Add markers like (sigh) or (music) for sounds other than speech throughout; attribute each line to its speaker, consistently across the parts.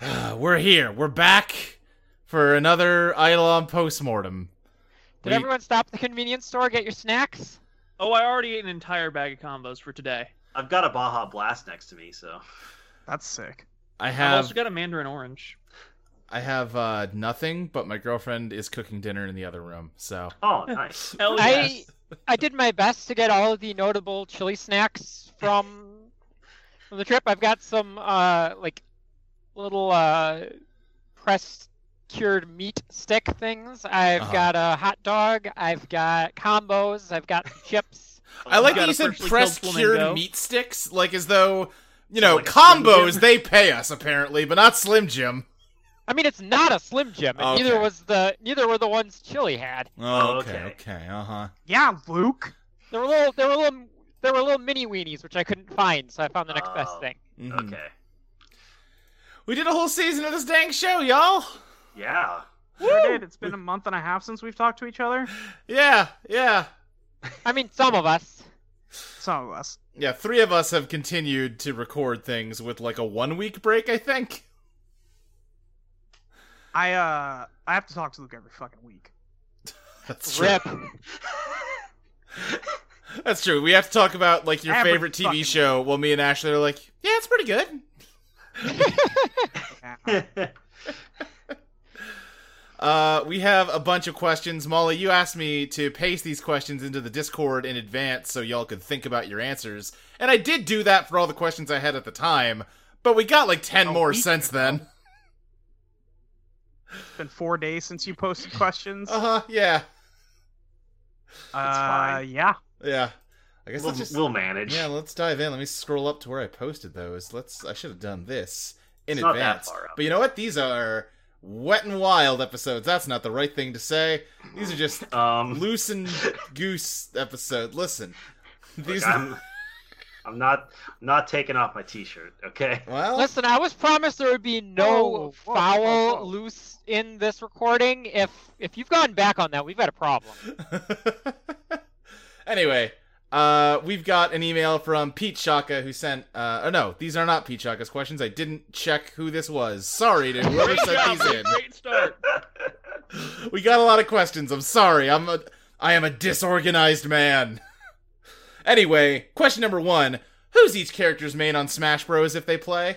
Speaker 1: (sighs) we're here. We're back for another Eidolon postmortem.
Speaker 2: Did
Speaker 1: We-
Speaker 2: everyone stop at the convenience store get your snacks?
Speaker 3: Oh, I already ate an entire bag of combos for today.
Speaker 4: I've got a Baja Blast next to me, so
Speaker 5: That's sick.
Speaker 1: I
Speaker 3: I've
Speaker 1: have
Speaker 3: also got a mandarin orange.
Speaker 1: I have uh, nothing, but my girlfriend is cooking dinner in the other room. So
Speaker 4: oh, nice.
Speaker 3: Hell yes.
Speaker 2: I I did my best to get all of the notable chili snacks from from the trip. I've got some uh like little uh pressed cured meat stick things. I've
Speaker 1: Uh-huh.
Speaker 2: got a hot dog, I've got combos, I've got chips.
Speaker 1: I like
Speaker 3: got
Speaker 1: that
Speaker 3: a
Speaker 1: you said
Speaker 3: freshly
Speaker 1: pressed
Speaker 3: killed
Speaker 1: cured
Speaker 3: flamingo.
Speaker 1: meat sticks, like as though you know
Speaker 4: Like a Slim
Speaker 1: combos.
Speaker 4: Jim?
Speaker 1: They pay us apparently, but not Slim Jim.
Speaker 2: I mean it's not a slim jim, and neither
Speaker 1: Okay.
Speaker 2: was the neither were the ones chili had.
Speaker 4: Oh, okay.
Speaker 1: okay, uh huh.
Speaker 5: Yeah, Luke.
Speaker 2: There were little there were little there were little mini weenies which I couldn't find, so I found the next best
Speaker 4: Oh.
Speaker 2: thing.
Speaker 4: Okay.
Speaker 1: Mm-hmm. We did a whole season of this dang show, y'all.
Speaker 4: Yeah. (laughs)
Speaker 5: Sure did. It's been a month and a half since we've talked to each other.
Speaker 1: Yeah, yeah,
Speaker 2: I mean some of us.
Speaker 5: Some of us.
Speaker 1: yeah. Three of us have continued to record things with like a one week break, I think.
Speaker 5: I uh, I have to talk to Luke every fucking week.
Speaker 1: That's true.
Speaker 2: Rip.
Speaker 1: (laughs) That's true. We have to talk about like your
Speaker 5: Every
Speaker 1: favorite TV
Speaker 5: fucking
Speaker 1: show. While me and Ashley are like, yeah, it's pretty good.
Speaker 5: Yeah.
Speaker 4: yeah.
Speaker 1: Uh, we have a bunch of questions. Molly, you asked me to paste these questions into the Discord in advance so y'all could think about your answers. And I did do that for all the questions I had at the time, but we got like
Speaker 4: Oh,
Speaker 1: 10
Speaker 5: A
Speaker 1: more
Speaker 5: week
Speaker 1: since
Speaker 4: (laughs)
Speaker 5: ago.
Speaker 1: then.
Speaker 5: (laughs) it's been four days since you
Speaker 4: (laughs)
Speaker 5: posted questions.
Speaker 4: Oh,
Speaker 1: Uh huh, yeah.
Speaker 5: uh, yeah.
Speaker 1: Yeah. I guess
Speaker 4: We'll,
Speaker 1: let's just.
Speaker 4: we'll manage.
Speaker 1: yeah, let's dive in. Let me scroll up to where I posted those. Let's. I should have done this in
Speaker 4: It's not that
Speaker 1: advance.
Speaker 4: far up.
Speaker 1: But you know what? These are wet and wild episodes. That's not the right thing to say. These are just
Speaker 4: (laughs) um,
Speaker 1: loose and goose episode. Listen,
Speaker 4: look,
Speaker 1: these.
Speaker 4: I'm, I'm not not taking off my T-shirt.
Speaker 1: (laughs)
Speaker 4: Okay.
Speaker 1: (laughs) Well,
Speaker 2: Listen, I was promised there would be
Speaker 5: Oh, Whoa,
Speaker 2: no
Speaker 5: whoa, whoa,
Speaker 2: foul
Speaker 5: whoa.
Speaker 2: loose in this recording. If if you've gone back on that, we've got a problem.
Speaker 1: anyway, uh, we've got an email from Pete Shaka who sent. Uh, oh no, these are not Pete Shaka's questions. I didn't check who this was. Sorry to whoever
Speaker 3: Great
Speaker 1: sent
Speaker 3: job,
Speaker 1: these in.
Speaker 3: Great start.
Speaker 1: (laughs) We got a lot of questions. I'm sorry. I'm a I am a disorganized man. (laughs) anyway, question number one: Who's each character's main on Smash Bros. If they play?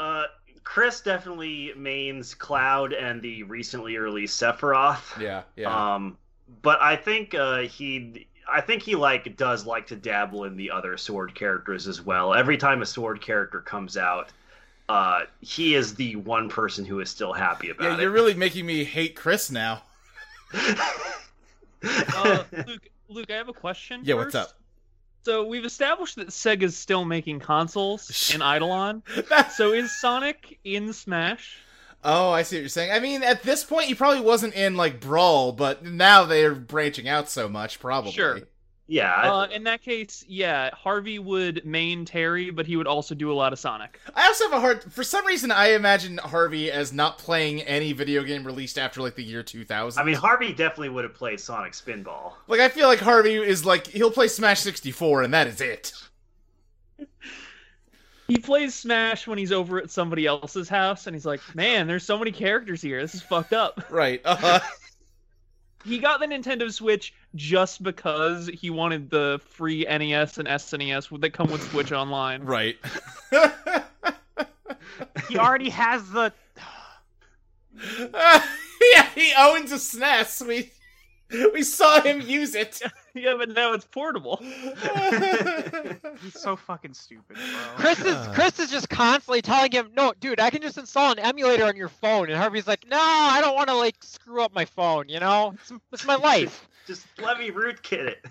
Speaker 4: Uh, Chris definitely mains Cloud and the recently released Sephiroth.
Speaker 1: Yeah, yeah.
Speaker 4: Um, but I think uh, he, I think he like does like to dabble in the other sword characters as well. Every time a sword character comes out, uh, he is the one person who is still happy
Speaker 1: yeah,
Speaker 4: about
Speaker 1: you're
Speaker 4: it.
Speaker 1: really making me hate Chris now. (laughs)
Speaker 3: Uh, Luke, Luke, I have a question.
Speaker 1: Yeah, what's
Speaker 3: first.
Speaker 1: up?
Speaker 3: So we've established that Sega's still
Speaker 1: (laughs)
Speaker 3: making consoles in Eidolon.
Speaker 1: That's
Speaker 3: So is Sonic in Smash?
Speaker 1: Oh, I see what you're saying. I mean, at this point, he probably wasn't in like Brawl, but now they're branching out so much, probably.
Speaker 3: Sure.
Speaker 4: (laughs) yeah, I-
Speaker 3: Uh, in that case, yeah, Harvey would main Terry, but he would also do a lot of Sonic.
Speaker 1: I also have a hard. For some reason, I imagine Harvey as not playing any video game released after like the year 2000.
Speaker 4: I mean Harvey definitely would have played Sonic Spinball.
Speaker 1: like I feel like Harvey is like he'll play Smash 64 and that is it.
Speaker 3: He plays Smash when he's over at somebody else's house, and he's like, "Man, there's so many characters here. This is fucked up."
Speaker 1: (laughs) Right. Uh-huh.
Speaker 3: He got the Nintendo Switch just because he wanted the free NES and SNES that come with Switch Online. (laughs)
Speaker 1: (laughs) right.
Speaker 4: (laughs)
Speaker 5: He already has the.
Speaker 1: yeah, he owns a SNES. We we saw him use it. (laughs)
Speaker 3: Yeah, but now it's portable.
Speaker 5: He's so fucking stupid, bro.
Speaker 2: Chris is
Speaker 1: Uh.
Speaker 2: Chris is just constantly telling him, "No, dude, I can just install an emulator on your phone." And Harvey's like, "No, I don't want to like screw up my phone. You know, it's, it's my life."
Speaker 4: Just let me rootkit it.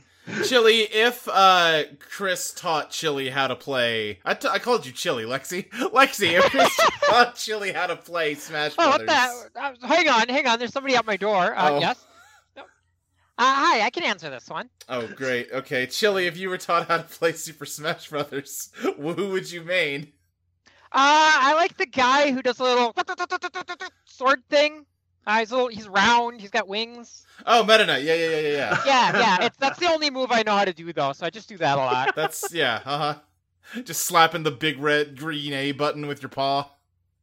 Speaker 1: Chili, if uh, Chris taught Chili how to play, I, t- I called you Chili, Lexi. (laughs) Lexi, if (laughs) Chris taught Chili how to play Smash
Speaker 2: Oh,
Speaker 1: Brothers,
Speaker 2: what the? uh, hang on, hang on. There's somebody at my door. Uh,
Speaker 1: Oh.
Speaker 2: Yes. No. Uh, hi, I can answer this one.
Speaker 1: oh great, okay, Chili, if you were taught how to play Super Smash Brothers, (laughs) who would you main?
Speaker 2: Uh, I like the guy who does a little (laughs) sword thing. Uh, he's a little, he's round. He's got wings.
Speaker 1: Oh, Meta Knight, yeah, yeah, yeah, yeah, yeah.
Speaker 2: Yeah, yeah. It's that's the only move I know how to do though, so I just do that a lot.
Speaker 1: uh-huh. That's yeah, uh huh. Just slapping the big red green A button with your paw.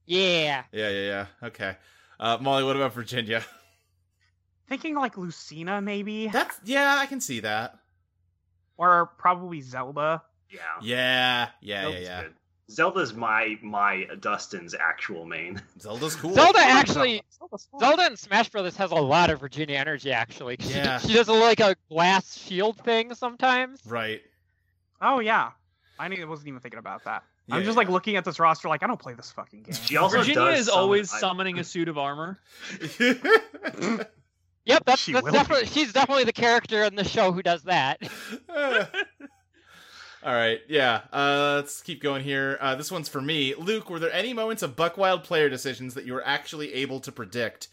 Speaker 2: Yeah.
Speaker 1: (laughs) Yeah, yeah, yeah. Okay. Uh, Molly, what about Virginia?
Speaker 5: Thinking like Lucina, maybe,
Speaker 1: That's yeah, I can see that.
Speaker 5: or probably Zelda.
Speaker 4: Yeah.
Speaker 1: Yeah, yeah, yeah,
Speaker 4: Zelda's
Speaker 1: yeah.
Speaker 4: good. Zelda's my my Dustin's actual main.
Speaker 1: Zelda's cool.
Speaker 2: Zelda actually,
Speaker 5: Zelda's fun.
Speaker 2: Zelda in Smash Brothers has a lot of Virginia energy. Actually, (laughs) She-
Speaker 1: Yeah.
Speaker 2: she, does a, like a glass shield thing sometimes.
Speaker 1: Right.
Speaker 5: Oh yeah, I knew- wasn't even thinking about that. I'm
Speaker 1: Yeah,
Speaker 5: just
Speaker 1: yeah.
Speaker 5: like looking at this roster, like I don't play this fucking game.
Speaker 4: She also
Speaker 3: Virginia
Speaker 4: does
Speaker 3: is
Speaker 4: summon-
Speaker 3: always
Speaker 4: I-
Speaker 3: summoning
Speaker 4: (laughs)
Speaker 3: a suit of armor.
Speaker 1: (laughs)
Speaker 5: (laughs)
Speaker 2: Yep, that's,
Speaker 5: She
Speaker 2: that's
Speaker 5: will
Speaker 2: definitely
Speaker 5: be.
Speaker 2: she's definitely the character in the show who does that. (laughs)
Speaker 1: (laughs) All right, yeah. Uh, let's keep going here. Uh, this one's for me, Luke. Were there any moments of Buckwild player decisions that you were actually able to predict?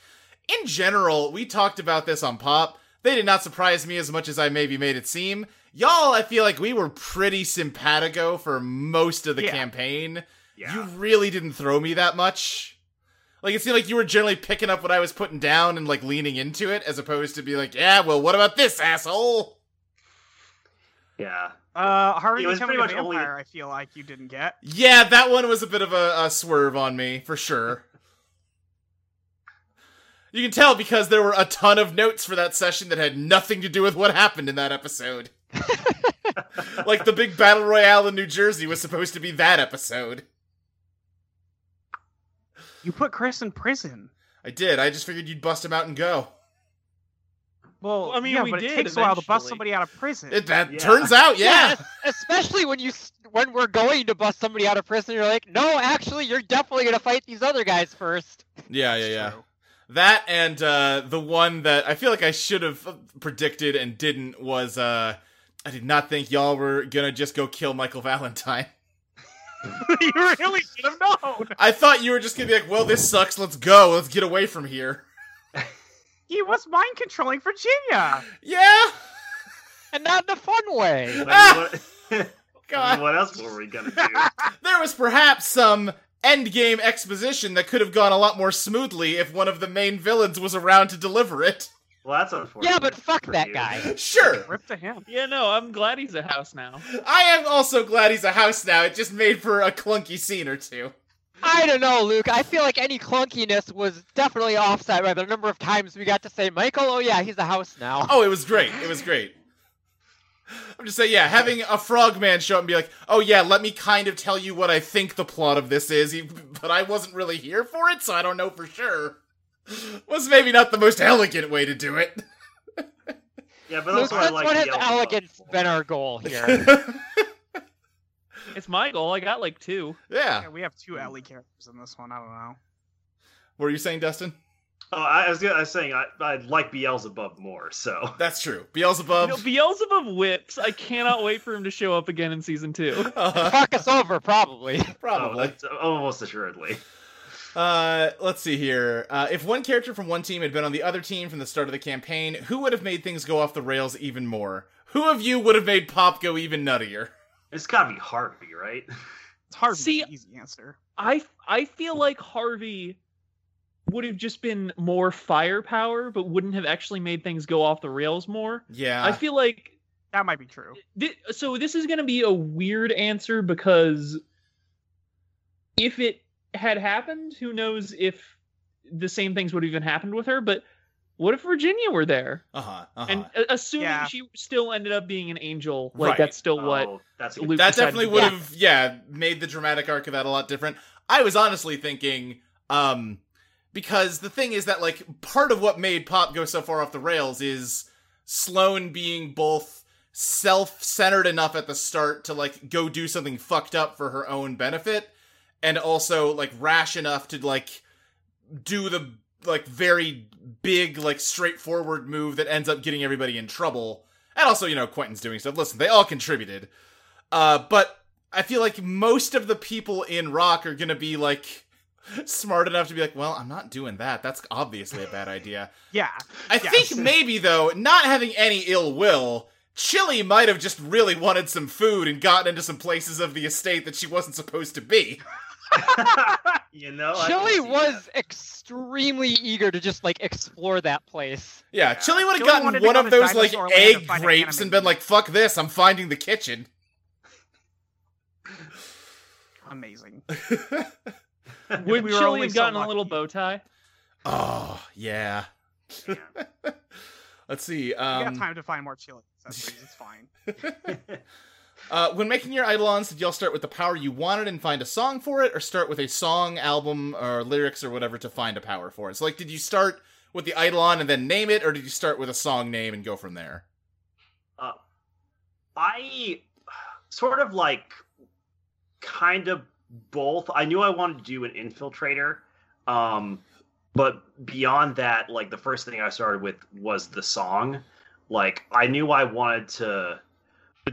Speaker 1: In general, we talked about this on Pop. They did not surprise me as much as I maybe made it seem. Y'all, I feel like we were pretty simpatico for most of the
Speaker 5: Yeah.
Speaker 1: campaign.
Speaker 4: yeah.
Speaker 1: You really didn't throw me that much. Like it seemed like you were generally picking up what I was putting down and like leaning into it, as opposed to be like, "Yeah, well, what about this asshole?" (laughs)
Speaker 4: yeah.
Speaker 5: Uh, Harvey
Speaker 4: It was
Speaker 5: becoming
Speaker 4: pretty
Speaker 5: a
Speaker 4: much only the-
Speaker 5: vampire. I feel like you didn't get.
Speaker 1: Yeah, that one was a bit of a, a swerve on me for sure. you can tell because there were a ton of notes for that session that had nothing to do with what happened in that episode. like the big battle royale in New Jersey was supposed to be that episode.
Speaker 5: You put Chris in prison.
Speaker 1: I did. I just figured you'd bust him out and go.
Speaker 5: Well,
Speaker 3: I mean,
Speaker 5: yeah,
Speaker 3: we
Speaker 5: but it
Speaker 3: did
Speaker 5: takes a while to bust
Speaker 3: eventually.
Speaker 5: somebody out of prison.
Speaker 1: It, that
Speaker 4: Yeah.
Speaker 1: turns out, yeah.
Speaker 2: es- especially when you s- when we're going to bust somebody out of prison, you're like, no, actually, you're definitely gonna fight these other guys first.
Speaker 1: Yeah, yeah,
Speaker 5: It's
Speaker 1: yeah.
Speaker 5: true.
Speaker 1: That and uh, the one that I feel like I should have predicted and didn't was uh, I did not think y'all were gonna just go kill Michael Valentine.
Speaker 5: (laughs) you really should have known.
Speaker 1: I thought you were just gonna be like, well, this sucks. Let's go. Let's get away from here.
Speaker 5: He was mind controlling Virginia.
Speaker 1: Yeah.
Speaker 2: and not in a fun way.
Speaker 1: Ah!
Speaker 4: I mean, what, I mean,
Speaker 1: God.
Speaker 4: what else were we gonna do?
Speaker 1: There was perhaps some endgame exposition that could have gone a lot more smoothly if one of the main villains was around to deliver it. (laughs)
Speaker 4: Well, that's unfortunate.
Speaker 2: Yeah, but fuck
Speaker 4: for
Speaker 2: that
Speaker 4: you.
Speaker 2: guy.
Speaker 1: Sure.
Speaker 5: Rip to him.
Speaker 3: Yeah, no, I'm glad he's a house now.
Speaker 1: I am also glad he's a house now. It just made for a clunky scene or two.
Speaker 2: I don't know, Luke. I feel like any clunkiness was definitely offset by the number of times we got to say, Michael, oh yeah, he's a house now.
Speaker 1: Oh, it was great. It was great. I'm just saying, yeah, having a frogman show up and be like, oh, yeah, let me kind of tell you what I think the plot of this is, (laughs) even- but I wasn't really here for it, so I don't know for sure. Was maybe not the most elegant way to do it. (laughs)
Speaker 4: Yeah, but
Speaker 2: Luke,
Speaker 4: also I
Speaker 2: what,
Speaker 4: like
Speaker 2: what
Speaker 4: the
Speaker 2: has
Speaker 4: elf
Speaker 2: elegance
Speaker 4: buff.
Speaker 2: been our
Speaker 4: (laughs)
Speaker 2: goal here?
Speaker 3: It's my goal. I got like two.
Speaker 1: yeah.
Speaker 5: Yeah, we have two Ellie characters in this one. I don't know.
Speaker 1: What were you saying, Dustin?
Speaker 4: Oh, I was, gonna, I was saying I, I like Beelzebub more, so (laughs)
Speaker 1: That's true.
Speaker 3: You
Speaker 1: Beelzebub.
Speaker 3: know, Beelzebub whips. I cannot wait for him to show up again in season two.
Speaker 1: (laughs) Uh,
Speaker 2: Fuck us over, probably.
Speaker 4: oh,
Speaker 1: probably.
Speaker 4: that's almost assuredly.
Speaker 1: Uh, let's see here. Uh, if one character from one team had been on the other team from the start of the campaign, who would have made things go off the rails even more? Who of you would have made Pop go even nuttier?
Speaker 4: It's gotta be Harvey, right?
Speaker 5: It's hard.
Speaker 3: See-
Speaker 5: See, easy answer.
Speaker 3: I I feel like Harvey would have just been more firepower, but wouldn't have actually made things go off the rails more.
Speaker 1: Yeah.
Speaker 3: I feel like
Speaker 5: That might be true.
Speaker 3: Thi- so this is going to be a weird answer because if it had happened, who knows if the same things would have even happened with her. But what if Virginia were there?
Speaker 1: uh huh. Uh-huh.
Speaker 3: And uh, assuming
Speaker 5: Yeah.
Speaker 3: she still ended up being an angel, like
Speaker 1: Right.
Speaker 3: that's still what.
Speaker 4: Oh, that's
Speaker 3: Luke
Speaker 1: that
Speaker 3: decided to
Speaker 1: definitely
Speaker 3: do.
Speaker 1: would have, yeah, made the dramatic arc of that a lot different. I was honestly thinking, um, because the thing is that like part of what made Pop go so far off the rails is Sloane being both self-centered enough at the start to like go do something fucked up for her own benefit, and also like rash enough to like do the like very big like straightforward move that ends up getting everybody in trouble. And also, you know, Quentin's doing stuff. Listen, they all contributed. Uh, but I feel like most of the people in rock are gonna be like smart enough to be like, well, I'm not doing that. That's obviously a
Speaker 5: (laughs)
Speaker 1: bad idea.
Speaker 5: Yeah.
Speaker 1: I
Speaker 5: Yes. (laughs)
Speaker 1: think maybe though, not having any ill will, Chili might have just really wanted some food and gotten into some places of the estate that she wasn't supposed to be.
Speaker 4: (laughs) you know, Oh, I can
Speaker 2: Chili
Speaker 4: see
Speaker 2: was extremely eager to just like explore that place.
Speaker 1: Yeah, Chili would have
Speaker 5: Chili
Speaker 1: gotten
Speaker 5: wanted to
Speaker 1: one
Speaker 5: go
Speaker 1: of
Speaker 5: to
Speaker 1: those like
Speaker 5: Dinosaur Land to
Speaker 1: egg
Speaker 5: find an
Speaker 1: grapes
Speaker 5: anime.
Speaker 1: and been like, fuck this, I'm finding the
Speaker 5: (laughs)
Speaker 1: kitchen.
Speaker 5: Amazing.
Speaker 3: Would
Speaker 5: We were
Speaker 3: Chili
Speaker 5: only
Speaker 3: have
Speaker 5: so
Speaker 3: gotten a
Speaker 5: lucky.
Speaker 3: little bow tie?
Speaker 1: (laughs) Oh yeah.
Speaker 4: Yeah.
Speaker 1: (laughs) Let's see.
Speaker 5: We
Speaker 1: Um,
Speaker 5: got time to find more chili accessories. It's
Speaker 1: (laughs)
Speaker 5: fine.
Speaker 1: uh, when making your eidolons, did y'all start with the power you wanted and find a song for it, or start with a song, album, or lyrics or whatever to find a power for it? So, like, did you start with the eidolon and then name it, or did you start with a song name and go from there?
Speaker 4: Uh, I sort of like kind of both. I knew I wanted to do an infiltrator, um, but beyond that, like the first thing I started with was the song. Like I knew I wanted to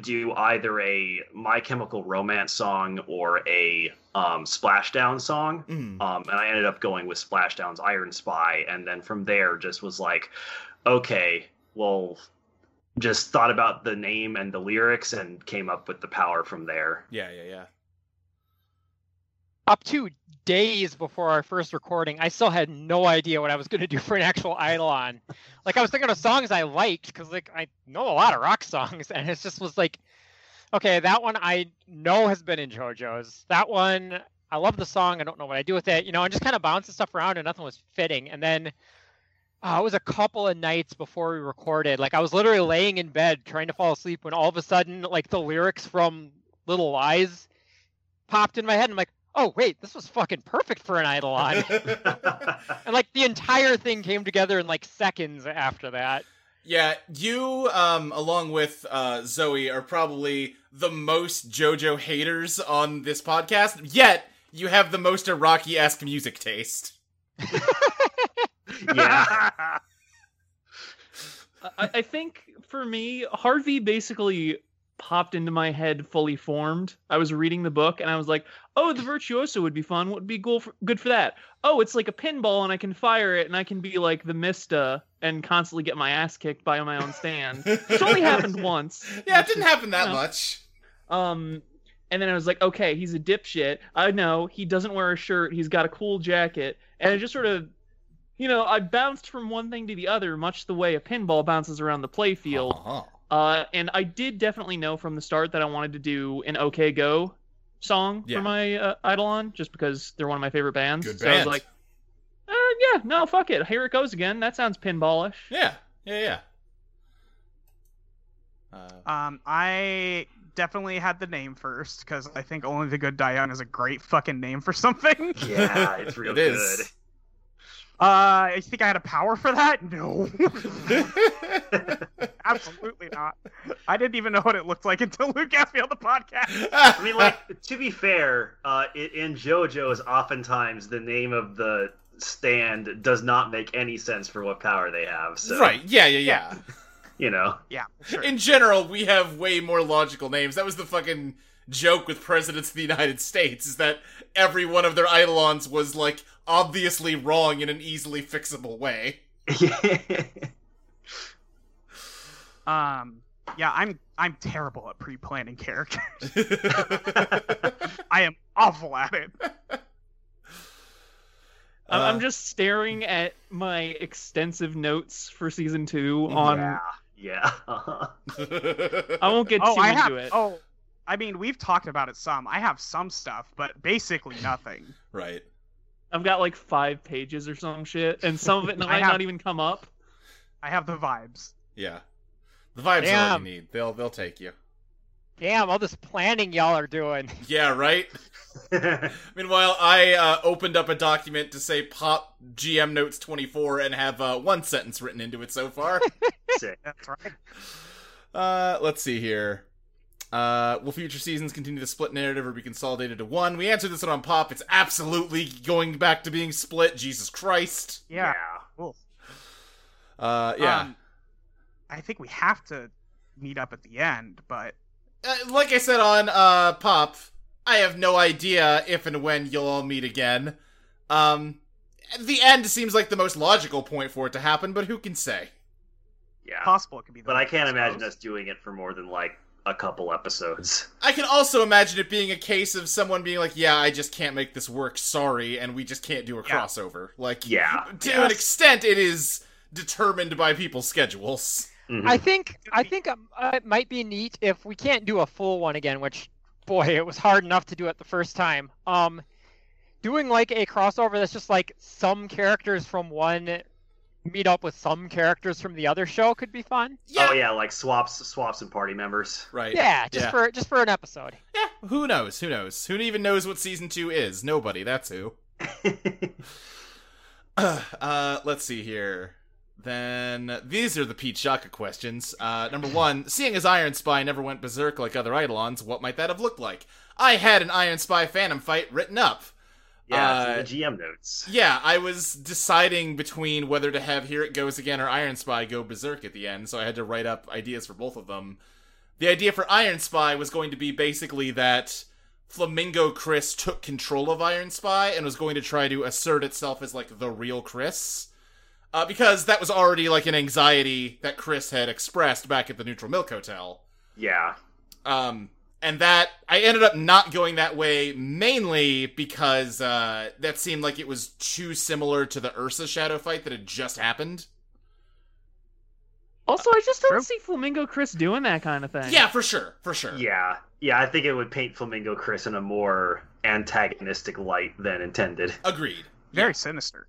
Speaker 4: do either a My Chemical Romance song or a um, Splashdown song.
Speaker 1: Mm.
Speaker 4: Um, and I ended up going with Splashdown's Iron Spy, and then from there just was like, okay, well, just thought about the name and the lyrics and came up with the power from
Speaker 1: (laughs)
Speaker 4: there.
Speaker 1: Yeah, yeah, yeah.
Speaker 2: Up to days before our first recording, I still had no idea what I was going to do for an actual Eidolon. Like I was thinking of songs I liked because like I know a lot of rock songs, and it just was like, okay, that one I know has been in JoJo's. That one I love the song. I don't know what I do with it, you know. And just kind of bouncing stuff around, and nothing was fitting. And then uh, it was a couple of nights before we recorded. Like I was literally laying in bed trying to fall asleep when all of a sudden, like the lyrics from Little Lies popped in my head. and I'm like, oh wait, this was fucking perfect for an Eidolon.
Speaker 1: (laughs)
Speaker 2: and like the entire thing came together in like seconds after that.
Speaker 1: Yeah, you, um, along with uh, Zoe, are probably the most JoJo haters on this podcast. Yet you have the most Iraqi esque music taste.
Speaker 4: yeah.
Speaker 3: I, I think for me, Harvey basically popped into my head fully formed. I was reading the book and I was like, "Oh, the virtuoso would be fun. What would be cool for, good for that? Oh, it's like a pinball and I can fire it and I can be like the Mista and constantly get my ass kicked by my own stand." Which only happened once.
Speaker 1: (laughs) Yeah, it didn't happen that
Speaker 3: No.
Speaker 1: much.
Speaker 3: Um, and then I was like, okay, he's a dipshit. I know he doesn't wear a shirt. He's got a cool jacket, and it just sort of, you know, I bounced from one thing to the other, much the way a pinball bounces around the playfield.
Speaker 1: Uh-huh.
Speaker 3: Uh, and I did definitely know from the start that I wanted to do an OK Go song
Speaker 1: Yeah.
Speaker 3: for my uh, Eidolon, just because they're one of my favorite bands.
Speaker 1: Good
Speaker 3: so I
Speaker 1: band.
Speaker 3: was like, uh, yeah, no, fuck it. Here it goes again. That sounds pinballish.
Speaker 1: Yeah, yeah, yeah. (laughs) Uh,
Speaker 5: (laughs) Um, I definitely had the name first because I think only the good die young is a great fucking name for something.
Speaker 4: (laughs)
Speaker 5: (laughs)
Speaker 4: Yeah, it's real
Speaker 1: It
Speaker 4: good.
Speaker 1: is.
Speaker 5: Uh, I think I had a power for that. No, (laughs)
Speaker 1: (laughs)
Speaker 5: absolutely not. I didn't even know what it looked like (laughs) until Luke asked me on the podcast.
Speaker 4: I mean, like to be fair, uh, it, in JoJo's, oftentimes the name of the stand does not make any sense for what power they have. So,
Speaker 1: right? Yeah, yeah, yeah.
Speaker 4: You know. (laughs)
Speaker 5: Yeah, sure.
Speaker 1: In general, we have way more logical names. That was the fucking joke with presidents of the United States: is that every one of their eidolons was like obviously wrong in an easily fixable way.
Speaker 5: Um, yeah, I'm I'm terrible at pre-planning characters. (laughs)
Speaker 1: Uh,
Speaker 5: I am awful at it.
Speaker 3: I'm- (laughs) Uh, I'm just staring at my extensive notes for season two
Speaker 1: Mm-hmm.
Speaker 3: on.
Speaker 4: yeah. Yeah. (laughs)
Speaker 1: (laughs)
Speaker 3: I won't get
Speaker 5: Oh,
Speaker 3: too
Speaker 5: I
Speaker 3: into
Speaker 5: have.
Speaker 3: it.
Speaker 5: Oh, I mean, we've talked about it some. I have some stuff, but basically nothing.
Speaker 1: right.
Speaker 3: I've got like five pages or some shit, and some (laughs) of it might
Speaker 5: have-
Speaker 3: not even come up.
Speaker 5: I have the vibes.
Speaker 1: Yeah, the vibes are all
Speaker 2: Damn.
Speaker 1: you need. They'll they'll take you.
Speaker 2: Damn, all this planning y'all are doing.
Speaker 1: Yeah, right. Meanwhile, I uh, opened up a document to say "Pop GM Notes 24" and have uh, one sentence written into it so far.
Speaker 4: Sick.
Speaker 5: That's right.
Speaker 1: uh, let's see here. Uh, will future seasons continue the split narrative or be consolidated to one? We answered this one on Pop. It's absolutely going back to being split. Jesus Christ.
Speaker 5: Yeah. Cool.
Speaker 1: Uh, yeah.
Speaker 5: Um, I think we have to meet up at the end, but
Speaker 1: Uh, like I said on uh, Pop, I have no idea if and when you'll all meet again. Um, the end seems like the most logical point for it to happen, but who can say?
Speaker 4: Yeah.
Speaker 5: possible it could be. The
Speaker 4: But I can't imagine
Speaker 5: suppose.
Speaker 4: us doing it for more than like a couple episodes. (laughs)
Speaker 1: I can also imagine it being a case of someone being like, "Yeah, I just can't make this work. Sorry," and we just can't do a
Speaker 5: Yeah.
Speaker 1: crossover. Like,
Speaker 4: Yeah.
Speaker 1: to
Speaker 5: Yes.
Speaker 1: an extent, it is determined by people's schedules.
Speaker 4: Mhm.
Speaker 2: I think I think um, uh, it might be neat if we can't do a full one again, which boy, it was hard enough to do it the first time. Um, doing like a crossover that's just like some characters from one meet up with some characters from the other show could be fun.
Speaker 1: Yeah.
Speaker 4: Oh yeah, like swaps, swaps, and party members.
Speaker 1: Right.
Speaker 2: Yeah, just
Speaker 1: Yeah.
Speaker 2: for just for an episode.
Speaker 1: Yeah, who knows? Who knows? Who even knows what season two is? Nobody, that's who. (sighs) uh, let's see here. Then these are the Pete Shaka questions. Uh, number one, seeing as Iron Spy never went berserk like other Eidolons, what might that have looked like? I had an Iron Spy Phantom fight written up.
Speaker 4: Yeah,
Speaker 1: Uh,
Speaker 4: it's in the GM notes.
Speaker 1: Yeah, I was deciding between whether to have Here It Goes Again or Iron Spy go berserk at the end, so I had to write up ideas for both of them. The idea for Iron Spy was going to be basically that Flamingo Chris took control of Iron Spy and was going to try to assert itself as like the real Chris. Uh, because that was already like an anxiety that Chris had expressed back at the Neutral Milk Hotel.
Speaker 4: Yeah,
Speaker 1: Um, and that I ended up not going that way mainly because uh, that seemed like it was too similar to the Ursa shadow fight that had just happened.
Speaker 3: Also, I just don't
Speaker 5: True.
Speaker 3: see Flamingo Chris doing that kind of thing.
Speaker 1: Yeah, for sure, for sure.
Speaker 4: yeah, yeah. I think it would paint Flamingo Chris in a more antagonistic light than intended. (laughs)
Speaker 1: agreed.
Speaker 5: Very sinister.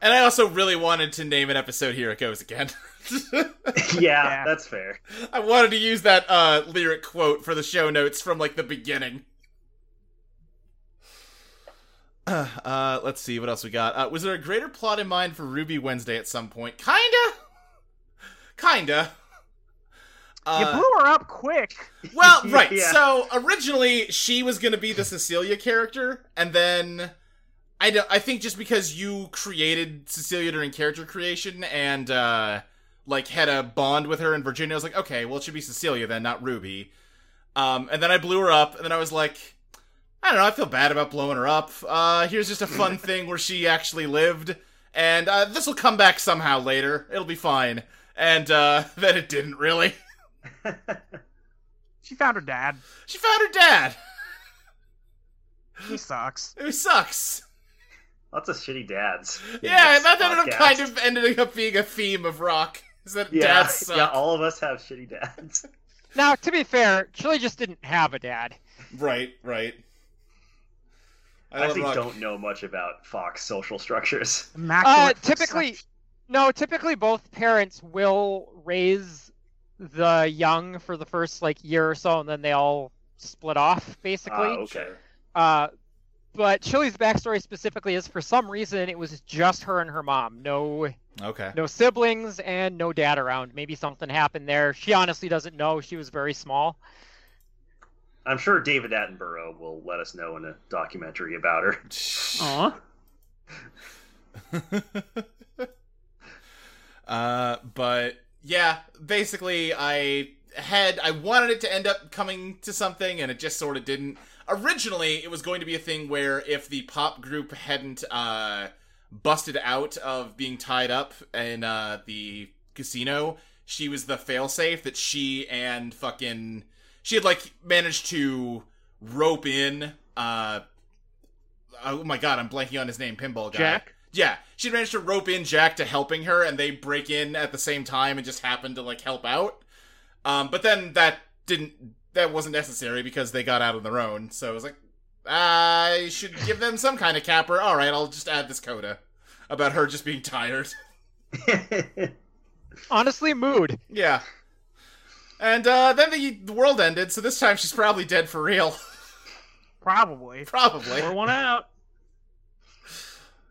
Speaker 1: And I also really wanted to name an episode "Here It Goes Again." (laughs)
Speaker 4: yeah,
Speaker 5: Yeah.
Speaker 4: that's fair. (laughs)
Speaker 1: I wanted to use that uh, lyric quote for the show notes from like the beginning. (clears throat) Uh, uh, let's see what else we got. Uh, was there a greater plot in mind for Ruby Wednesday at some point? Kinda, kinda.
Speaker 5: you
Speaker 1: Uh,
Speaker 5: blew her up quick.
Speaker 1: well, right.
Speaker 4: Yeah.
Speaker 1: So originally she was going to be the Cecilia character, and then I don't. I think just because you created Cecilia during character creation and uh, like had a bond with her in Virginia, I was like, okay, well it should be Cecilia then, not Ruby. Um, and then I blew her up, and then I was like, I don't know. I feel bad about blowing her up. Uh, here's just a fun thing where she actually lived, and uh, this will come back somehow later. It'll be fine. And uh, (laughs) then it didn't really.
Speaker 5: She found her dad.
Speaker 1: She found her dad.
Speaker 5: He sucks.
Speaker 1: It sucks.
Speaker 4: Lots of shitty dads. in
Speaker 1: Yeah,
Speaker 4: this
Speaker 1: that ended
Speaker 4: podcast.
Speaker 1: up kind of ended up being a theme of rock. Is that
Speaker 4: Yeah,
Speaker 1: dads suck?
Speaker 4: yeah. All of us have shitty dads.
Speaker 2: Now, to be fair, Chili just didn't have a dad.
Speaker 1: Right, right.
Speaker 4: I,
Speaker 1: love
Speaker 4: actually
Speaker 1: rock.
Speaker 4: don't know much about Fox social structures.
Speaker 2: Uh,
Speaker 5: Immaculate
Speaker 2: typically,
Speaker 5: conception.
Speaker 2: no. Typically, both parents will raise the young for the first like year or so, and then they all split off basically.
Speaker 4: Ah, okay.
Speaker 2: Uh, but Chili's backstory specifically is for some reason it was just her and her mom. No,
Speaker 1: Okay.
Speaker 2: no siblings and no dad around. Maybe something happened there. She honestly doesn't know. She was very small.
Speaker 4: I'm sure David Attenborough will let us know in a documentary about her.
Speaker 3: Aw.
Speaker 1: (laughs) uh, but yeah, basically, I had I wanted it to end up coming to something, and it just sort of didn't. Originally, it was going to be a thing where if the pop group hadn't uh, busted out of being tied up in uh, the casino, she was the failsafe that she and fucking she had like managed to rope in. Uh, oh my god, I'm blanking on his name. Pinball guy. (laughs)
Speaker 3: Jack.
Speaker 1: Yeah, she managed to rope in Jack to helping her, and they break in at the same time and just happen to like help out. Um, but then that didn't that wasn't necessary because they got out on their own. So I was like, I should give them some kind of capper. All right, I'll just add this coda about her just being tired. (laughs)
Speaker 2: Honestly, mood.
Speaker 1: yeah. And uh, then the, the world ended, so this time she's probably dead for real. (laughs)
Speaker 5: Probably.
Speaker 1: probably.
Speaker 3: Pour one out.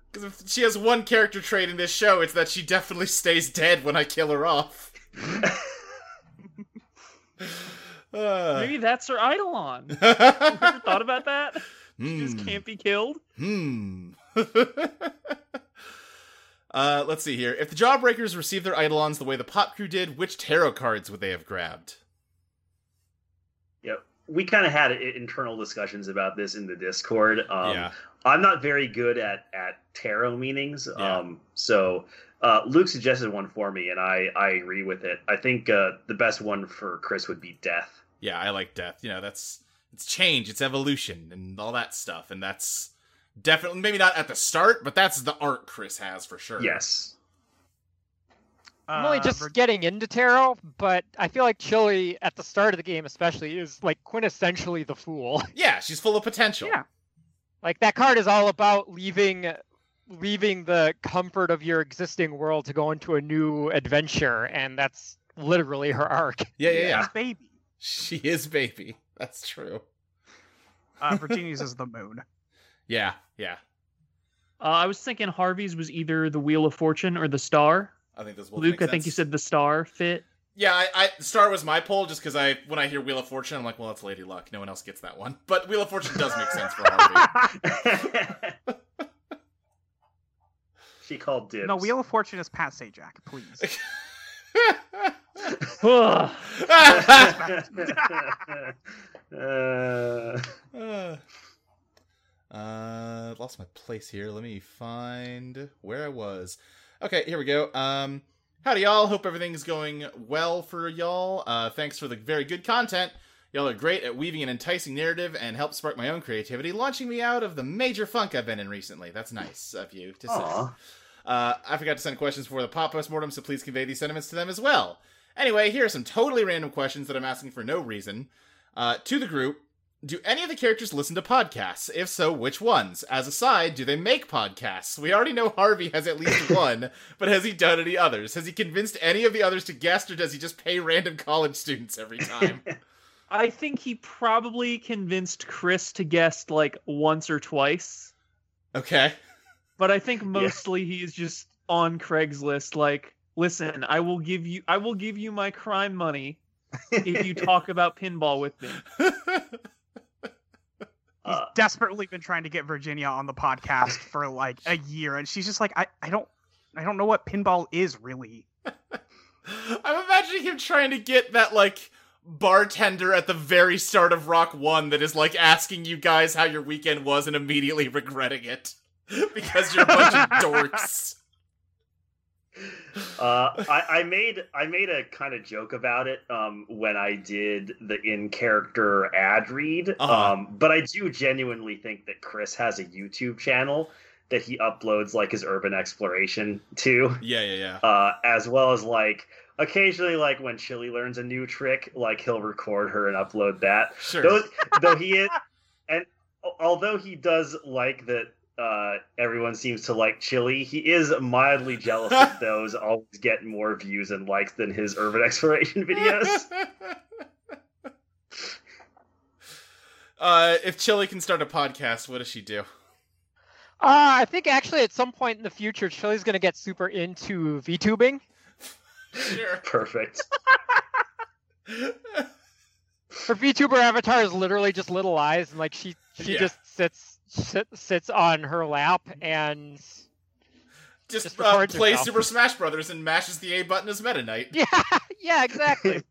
Speaker 1: Because if she has one character trait in this show, it's that she definitely (laughs) stays dead when I kill her off. Uh.
Speaker 3: Maybe that's her Eidolon. Ever thought about that?
Speaker 1: (laughs)
Speaker 3: (laughs) She just
Speaker 1: Hmm.
Speaker 3: can't be killed.
Speaker 1: Hmm. (laughs) uh, let's see here. If the Jawbreakers received their Eidolons the way the Pop Crew did, which tarot cards would they have grabbed?
Speaker 4: Yep. (laughs) We kind of had i- internal discussions about this in the Discord. Um,
Speaker 1: yeah.
Speaker 4: I'm not very good at, at tarot meanings.
Speaker 1: Yeah.
Speaker 4: Um, so uh, Luke suggested one for me, and I, I agree with it. I think uh, the best one for Chris would be death.
Speaker 1: Yeah, I like death. You know, that's it's change, it's evolution, and all that stuff. And that's definitely maybe not at the start, but that's the art Chris has for sure.
Speaker 4: Yes.
Speaker 2: I'm only
Speaker 5: Uh,
Speaker 2: just
Speaker 5: Vir-
Speaker 2: getting into tarot, but I feel like Chili at the start of the game, especially, is like quintessentially the fool.
Speaker 1: Yeah, she's full of potential.
Speaker 5: Yeah.
Speaker 2: Like that card is all about leaving leaving the comfort of your existing world to go into a new adventure, and that's literally her arc. Uh,
Speaker 1: Yeah, yeah, yeah.
Speaker 5: It's baby.
Speaker 1: She is baby. That's true.
Speaker 2: (laughs)
Speaker 5: Uh, Virginia's is the
Speaker 1: (laughs)
Speaker 5: moon.
Speaker 1: Yeah, yeah.
Speaker 3: Uh, I was thinking Harvey's was either the Wheel of Fortune or the Star.
Speaker 1: I think this will
Speaker 3: Luke,
Speaker 1: make
Speaker 3: I think you
Speaker 1: sense.
Speaker 3: said the Star fit.
Speaker 1: Yeah, I, I Star was my poll just because I when I hear Wheel of Fortune, I'm like, well, that's Lady Luck. No one else gets that one. But Wheel of Fortune does make sense for Harvey.
Speaker 4: she called dibs.
Speaker 5: No,
Speaker 4: (laughs)
Speaker 5: Wheel of Fortune is Pat Sajak, please.
Speaker 1: (laughs)
Speaker 3: Ugh.
Speaker 1: (laughs)
Speaker 4: (laughs) uh,
Speaker 1: (sighs) uh, uh, lost my place here. Let me find where I was. Okay, here we go. Um, howdy y'all. Hope everything's going well for y'all. Uh, thanks for the very good content. Y'all are great at weaving an enticing narrative and help spark my own creativity, launching me out of the major funk I've been in recently. That's nice of you to say.
Speaker 4: aw.
Speaker 1: Uh, I forgot to send questions for the pop postmortem, so please convey these sentiments to them as well. Anyway, here are some totally random questions that I'm asking for no reason. Uh, to the group, do any of the characters listen to podcasts? If so, which ones? As a side, do they make podcasts? We already know Harvey has at least one, but has he done any others? Has he convinced any of the others to guest, or does he just pay random college students every time?
Speaker 3: I think he probably convinced Chris to guest like once or twice,
Speaker 1: okay. (laughs)
Speaker 3: but I think mostly he is just on Craigslist. Like, listen, I will give you, I will give you my crime money
Speaker 1: (laughs)
Speaker 3: if you talk about pinball with me.
Speaker 5: He's
Speaker 4: Uh,
Speaker 5: desperately been trying to get Virginia on the podcast for like a year, and she's just like, I, I don't, I don't know what pinball is really.
Speaker 1: I'm imagining him trying to get that like bartender at the very start of Rock One that is like asking you guys how your weekend was and immediately regretting it (laughs) because you're a bunch of dorks.
Speaker 4: Uh, I, I made I made a kind of joke about it um, when I did the in character ad read,
Speaker 1: Uh-huh.
Speaker 4: um, but I do genuinely think that Chris has a YouTube channel that he uploads like his urban exploration to,
Speaker 1: Yeah, yeah, yeah.
Speaker 4: uh, as well as like occasionally like when Chili learns a new trick, like he'll record her and upload that.
Speaker 1: Sure.
Speaker 4: Those,
Speaker 1: (laughs)
Speaker 4: though he is, and al- although he does like that, uh, everyone seems to like Chili. He is mildly
Speaker 1: (laughs)
Speaker 4: jealous that those always get more views and likes than his urban
Speaker 1: (laughs)
Speaker 4: exploration videos.
Speaker 1: uh, if Chili can start a podcast, what does she do?
Speaker 2: Uh, I think actually at some point in the future, Chili's going to get super into VTubing.
Speaker 1: Sure.
Speaker 4: Perfect.
Speaker 2: Her VTuber avatar is literally just little eyes, and like she she
Speaker 1: Yeah.
Speaker 2: just sits sit, sits on her lap and
Speaker 1: Just,
Speaker 2: Just
Speaker 1: uh,
Speaker 2: records
Speaker 1: play
Speaker 2: herself.
Speaker 1: Super Smash Brothers and mashes the A button as Meta Knight.
Speaker 2: (laughs) yeah yeah exactly.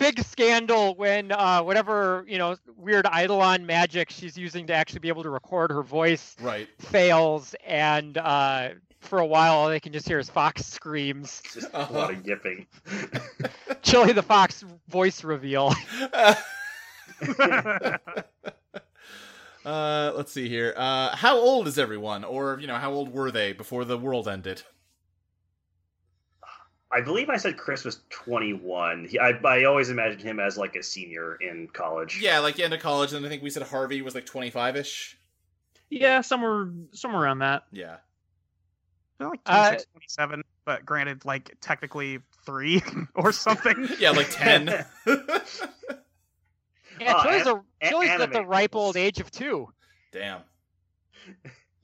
Speaker 2: Big scandal when uh, whatever you know weird Eidolon magic she's using to actually be able to record her voice
Speaker 1: Right.
Speaker 2: fails, and uh, for a while all they can just hear is fox
Speaker 4: (laughs)
Speaker 2: screams.
Speaker 4: Just
Speaker 1: Uh-huh.
Speaker 4: a lot
Speaker 1: (laughs)
Speaker 4: of yipping.
Speaker 2: Chili the fox voice reveal.
Speaker 1: (laughs) Uh, let's see here. Uh, how old is everyone, or you know, how old were they before the world ended?
Speaker 4: I believe I said Chris was 21. He, I, I always imagined him as like a senior in college.
Speaker 1: (laughs) Yeah, like end of college, and I think we said Harvey was like twenty five ish.
Speaker 3: Yeah, somewhere, somewhere around that.
Speaker 1: Yeah,
Speaker 5: They're like
Speaker 2: Uh,
Speaker 5: 26, 27, but granted, like technically three (laughs)
Speaker 1: (laughs)
Speaker 5: or something.
Speaker 1: yeah, like ten.
Speaker 2: Yeah, (laughs)
Speaker 4: Oh,
Speaker 2: Chili's, a,
Speaker 4: a-
Speaker 2: Chili's at the
Speaker 4: anime
Speaker 2: ripe
Speaker 4: rules.
Speaker 2: old age of two.
Speaker 1: Damn.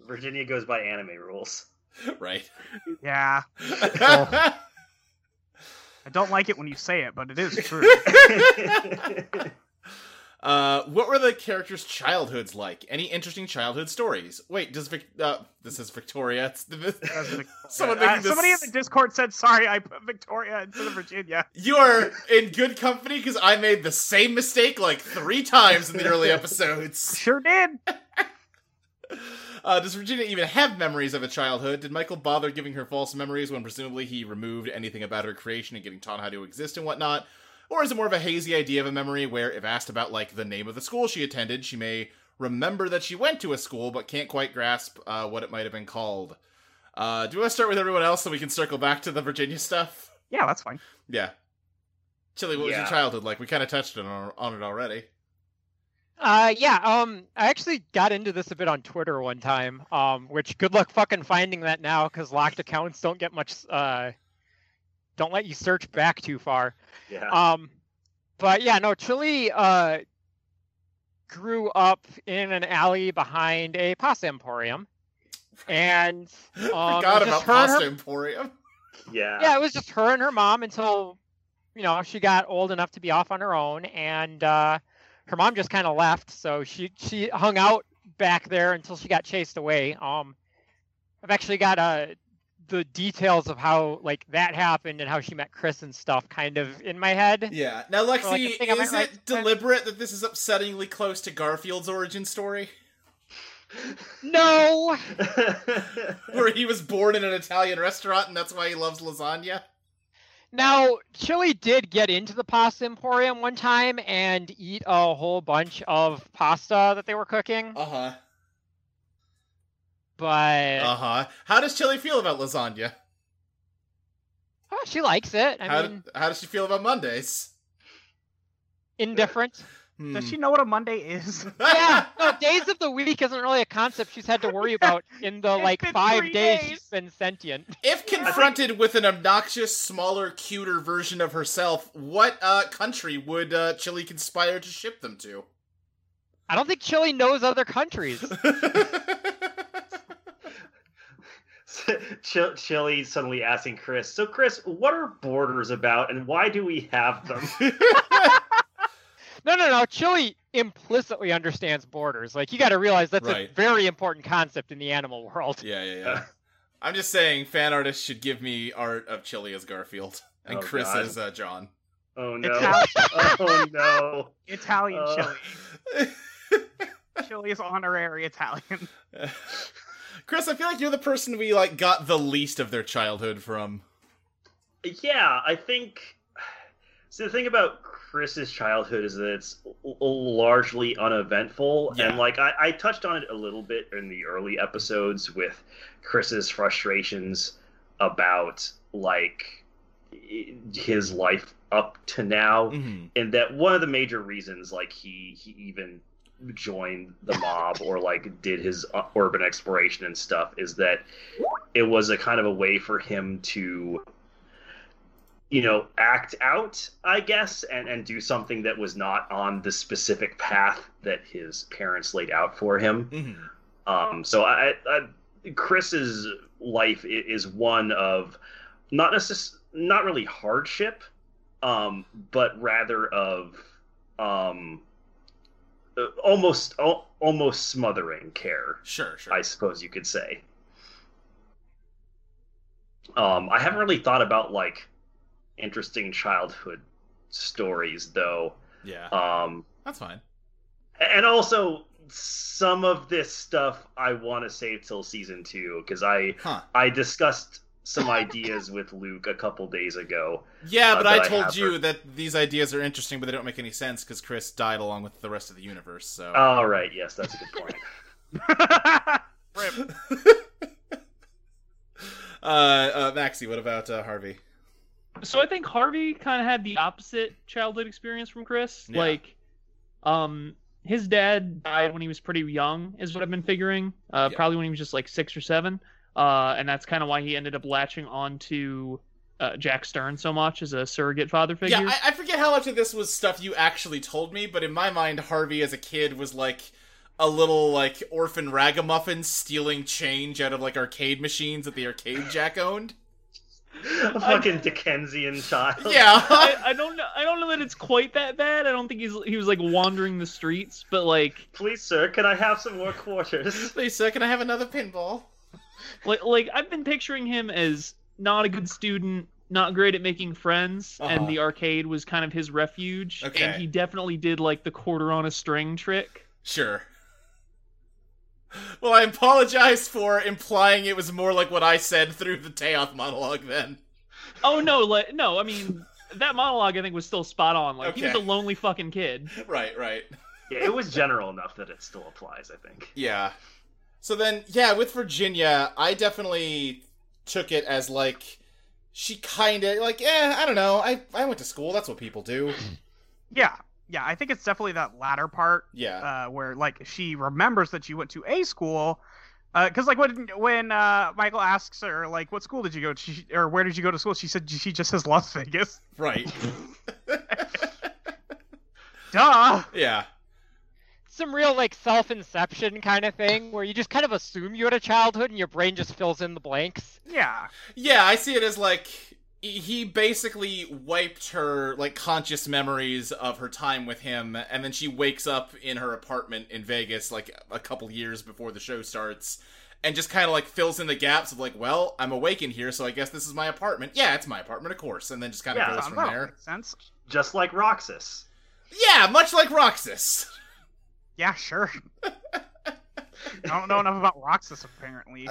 Speaker 4: Virginia goes by anime
Speaker 1: (laughs)
Speaker 4: rules. (laughs)
Speaker 1: Right.
Speaker 5: Yeah, I don't like it when you say it, but it is
Speaker 1: (laughs)
Speaker 5: true.
Speaker 1: (laughs) Uh, what were the characters' childhoods like? Any interesting childhood stories? Wait, does Vic- uh, this is Victoria? It's
Speaker 5: As
Speaker 1: the,
Speaker 5: Vic-
Speaker 1: Someone
Speaker 5: uh,
Speaker 1: making this-
Speaker 5: Somebody in the Discord said, "Sorry, I put Victoria instead of Virginia."
Speaker 1: (laughs) You are in good company because I made the same mistake like three times in the early episodes.
Speaker 5: Sure did.
Speaker 1: Uh, does Virginia even have memories of a childhood? Did Michael bother giving her false memories when presumably he removed anything about her creation and getting taught how to exist and whatnot? Or is it more of a hazy idea of a memory where, if asked about like the name of the school she attended, she may remember that she went to a school but can't quite grasp uh, what it might have been called? Uh, do you want to start with everyone else so we can circle back to the Virginia stuff?
Speaker 5: Yeah, that's fine.
Speaker 1: Yeah. Chili, what was
Speaker 4: Yeah.
Speaker 1: your childhood like? We kind of touched on, on it already.
Speaker 2: Uh, yeah. Um, I actually got into this a bit on Twitter one time. Um, which good luck fucking finding that now, because locked accounts don't get much. Uh, don't let you search back too far.
Speaker 4: Yeah.
Speaker 1: Uh,
Speaker 2: Um, but yeah, no, Chili uh, grew up in an alley behind a pasta emporium,
Speaker 1: (laughs)
Speaker 2: and um,
Speaker 1: Forgot
Speaker 2: it was just
Speaker 1: about
Speaker 2: her and
Speaker 1: Pasta
Speaker 2: her-
Speaker 1: Emporium.
Speaker 4: yeah.
Speaker 2: yeah, it was just her and her mom until you know she got old enough to be off on her own, and uh, her mom just kind of left. So she she hung out back there until she got chased away. Um, I've actually got uh, the details of how like that happened and how she met Chris and stuff kind of in my head.
Speaker 1: Yeah. Now,
Speaker 2: Well, like, I
Speaker 1: Lexi,
Speaker 2: think I might
Speaker 1: is
Speaker 2: write-
Speaker 1: it deliberate that this is upsettingly close to Garfield's origin story, (laughs)
Speaker 2: No,
Speaker 4: (laughs)
Speaker 1: where he was born in an Italian restaurant and that's why he loves lasagna?
Speaker 2: Now, Chili did get into the pasta emporium one time and eat a whole bunch of pasta that they were cooking,
Speaker 1: Uh huh.
Speaker 2: but
Speaker 1: Uh huh. How does Chili feel about lasagna?
Speaker 2: oh, she likes it. I
Speaker 1: how,
Speaker 2: mean,
Speaker 1: how does she feel about Mondays?
Speaker 2: indifferent.
Speaker 5: Does
Speaker 1: Hmm. (laughs)
Speaker 5: she know what a Monday is? (laughs)
Speaker 2: yeah, no, days of the week isn't really a concept she's had to worry about in the
Speaker 5: It's
Speaker 2: like
Speaker 5: been
Speaker 2: five
Speaker 5: three
Speaker 2: days,
Speaker 5: days.
Speaker 2: she's been sentient.
Speaker 1: If confronted with an obnoxious, smaller, cuter version of herself, what uh, country would uh, Chile conspire to ship them to?
Speaker 2: I don't think Chili knows other countries.
Speaker 1: (laughs)
Speaker 4: (laughs) Ch- Chili suddenly asking Chris. So, Chris, what are borders about, and why do we have them?
Speaker 2: No, no, no. Chili implicitly understands borders. Like you got to realize that's
Speaker 1: Right.
Speaker 2: a very important concept in the animal
Speaker 1: (laughs)
Speaker 2: world.
Speaker 1: yeah, yeah,
Speaker 4: (laughs)
Speaker 1: yeah. I'm just saying, fan artists should give me art of Chile as Garfield and
Speaker 4: Oh,
Speaker 1: Chris
Speaker 4: God.
Speaker 1: as uh, John. (laughs)
Speaker 4: Oh no!
Speaker 5: Italian,
Speaker 4: oh no!
Speaker 5: Italian
Speaker 4: Uh.
Speaker 5: chili. Chili is honorary Italian. (laughs)
Speaker 1: Chris, I feel like you're the person we like got the least of their childhood from.
Speaker 4: Yeah, I think. So the thing about Chris's childhood is that it's l- l- largely uneventful,
Speaker 1: Yeah.
Speaker 4: and like I, I touched on it a little bit in the early episodes with Chris's frustrations about like i- his life up to now,
Speaker 1: Mm-hmm.
Speaker 4: and that one of the major reasons like he he even joined the mob or like did his uh, urban exploration and stuff is that it was a kind of a way for him to you know act out i guess and and do something that was not on the specific path that his parents laid out for him
Speaker 1: Mm-hmm.
Speaker 4: um, so I, I, Chris's life i- is one of not necess- not really hardship, um, but rather of um, uh, almost al- almost smothering care.
Speaker 1: Sure, sure.
Speaker 4: I suppose you could say. Um, I haven't really thought about like interesting childhood stories though.
Speaker 1: yeah,
Speaker 4: Um,
Speaker 1: that's fine.
Speaker 4: and also, some of this stuff I want to save till season two because I
Speaker 1: Huh.
Speaker 4: I discussed some ideas with Luke a couple days ago.
Speaker 1: Yeah,
Speaker 4: Uh,
Speaker 1: but
Speaker 4: that
Speaker 1: I
Speaker 4: I
Speaker 1: told
Speaker 4: have
Speaker 1: you
Speaker 4: her-
Speaker 1: that these ideas are interesting, but they don't make any sense because Chris died along with the rest of the universe. So
Speaker 4: All right, yes, that's a good point.
Speaker 5: Rip.
Speaker 1: uh, uh, Maxie, what about uh, Harvey?
Speaker 3: so I think Harvey kind of had the opposite childhood experience from Chris.
Speaker 1: Yeah.
Speaker 3: Like, um, his dad died when he was pretty young, is what I've been figuring. Uh,
Speaker 1: Yeah.
Speaker 3: Probably when he was just like six or seven. Uh, and that's kind of why he ended up latching on to uh, Jack Stern so much as a surrogate father figure.
Speaker 1: Yeah, I, I forget how much of this was stuff you actually told me, but in my mind, Harvey as a kid was like a little like orphan ragamuffin stealing change out of like arcade machines that the arcade jack (laughs) owned.
Speaker 4: A fucking Dickensian child.
Speaker 1: Yeah.
Speaker 3: I, I don't know. I don't know that it's quite that bad. I don't think he's he was like wandering the streets, but like
Speaker 4: Please, sir, can I have some
Speaker 1: (laughs)
Speaker 4: more quarters?
Speaker 1: Please, sir, can I have another pinball?
Speaker 3: like like I've been picturing him as not a good student, not great at making friends,
Speaker 1: Uh-huh.
Speaker 3: and the arcade was kind of his refuge.
Speaker 1: Okay.
Speaker 3: And he definitely did like the quarter on a string trick.
Speaker 1: Sure. Well, I apologize for implying it was more like what I said through the Taoth monologue then.
Speaker 3: Oh no, like no, I mean that monologue I think was still spot on. Like he was a
Speaker 1: Okay.
Speaker 3: lonely fucking kid.
Speaker 1: Right, right.
Speaker 4: Yeah, it was general enough that it still applies, I think.
Speaker 1: Yeah. So then, yeah, with Virginia, I definitely took it as like she kind of like, eh, I don't know. I I went to school. That's what people do.
Speaker 5: Yeah. yeah, I think it's definitely that latter part
Speaker 1: Yeah.
Speaker 5: uh, where like she remembers that she went to a school. Because like when when uh, Michael asks her like what school did you go to she, or where did you go to school she said she just says Las Vegas (laughs)
Speaker 1: right.
Speaker 5: duh
Speaker 1: yeah.
Speaker 2: (laughs) some real like self-inception kind of thing where you just kind of assume you had a childhood and your brain just fills in the blanks.
Speaker 5: yeah
Speaker 1: Yeah, I see it as like he basically wiped her like conscious memories of her time with him and then she wakes up in her apartment in Vegas like a couple years before the show starts and just kind of like fills in the gaps of like well I'm awake in here so I guess this is my apartment yeah it's my apartment of course and then just kind of
Speaker 4: Yeah,
Speaker 1: goes
Speaker 5: Um,
Speaker 1: from
Speaker 5: that
Speaker 1: there
Speaker 5: makes sense
Speaker 4: just like Roxas.
Speaker 1: yeah much like Roxas (laughs)
Speaker 5: yeah sure I don't know enough about Roxas apparently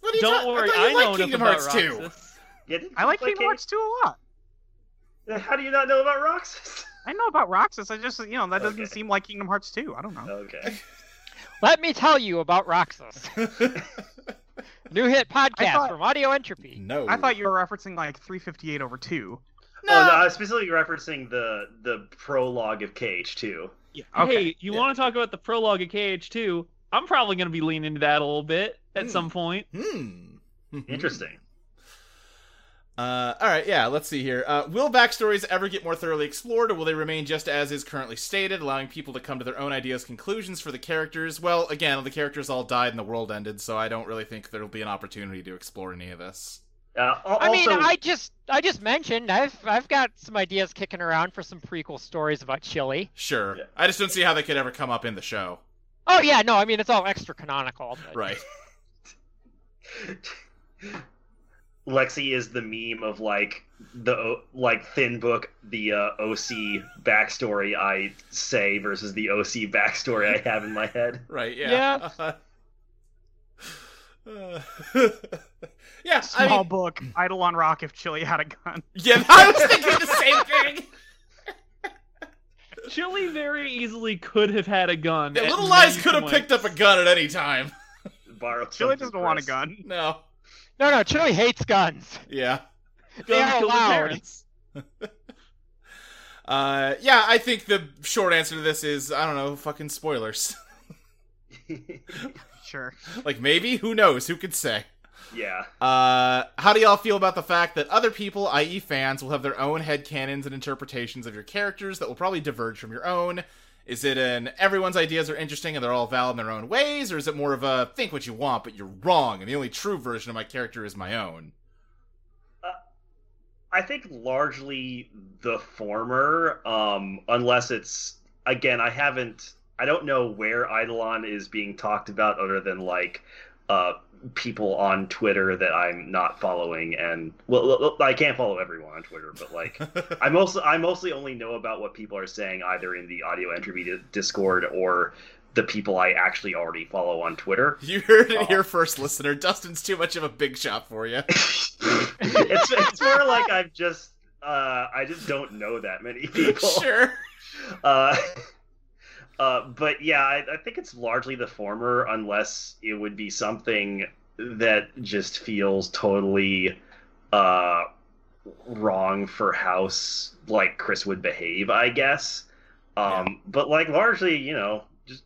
Speaker 1: what are you
Speaker 3: Don't
Speaker 1: ta-
Speaker 3: worry,
Speaker 1: thought you
Speaker 3: I know
Speaker 1: liked
Speaker 3: enough
Speaker 1: Kingdom
Speaker 3: about
Speaker 1: Hearts 2
Speaker 3: Roxas.
Speaker 4: Yeah, didn't
Speaker 5: I
Speaker 4: you
Speaker 5: like
Speaker 4: play
Speaker 5: Kingdom Hearts 2 a lot
Speaker 4: King- How do you not know about Roxas? (laughs)
Speaker 5: I know about Roxas I just you know that doesn't
Speaker 4: Okay.
Speaker 5: seem like Kingdom Hearts 2 I don't know
Speaker 4: okay. Oh,
Speaker 2: Let me tell you about Roxas. New hit podcast
Speaker 5: thought-
Speaker 2: from Audio Entropy.
Speaker 1: no
Speaker 5: I thought you were referencing like 358 over 2
Speaker 1: no,
Speaker 4: Oh, no, I was specifically referencing the the prologue of KH2.
Speaker 5: yeah okay
Speaker 3: Hey, you
Speaker 1: Yeah.
Speaker 3: want to talk about the prologue of KH2? I'm probably going to be leaning into that a little bit at
Speaker 1: Hmm.
Speaker 3: some point.
Speaker 1: hmm
Speaker 4: Interesting.
Speaker 1: Uh, all right, yeah, let's see here. Uh, will backstories ever get more thoroughly explored, or will they remain just as is currently stated, allowing people to come to their own ideas, conclusions for the characters? Well, again, the characters all died and the world ended, so I don't really think there'll be an opportunity to explore any of this.
Speaker 4: Uh, al-
Speaker 2: I mean,
Speaker 4: also-
Speaker 2: I just I just mentioned I've I've got some ideas kicking around for some prequel stories about Chile.
Speaker 1: Sure,
Speaker 4: Yeah.
Speaker 1: I just don't see how they could ever come up in the show.
Speaker 2: Oh yeah, no, I mean it's all extra canonical. but- (laughs)
Speaker 1: Right?
Speaker 4: Lexi is the meme of like the O- like thin book, the uh, OC backstory I say versus the OC backstory I have in my head.
Speaker 1: Right? Yeah. Yeah. (laughs) yeah. I
Speaker 5: small
Speaker 1: mean,
Speaker 5: book Idle on Rock if Chili had a
Speaker 1: (laughs)
Speaker 5: gun
Speaker 1: yeah. I was thinking the same thing.
Speaker 3: Chili very easily could have had a gun.
Speaker 1: Yeah,
Speaker 3: at
Speaker 1: Little
Speaker 3: many
Speaker 1: Lies could have picked up a
Speaker 3: points.
Speaker 1: gun at any time.
Speaker 4: Borrow
Speaker 5: Chili
Speaker 4: something,
Speaker 5: doesn't want a
Speaker 4: Chris.
Speaker 5: gun
Speaker 1: No.
Speaker 2: No, no, Chile hates guns.
Speaker 1: Yeah.
Speaker 2: They
Speaker 3: Guns
Speaker 2: are
Speaker 3: killed his
Speaker 2: allowed.
Speaker 3: parents.
Speaker 1: Uh, yeah, I think the short answer to this is I don't know, fucking spoilers. (laughs)
Speaker 5: sure
Speaker 1: like maybe, who knows, who could say?
Speaker 4: (laughs) yeah.
Speaker 1: Uh, how do y'all feel about the fact that other people, i.e., fans, will have their own headcanons and interpretations of your characters that will probably diverge from your own? Is it an everyone's ideas are interesting and they're all valid in their own ways, or is it more of a think what you want, but you're wrong, and the only true version of my character is my own? (laughs)
Speaker 4: I think largely the former, um, unless it's again, I haven't, I don't know where Eidolon is being talked about other than like uh, people on Twitter that I'm not following, and well, l- l- I can't follow everyone on Twitter, but like I mostly, I mostly only know about what people are saying either in the audio entropy di- Discord or the people I actually already follow on Twitter. (laughs)
Speaker 1: you heard it
Speaker 4: Oh.
Speaker 1: here first, listener. Dustin's too much of a big shot for
Speaker 2: (laughs)
Speaker 1: you.
Speaker 4: it's it's more like I've just. Uh, I just don't know that many people.
Speaker 1: sure.
Speaker 4: Uh, (laughs) uh, but yeah, I, I think it's largely the former, unless it would be something that just feels totally uh, wrong for House, like Chris would behave, I guess. Um, But like largely, you know, just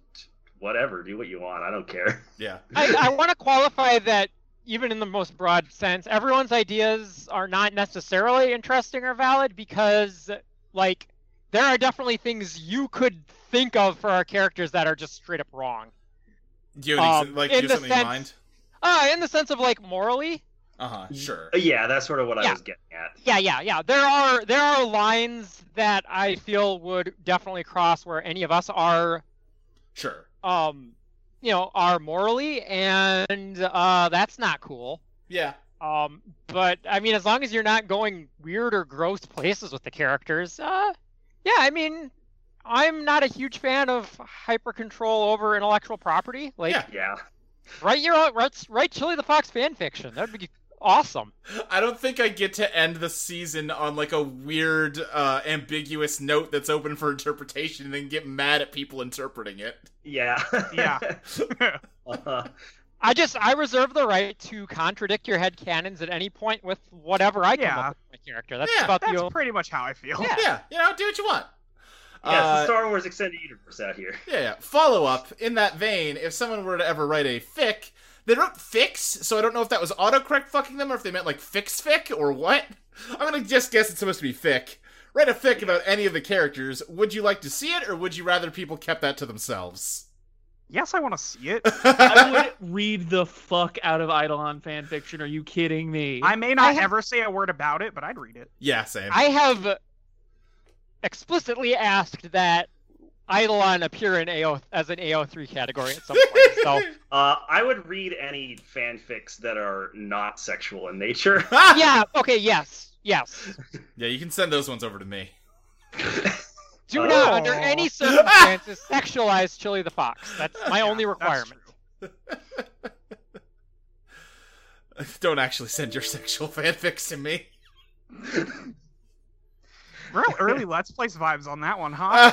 Speaker 4: whatever, do what you want. I don't care. (laughs)
Speaker 1: Yeah.
Speaker 2: I, I want to qualify that even in the most broad sense, everyone's ideas are not necessarily interesting or valid because, like, there are definitely things you could think of for our characters that are just straight up wrong.
Speaker 1: Do you have, any,
Speaker 2: Um,
Speaker 1: like, do you
Speaker 2: in
Speaker 1: have
Speaker 2: the
Speaker 1: something in
Speaker 2: sense-
Speaker 1: mind?
Speaker 2: Uh, in the sense of like morally,
Speaker 1: Uh huh. Sure.
Speaker 4: yeah, that's sort of what I
Speaker 2: Yeah.
Speaker 4: was getting at.
Speaker 2: yeah, yeah, yeah. There are there are lines that I feel would definitely cross where any of us are,
Speaker 1: Sure.
Speaker 2: um, you know, are morally, and uh, that's not cool.
Speaker 1: Yeah.
Speaker 2: Um, but I mean, as long as you're not going weird or gross places with the characters, uh, yeah, I mean, I'm not a huge fan of hyper control over intellectual property. Like,
Speaker 1: Yeah.
Speaker 4: Yeah. (laughs)
Speaker 2: write your own, write, write Chili the Fox fan fiction. That'd be awesome.
Speaker 1: I don't think I get to end the season on like a weird, uh, ambiguous note that's open for interpretation and then get mad at people interpreting it.
Speaker 4: Yeah. (laughs)
Speaker 5: Yeah.
Speaker 4: uh,
Speaker 2: I just I reserve the right to contradict your head canons at any point with whatever I come
Speaker 5: Yeah.
Speaker 2: up with for my character. That's
Speaker 1: Yeah,
Speaker 2: about the
Speaker 5: that's
Speaker 2: only.
Speaker 5: pretty much how I feel
Speaker 2: Yeah.
Speaker 1: Yeah, you know, do what you want.
Speaker 4: Yeah, it's
Speaker 1: Uh,
Speaker 4: the Star Wars extended universe out here.
Speaker 1: Yeah, yeah. Follow up in that vein. If someone were to ever write a fic, they wrote fix, so I don't know if that was autocorrect fucking them or if they meant like fix fic or what. I'm gonna just guess it's supposed to be fic. Write a fic about any of the characters. Would you like to see it, or would you rather people kept that to themselves?
Speaker 5: (laughs) Yes, I want to
Speaker 1: (laughs)
Speaker 5: see it.
Speaker 3: I would (laughs) read the fuck out of Eidolon fanfiction. Are you kidding me?
Speaker 5: I may not
Speaker 2: have-
Speaker 5: ever say a word about it, but I'd read it.
Speaker 1: yeah, same. (laughs)
Speaker 2: I have explicitly asked that Eidolon appear in AO as an AO3 category at some point.
Speaker 5: (laughs)
Speaker 1: (laughs)
Speaker 2: So
Speaker 4: Uh, I would read any fanfics that are not sexual
Speaker 1: (laughs)
Speaker 4: in nature.
Speaker 2: yeah, okay, yes, yes.
Speaker 1: yeah, you can send those ones over to me. (laughs)
Speaker 2: Do not,
Speaker 5: Oh.
Speaker 2: under
Speaker 5: (laughs)
Speaker 2: any circumstances, sexualize Chili the Fox. That's my
Speaker 5: Yeah,
Speaker 2: only
Speaker 5: that's
Speaker 2: requirement.
Speaker 5: true.
Speaker 1: Don't actually send your sexual fanfics to me. (laughs)
Speaker 5: Real early Let's Plays vibes on that one, (laughs) huh?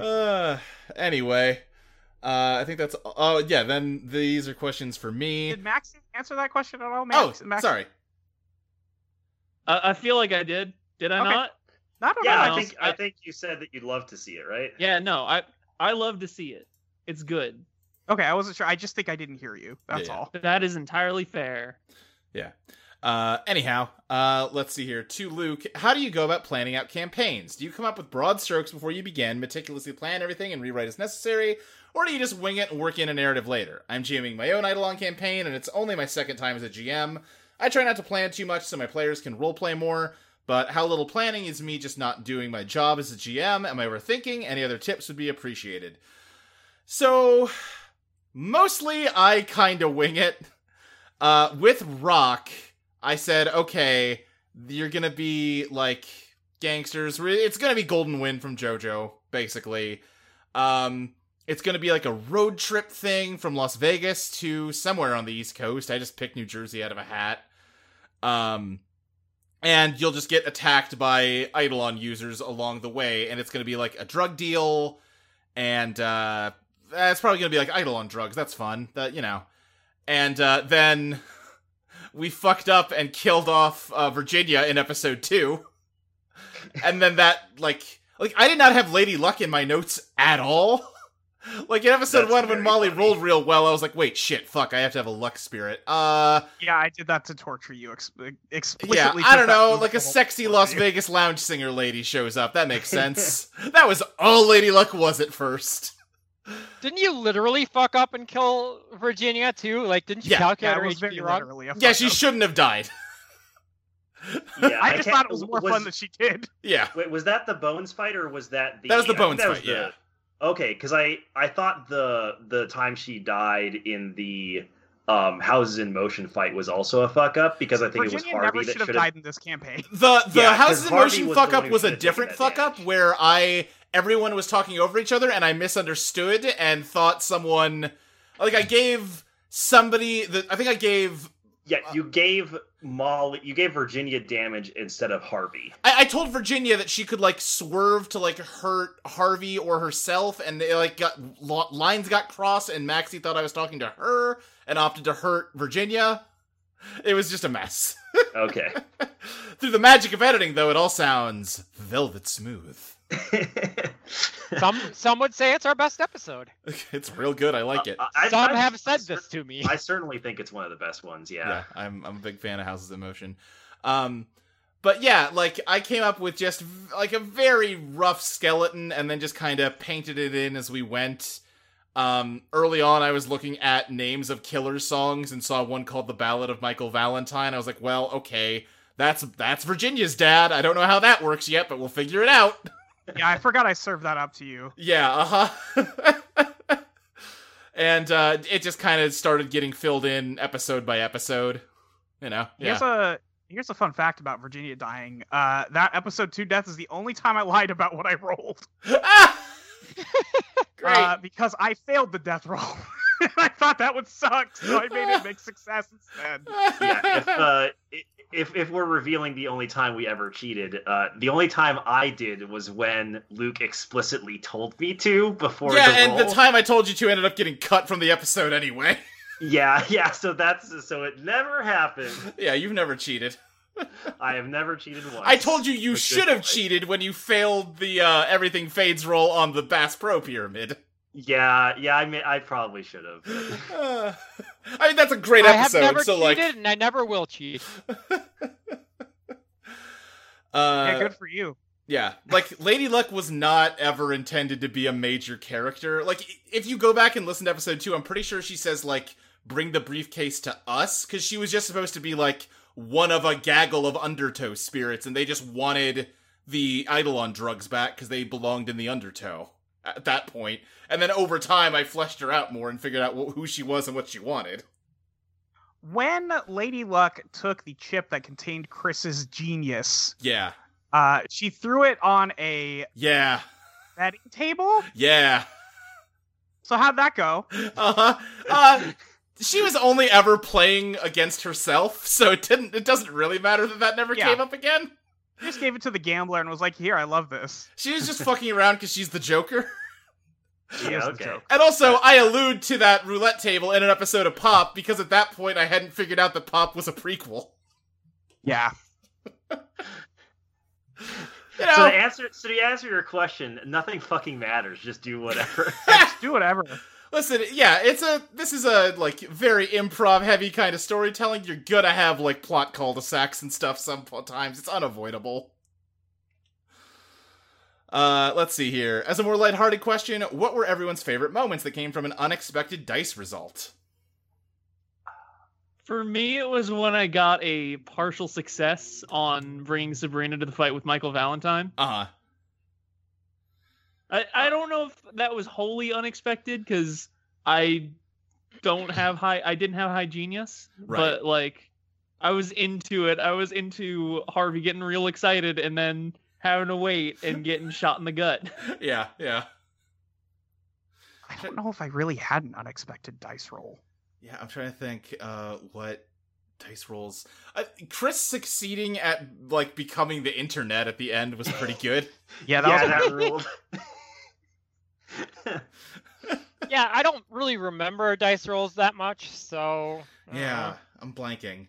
Speaker 1: uh, (laughs) anyway, uh, I think that's. Oh yeah, then these are questions for me.
Speaker 5: Did Max answer that question at all?
Speaker 1: Oh,
Speaker 5: Max, Max?
Speaker 1: sorry.
Speaker 3: I, I feel like I did. Did I
Speaker 5: Okay.
Speaker 3: not?
Speaker 5: I don't know.
Speaker 4: yeah, I
Speaker 3: else.
Speaker 4: think I think you said that you'd love to see it, right?
Speaker 3: Yeah, no. I I love to see it. It's good.
Speaker 5: Okay, I wasn't sure. I just think I didn't hear you. That's
Speaker 1: Yeah.
Speaker 5: all.
Speaker 3: That is entirely fair.
Speaker 1: Uh, anyhow, uh, let's see here. To Luke, how do you go about planning out campaigns? Do you come up with broad strokes before you begin, meticulously plan everything and rewrite as necessary, or do you just wing it and work in a narrative later? I'm GMing my own Eidolon campaign, and it's only my second time as a GM. I try not to plan too much so my players can roleplay more, but how little planning is me just not doing my job as a GM? Am I overthinking? Any other tips would be appreciated. So, mostly I kind of wing it. Uh, with Rock, I said, okay, you're gonna be like gangsters. Re- It's gonna be Golden Wind from JoJo, basically. Um, it's gonna be like a road trip thing from Las Vegas to somewhere on the East Coast. I just picked New Jersey out of a hat. Um, and you'll just get attacked by Eidolon users along the way, and it's gonna be like a drug deal, and uh, eh, it's probably gonna be like Eidolon drugs. That's fun. That you know, and uh, then (laughs) we fucked up and killed off uh, Virginia in episode
Speaker 4: (laughs)
Speaker 1: two, and then that like like I did not have Lady Luck in my notes at all. (laughs) Like in episode
Speaker 4: That's
Speaker 1: one, when
Speaker 4: very
Speaker 1: Molly
Speaker 4: funny.
Speaker 1: rolled real well, I was like, "Wait, shit, fuck! I have to have a luck spirit." Uh,
Speaker 5: Yeah, I did that to torture you ex-
Speaker 1: yeah,
Speaker 5: explicitly.
Speaker 1: I don't
Speaker 5: took that
Speaker 1: know,
Speaker 5: from
Speaker 1: like a
Speaker 5: the-
Speaker 1: sexy Las Vegas lounge singer lady shows up. That makes
Speaker 4: (laughs)
Speaker 1: sense. that was all Lady Luck was at first.
Speaker 2: Didn't you literally fuck up and kill Virginia too? Like, didn't you
Speaker 1: Yeah,
Speaker 5: Yeah,
Speaker 2: calculate
Speaker 5: it
Speaker 2: her
Speaker 5: was very
Speaker 2: HP wrong?
Speaker 5: literally. a
Speaker 1: Yeah,
Speaker 5: fuck
Speaker 1: she
Speaker 5: up.
Speaker 1: shouldn't have died. (laughs)
Speaker 4: Yeah,
Speaker 5: I just
Speaker 4: can't-
Speaker 5: thought it was more fun that she did.
Speaker 1: Yeah,
Speaker 4: Wait, was that the bones fight or was that the?
Speaker 1: that was the
Speaker 4: I think
Speaker 1: bones
Speaker 4: that was
Speaker 1: fight.
Speaker 4: the-
Speaker 1: Yeah,
Speaker 4: Okay, because I I thought the the time she died in the um houses in motion fight was also a fuck up because I think
Speaker 5: Virginia
Speaker 4: it was Harvey
Speaker 5: never
Speaker 4: that
Speaker 5: should have
Speaker 4: should have
Speaker 5: died in
Speaker 4: (laughs)
Speaker 5: this campaign.
Speaker 1: the the
Speaker 4: Yeah, 'cause
Speaker 1: houses in
Speaker 4: Harvey
Speaker 1: motion
Speaker 4: was
Speaker 1: fuck
Speaker 4: the
Speaker 1: up
Speaker 4: one who
Speaker 1: was a
Speaker 4: should've taken
Speaker 1: different
Speaker 4: that
Speaker 1: fuck up
Speaker 4: damage.
Speaker 1: where I everyone was talking over each other and I misunderstood and thought someone like I gave somebody the I think I gave
Speaker 4: Yeah, you gave Molly, you gave Virginia damage instead of Harvey.
Speaker 1: I, I told Virginia that she could like swerve to like hurt Harvey or herself, and they like got lo- lines got crossed, and Maxie thought I was talking to her and opted to hurt Virginia. It was just a mess. (laughs)
Speaker 4: Okay.
Speaker 1: Through the magic of editing, though, it all sounds velvet smooth. (laughs)
Speaker 4: (laughs)
Speaker 2: Some some would say it's our best episode.
Speaker 1: It's real good. I like it.
Speaker 4: I- I-
Speaker 2: some
Speaker 4: I-
Speaker 2: have said this to me.
Speaker 4: I certainly think it's one of the best ones. Yeah.
Speaker 1: yeah I'm, I'm a big fan of houses in motion um but yeah like i came up with just v- like a very rough skeleton and then just kind of painted it in as we went um early on i was looking at names of killer songs and saw one called the ballad of michael valentine i was like well okay that's that's virginia's dad i don't know how that works yet but we'll figure it out
Speaker 5: Yeah, I forgot I served that up to you.
Speaker 1: yeah, uh huh. (laughs) and uh, it just kind of started getting filled in episode by episode. You know? Yeah.
Speaker 5: Here's a here's a fun fact about Virginia dying. Uh, that episode two death is the only time I lied about what I rolled.
Speaker 1: Ah! Great.
Speaker 5: Uh, because I failed the death roll. (laughs) I thought that would suck, so I made it make success instead.
Speaker 4: yeah if, uh, (laughs) i- if if we're revealing the only time we ever cheated, uh, the only time I did was when Luke explicitly told me to before
Speaker 1: yeah,
Speaker 4: the
Speaker 1: and
Speaker 4: roll.
Speaker 1: the time I told you to ended up getting cut from the episode anyway. (laughs)
Speaker 4: (laughs) yeah, yeah. So that's so it never happened.
Speaker 1: yeah, you've never cheated.
Speaker 4: I have never cheated once.
Speaker 1: I told you you
Speaker 4: But good
Speaker 1: should have
Speaker 4: point.
Speaker 1: cheated when you failed the uh, everything fades roll on the Bass Pro pyramid. (laughs)
Speaker 4: Yeah, yeah. I mean, I probably should have.
Speaker 1: Uh, I mean, that's a great
Speaker 2: I have
Speaker 1: episode.
Speaker 2: never
Speaker 1: so
Speaker 2: cheated,
Speaker 1: like,
Speaker 2: and I never will cheat.
Speaker 1: uh,
Speaker 5: yeah, good for you.
Speaker 1: Yeah, like Lady Luck was not ever intended to be a major character. Like i- if you go back and listen to episode 2, I'm pretty sure she says like bring the briefcase to us cuz she was just supposed to be like one of a gaggle of undertow spirits and they just wanted the Eidolon drugs back cuz they belonged in the undertow at that point. And then over time I fleshed her out more and figured out wh- who she was and what she wanted.
Speaker 5: When Lady Luck took the chip that contained Chris's genius,
Speaker 1: Yeah.
Speaker 5: uh, she threw it on a
Speaker 1: Yeah.
Speaker 5: betting table.
Speaker 1: Yeah.
Speaker 5: So how'd that go?
Speaker 1: uh-huh. Uh, she was only ever playing against herself, so it didn't. It doesn't really matter that that never
Speaker 5: Yeah.
Speaker 1: came up again.
Speaker 5: She just gave it to the gambler and was like, "Here, I love this."
Speaker 1: She was
Speaker 4: (laughs)
Speaker 1: just fucking around because she's the Joker.
Speaker 5: Here's
Speaker 4: yeah,
Speaker 5: the
Speaker 4: okay.
Speaker 5: joke.
Speaker 1: And also, I allude to that roulette table in an episode of Pop because at that point I hadn't figured out that Pop was a prequel.
Speaker 5: Yeah.
Speaker 1: You
Speaker 4: So to
Speaker 1: know,
Speaker 4: answer, so to answer your question, nothing fucking matters. Just
Speaker 1: (laughs)
Speaker 4: do whatever.
Speaker 5: Just do whatever.
Speaker 1: listen, yeah, it's a this is a like very improv heavy kind of storytelling. You're gonna have like plot cul-de-sacs and stuff sometimes. It's unavoidable. Uh, let's see here. As a more lighthearted question, what were everyone's favorite moments that came from an unexpected dice result?
Speaker 3: For me, it was when I got a partial success on bringing Sabrina to the fight with Michael Valentine.
Speaker 1: Uh huh.
Speaker 3: I, I don't know if that was wholly unexpected because I don't have high I didn't have high genius,
Speaker 1: Right.
Speaker 3: but like I was into it. I was into Harvey getting real excited and then having to wait and getting shot in
Speaker 1: (laughs)
Speaker 3: the gut.
Speaker 1: Yeah, yeah,
Speaker 5: I don't know if I really had an unexpected dice roll.
Speaker 1: yeah. I'm trying to think. Uh, what dice rolls? Uh, Chris succeeding at like becoming the internet at the end was pretty good.
Speaker 5: Yeah, that
Speaker 4: yeah,
Speaker 5: was
Speaker 4: that ruled.
Speaker 2: yeah, I don't really remember dice rolls that much, so uh,
Speaker 1: Yeah, I'm blanking.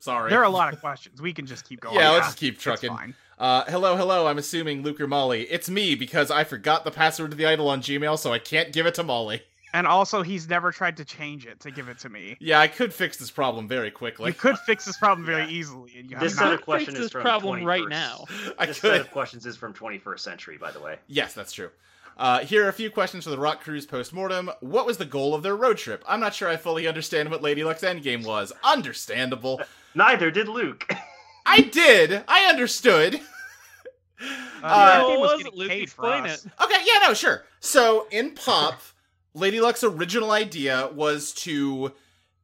Speaker 1: Sorry.
Speaker 5: There are a lot (laughs) of questions. We can just keep going.
Speaker 1: yeah, let's just keep
Speaker 5: it's
Speaker 1: trucking.
Speaker 5: fine.
Speaker 1: Uh, hello, hello. I'm assuming Luke or Molly. It's me because I forgot the password to the idol on Gmail, so I can't give it to Molly. (laughs)
Speaker 5: And also, he's never tried to change it to give it to me.
Speaker 1: Yeah, uh, I could fix this problem very quickly. (laughs)
Speaker 5: (laughs) you could fix this problem very
Speaker 4: Yeah.
Speaker 5: easily, and you have
Speaker 4: This
Speaker 5: not.
Speaker 4: set of
Speaker 3: Fix
Speaker 4: questions
Speaker 3: this
Speaker 4: is from
Speaker 3: problem right
Speaker 4: 21st.
Speaker 3: now.
Speaker 1: I
Speaker 4: This set
Speaker 1: could.
Speaker 4: of questions is from 21st century, by the way.
Speaker 1: Yes, that's true. Uh, here are a few questions for the Rock Cruise postmortem. What was the goal of their road trip? I'm not sure I fully understand what Lady Luck's endgame was. Understandable.
Speaker 4: Neither did Luke. (laughs)
Speaker 1: I did. I understood. (laughs)
Speaker 5: Uh,
Speaker 3: No,
Speaker 5: Endgame
Speaker 3: it
Speaker 5: was
Speaker 3: wasn't,
Speaker 5: getting
Speaker 3: Luke.
Speaker 5: paid for
Speaker 3: Explain
Speaker 5: us.
Speaker 3: it.
Speaker 1: Okay, yeah, no, sure. So in Pop, Lady Luck's original idea was to,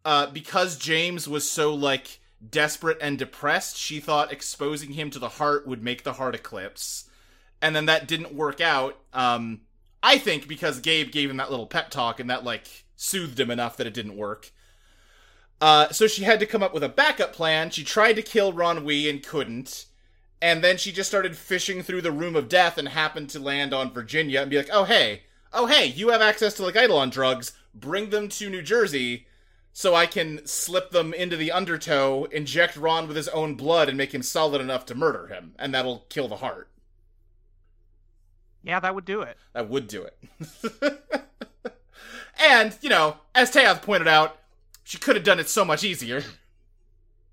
Speaker 1: uh, because James was so like desperate and depressed, she thought exposing him to the heart would make the heart eclipse, and then that didn't work out. Um, I think because Gabe gave him that little pep talk and that like soothed him enough that it didn't work. Uh, so she had to come up with a backup plan. She tried to kill Ron Wee and couldn't. And then she just started fishing through the room of death and happened to land on Virginia and be like, oh, hey, oh, hey, you have access to like Eidolon drugs. Bring them to New Jersey so I can slip them into the undertow, inject Ron with his own blood, and make him solid enough to murder him. And that'll kill the heart.
Speaker 5: Yeah, that would do it.
Speaker 1: That would do it. (laughs) and, you know, as Tayath pointed out, she could have done it so much easier. (laughs)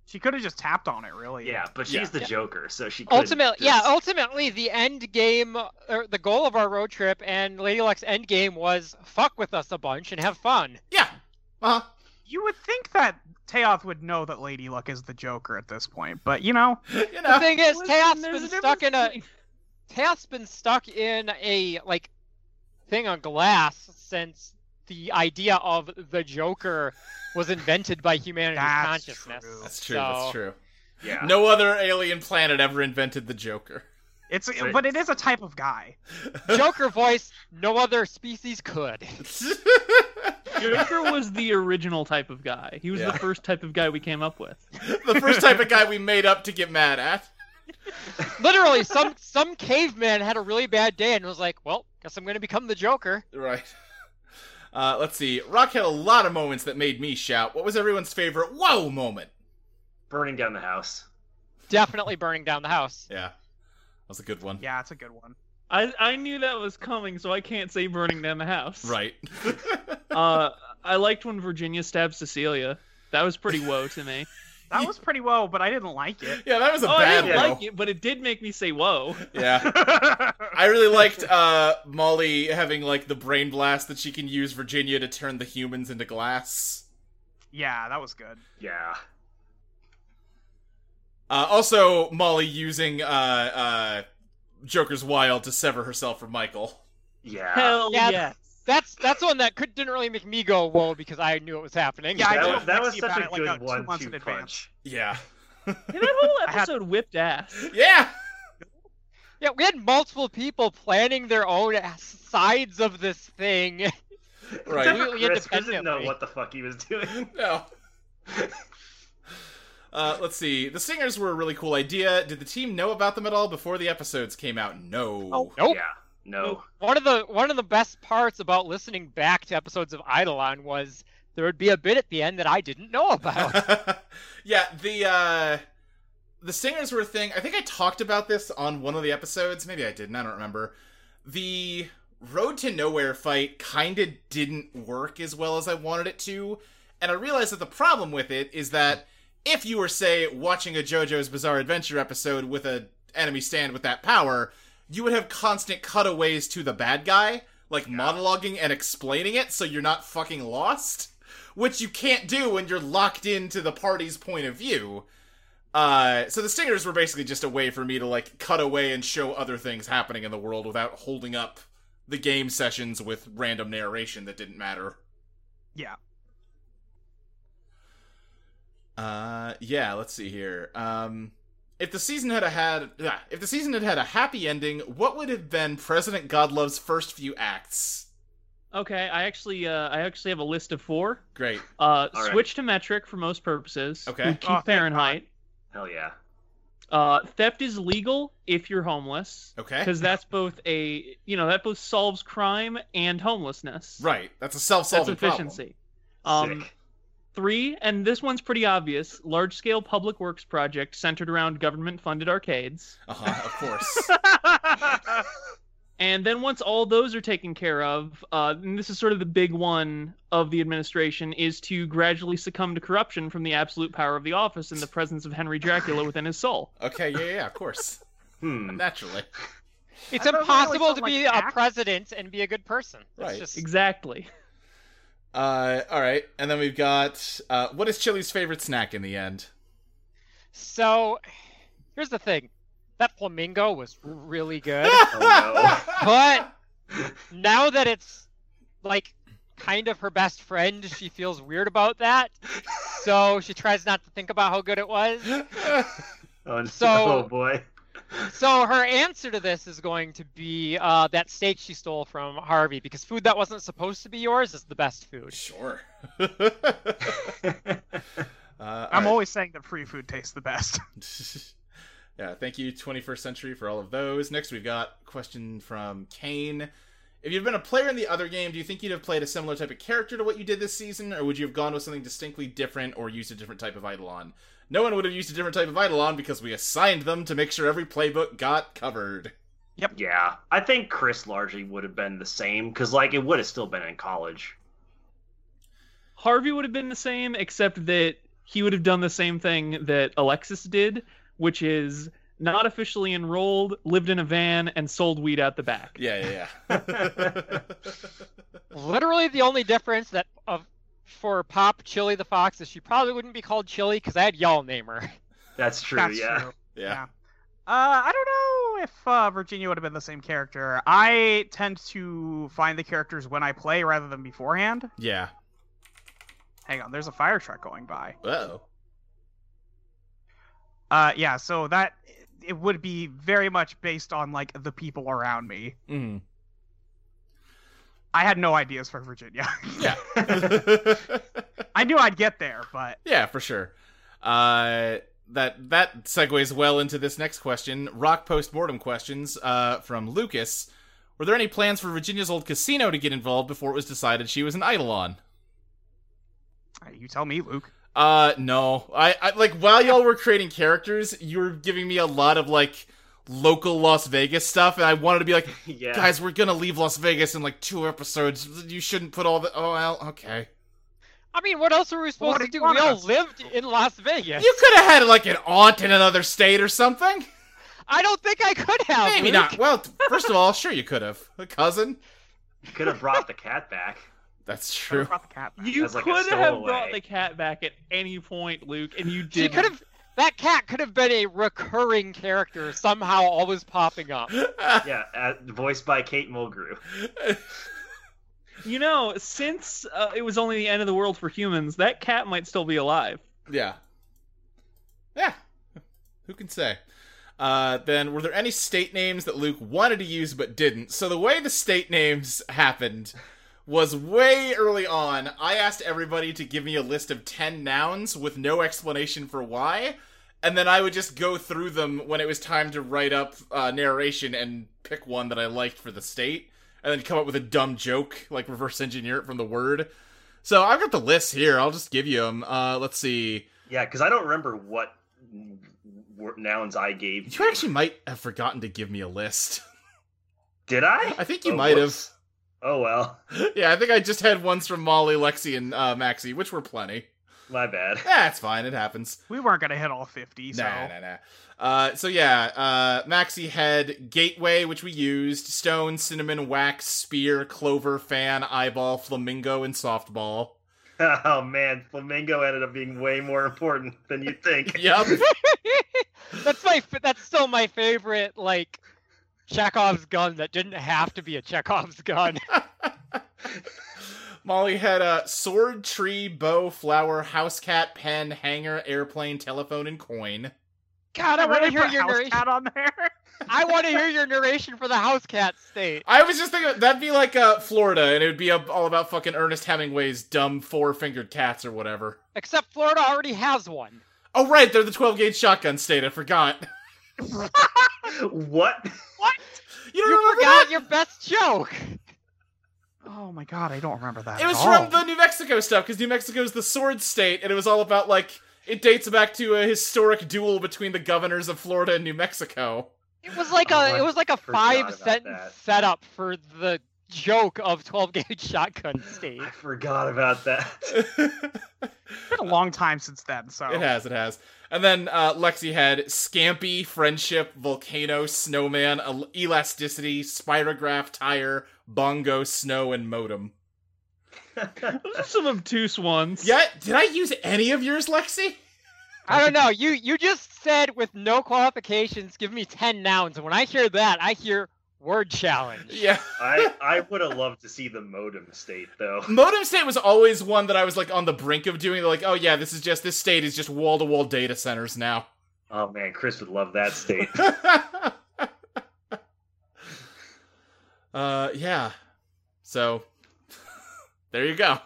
Speaker 5: She could have just tapped on it, really.
Speaker 4: Yeah, but she's
Speaker 1: Yeah.
Speaker 4: the Joker, so she could
Speaker 2: ultimately, yeah,
Speaker 4: just-
Speaker 2: ultimately, the end game, or the goal of our road trip and Lady Luck's end game was fuck with us a bunch and have fun.
Speaker 1: Yeah. Uh huh.
Speaker 5: You would think that Teoth would know that Lady Luck is the Joker at this point, but you know,
Speaker 1: You
Speaker 2: The
Speaker 1: know.
Speaker 2: thing is,
Speaker 3: Listen,
Speaker 2: Taoth's
Speaker 3: there's
Speaker 2: been
Speaker 3: a
Speaker 2: stuck in
Speaker 3: difference
Speaker 2: a
Speaker 3: between-
Speaker 2: Taoth's been stuck in a like thing on glass since the idea of the Joker was invented by humanity's
Speaker 5: That's
Speaker 2: consciousness.
Speaker 5: true.
Speaker 1: That's true.
Speaker 2: So-
Speaker 1: That's true.
Speaker 4: yeah.
Speaker 1: No other alien planet ever invented the Joker.
Speaker 5: it's
Speaker 4: Right.
Speaker 5: but it is a type of guy.
Speaker 1: (laughs)
Speaker 2: Joker voice, no other species could.
Speaker 1: the
Speaker 3: Joker was the original type of guy. He was
Speaker 1: Yeah.
Speaker 3: the first type of guy we came up with.
Speaker 1: first type of guy we made up to get mad at.
Speaker 2: Literally,
Speaker 3: (laughs)
Speaker 2: some some caveman had a really bad day and was like, "Well, guess I'm gonna become the Joker."
Speaker 1: Right. Uh, let's see. Rock had a lot of moments that made me shout. What was everyone's favorite whoa moment?
Speaker 4: burning down the house.
Speaker 2: Definitely burning down the house.
Speaker 1: Yeah, that was a good one.
Speaker 5: Yeah, it's a good one.
Speaker 3: I I knew that was coming, so I can't say burning down the house.
Speaker 1: Right.
Speaker 3: Uh, I liked when Virginia stabbed Cecilia. That was pretty woe
Speaker 1: (laughs)
Speaker 3: to me.
Speaker 5: That was pretty well, but I didn't like it.
Speaker 1: (laughs) yeah, that was a
Speaker 3: oh, I
Speaker 1: bad
Speaker 3: didn't
Speaker 1: one.
Speaker 3: like it, but it did make me say whoa.
Speaker 1: Yeah. I really liked uh, Molly having like the brain blast that she can use Virginia to turn the humans into glass.
Speaker 5: yeah, that was good.
Speaker 4: Yeah.
Speaker 1: Uh, also, Molly using uh, uh, Joker's wild to sever herself from Michael.
Speaker 4: Yeah.
Speaker 3: Hell
Speaker 2: Yeah,
Speaker 3: yes.
Speaker 2: That's that's one that could, didn't really make me go whoa because I knew it was happening.
Speaker 5: Yeah, I
Speaker 4: that
Speaker 5: told
Speaker 4: was, that was
Speaker 5: Lexi
Speaker 4: such
Speaker 5: about
Speaker 4: a
Speaker 5: it, like,
Speaker 4: good
Speaker 5: about two
Speaker 4: one
Speaker 5: months
Speaker 4: two
Speaker 5: in
Speaker 4: punch.
Speaker 5: advance.
Speaker 4: (laughs)
Speaker 1: Yeah,
Speaker 3: Yeah, (laughs) that whole
Speaker 5: I had-
Speaker 3: episode whipped ass.
Speaker 1: yeah,
Speaker 2: Yeah, we had multiple people planning their own sides of this thing.
Speaker 1: right.
Speaker 2: Completely
Speaker 4: Chris Chris didn't know
Speaker 2: independently.
Speaker 4: what the fuck he was doing.
Speaker 1: (laughs)
Speaker 4: (laughs)
Speaker 1: No. Uh, let's see. The singers were a really cool idea. Did the team know about them at all before the episodes came out? No.
Speaker 5: Oh.
Speaker 2: Nope.
Speaker 4: Yeah. No.
Speaker 2: One of the one of the best parts about listening back to episodes of Eidolon was there would be a bit at the end that I didn't know about.
Speaker 1: (laughs) yeah, the uh the singers were a thing. I think I talked about this on one of the episodes. Maybe I didn't. I don't remember. The Road to Nowhere fight kind of didn't work as well as I wanted it to, and I realized that the problem with it is that if you were say watching a JoJo's Bizarre Adventure episode with a enemy stand with that power, you would have constant cutaways to the bad guy, like monologuing and explaining it so you're not fucking lost which you can't do when you're locked into the party's point of view. Uh, so the stingers were basically just a way for me to like cut away and show other things happening in the world without holding up the game sessions with random narration that didn't matter.
Speaker 5: Yeah.
Speaker 1: Uh, yeah. Let's see here. Um, if the season had a had ah, if the season had had a happy ending, what would have been President Godlove's first few acts?
Speaker 3: Okay, I actually uh, I actually have a list of four.
Speaker 1: Great.
Speaker 3: Uh,
Speaker 4: All right.
Speaker 3: switch to metric for most purposes.
Speaker 1: Okay.
Speaker 3: We
Speaker 1: Oh,
Speaker 3: keep
Speaker 5: thank
Speaker 3: Fahrenheit.
Speaker 4: Hell yeah.
Speaker 3: Uh, theft is legal if you're homeless,
Speaker 1: Okay.
Speaker 3: because that's both a you know that both solves crime and homelessness.
Speaker 1: Right. That's a
Speaker 3: That's
Speaker 1: self-solving problem.
Speaker 3: efficiency. Um,
Speaker 4: Sick.
Speaker 3: three, and this one's pretty obvious: large-scale public works project centered around government-funded arcades.
Speaker 1: Uh huh. Of course.
Speaker 3: And then once all those are taken care of, uh, and this is sort of the big one of the administration, is to gradually succumb to corruption from the absolute power of the office and the presence of
Speaker 2: (sighs)
Speaker 3: Henry Dracula within his soul.
Speaker 1: Okay, yeah, yeah, yeah, of course. (laughs)
Speaker 4: Hmm.
Speaker 1: Naturally.
Speaker 2: It's
Speaker 5: I don't know, it always
Speaker 2: impossible
Speaker 5: felt
Speaker 2: to
Speaker 5: like
Speaker 2: be
Speaker 5: an
Speaker 2: a
Speaker 5: act.
Speaker 2: president and be a good person. That's
Speaker 1: Right.
Speaker 2: just
Speaker 3: Exactly.
Speaker 1: Uh, all right, and then we've got uh, what is Chili's favorite snack in the end?
Speaker 2: So here's the thing. That flamingo was really good.
Speaker 1: (laughs)
Speaker 4: oh
Speaker 2: (laughs) but now that it's like kind of her best friend, she feels weird about that. So she tries not to think about how good it was.
Speaker 1: (laughs)
Speaker 4: Oh,
Speaker 2: So-
Speaker 4: (laughs) oh boy.
Speaker 2: So her answer to this is going to be uh, that steak she stole from Harvey because food that wasn't supposed to be yours is the best food.
Speaker 1: sure. (laughs) uh,
Speaker 5: I'm
Speaker 1: all right.
Speaker 5: always saying that free food tastes the best.
Speaker 1: (laughs) yeah, thank you, 21st Century, for all of those. Next, we've got a question from Kane. If you'd been a player in the other game, do you think you'd have played a similar type of character to what you did this season, or would you have gone with something distinctly different or used a different type of Eidolon? No one would have used a different type of Eidolon because we assigned them to make sure every playbook got covered.
Speaker 4: Yeah. I think Chris largely would have been the same because, like, it would have still been in college.
Speaker 3: Harvey would have been the same, except that he would have done the same thing that Alexis did, which is not officially enrolled, lived in a van, and sold weed out the back.
Speaker 1: Yeah, yeah, (laughs)
Speaker 2: Literally, the only difference that of for Pop Chili the Fox is she probably wouldn't be called Chili because I had y'all name her.
Speaker 4: That's (laughs) true.
Speaker 5: That's
Speaker 4: yeah.
Speaker 5: true.
Speaker 1: yeah. yeah.
Speaker 5: Uh, I don't know if uh, Virginia would have been the same character. I tend to find the characters when I play rather than beforehand.
Speaker 1: Yeah.
Speaker 5: Hang on, there's a fire truck going by.
Speaker 1: Oh.
Speaker 5: Uh, yeah, so that it would be very much based on like the people around me.
Speaker 1: Mm.
Speaker 5: I had no ideas for Virginia. (laughs)
Speaker 1: Yeah.
Speaker 5: I knew I'd get there, but
Speaker 1: yeah, for sure. Uh, that that segues well into this next question. Rock postmortem questions uh, from Lucas. Were there any plans for Virginia's old casino to get involved before it was decided she was an Eidolon?
Speaker 5: you tell me, Luke.
Speaker 1: Uh, no. I, I like while y'all were creating characters, you were giving me a lot of like local Las Vegas stuff, and I wanted to be like,
Speaker 4: (laughs) yeah.
Speaker 1: guys, we're gonna leave Las Vegas in like two episodes. You shouldn't put all the. Oh well, okay.
Speaker 2: I mean, what else were we supposed
Speaker 5: What
Speaker 2: to
Speaker 5: do
Speaker 2: do?
Speaker 5: you want
Speaker 2: We all
Speaker 5: us-
Speaker 2: lived in Las Vegas.
Speaker 1: You could have had like an aunt in another state or something.
Speaker 2: I don't think I could have.
Speaker 1: Maybe
Speaker 2: Luke.
Speaker 1: not. Well, first of all, sure you could have a cousin.
Speaker 4: You could have brought the cat back.
Speaker 1: That's
Speaker 5: Should've
Speaker 1: true.
Speaker 5: brought the cat back.
Speaker 3: You
Speaker 4: As, like, a
Speaker 3: could have
Speaker 4: stowaway.
Speaker 3: brought the cat back at any point, Luke, and you
Speaker 2: She
Speaker 3: did.
Speaker 2: could have. That cat could have been a recurring character, somehow always popping up. (laughs)
Speaker 4: Yeah, uh, voiced by Kate Mulgrew.
Speaker 3: You know, since uh, it was only the end of the world for humans, that cat might still be alive.
Speaker 1: yeah. Yeah. Who can say? Uh, then were there any state names that Luke wanted to use but didn't? So the way the state names happened was way early on. I asked everybody to give me a list of 10 nouns with no explanation for why, and then I would just go through them when it was time to write up uh, narration and pick one that I liked for the state, and then come up with a dumb joke, like reverse engineer it from the word. So I've got the list here. I'll just give you them. Uh, let's see.
Speaker 4: Yeah, because I don't remember what w- w- nouns I gave.
Speaker 1: You actually might have forgotten to give me a list.
Speaker 4: Did I?
Speaker 1: (laughs)
Speaker 4: Oh,
Speaker 1: I think you might have.
Speaker 4: whoops. Oh well,
Speaker 1: (laughs) Yeah, I think I just had ones from Molly, Lexi, and uh, Maxie, which were plenty.
Speaker 4: my bad. (laughs)
Speaker 1: That's fine. It happens.
Speaker 5: We weren't gonna hit all fifty, so
Speaker 1: Nah, nah, nah. Uh, so yeah, uh, Maxie had Gateway, which we used, Stone, Cinnamon, Wax, Spear, Clover, Fan, Eyeball, Flamingo, and Softball. (laughs)
Speaker 4: Oh man, flamingo ended up being way more important than you
Speaker 1: (laughs)
Speaker 4: think.
Speaker 1: Yup.
Speaker 2: that's my. fa- That's still my favorite. Like Chekhov's gun that didn't have to be a Chekhov's gun.
Speaker 1: Molly had uh, Sword, Tree, Bow, Flower, House Cat, Pen, Hanger, Airplane, Telephone, and Coin.
Speaker 2: (laughs) God, I want to
Speaker 5: really
Speaker 2: hear
Speaker 5: put
Speaker 2: your
Speaker 5: house
Speaker 2: narration.
Speaker 5: cat on there. (laughs)
Speaker 2: I want to hear your narration for the house cat state.
Speaker 1: I was just thinking that'd be like uh, Florida, and it would be uh, all about fucking Ernest Hemingway's dumb four fingered cats or whatever.
Speaker 2: Except Florida already has one.
Speaker 1: Oh right, they're the twelve gauge shotgun state. I forgot. (laughs)
Speaker 4: what?
Speaker 1: You
Speaker 2: You
Speaker 1: don't
Speaker 2: (laughs)
Speaker 1: remember
Speaker 2: forgot your best joke.
Speaker 5: Oh my god, I don't remember that.
Speaker 1: that? It
Speaker 5: at
Speaker 1: was
Speaker 5: all.
Speaker 1: from the New Mexico stuff because New Mexico's the sword state, and it was all about like it dates back to a historic duel between the governors of Florida and New Mexico. (laughs)
Speaker 2: It was like
Speaker 4: Oh,
Speaker 2: a.
Speaker 4: I
Speaker 2: It was like a
Speaker 4: forgot about
Speaker 2: five sentence
Speaker 4: that.
Speaker 2: setup for the joke of 12 gauge shotgun state.
Speaker 4: I forgot about that. (laughs)
Speaker 5: It's been a long time since then, so
Speaker 1: It has, it has. And then uh, Lexi had Scampy, Friendship, Volcano, Snowman, El- Elasticity, Spirograph, Tire, Bongo, Snow, and Modem.
Speaker 3: Those are some obtuse ones.
Speaker 1: Yeah, did I use any of yours, Lexi?
Speaker 2: I don't know. You you just said with no qualifications, give me 10 nouns. And when I hear that, I hear word challenge.
Speaker 1: Yeah.
Speaker 4: I I would have loved to see the modem state though.
Speaker 1: Modem state was always one that I was like on the brink of doing. Like, oh yeah, this is just this state is just wall to wall data centers now. (laughs)
Speaker 4: Oh man, Chris would love that state.
Speaker 1: uh, yeah. So there you go.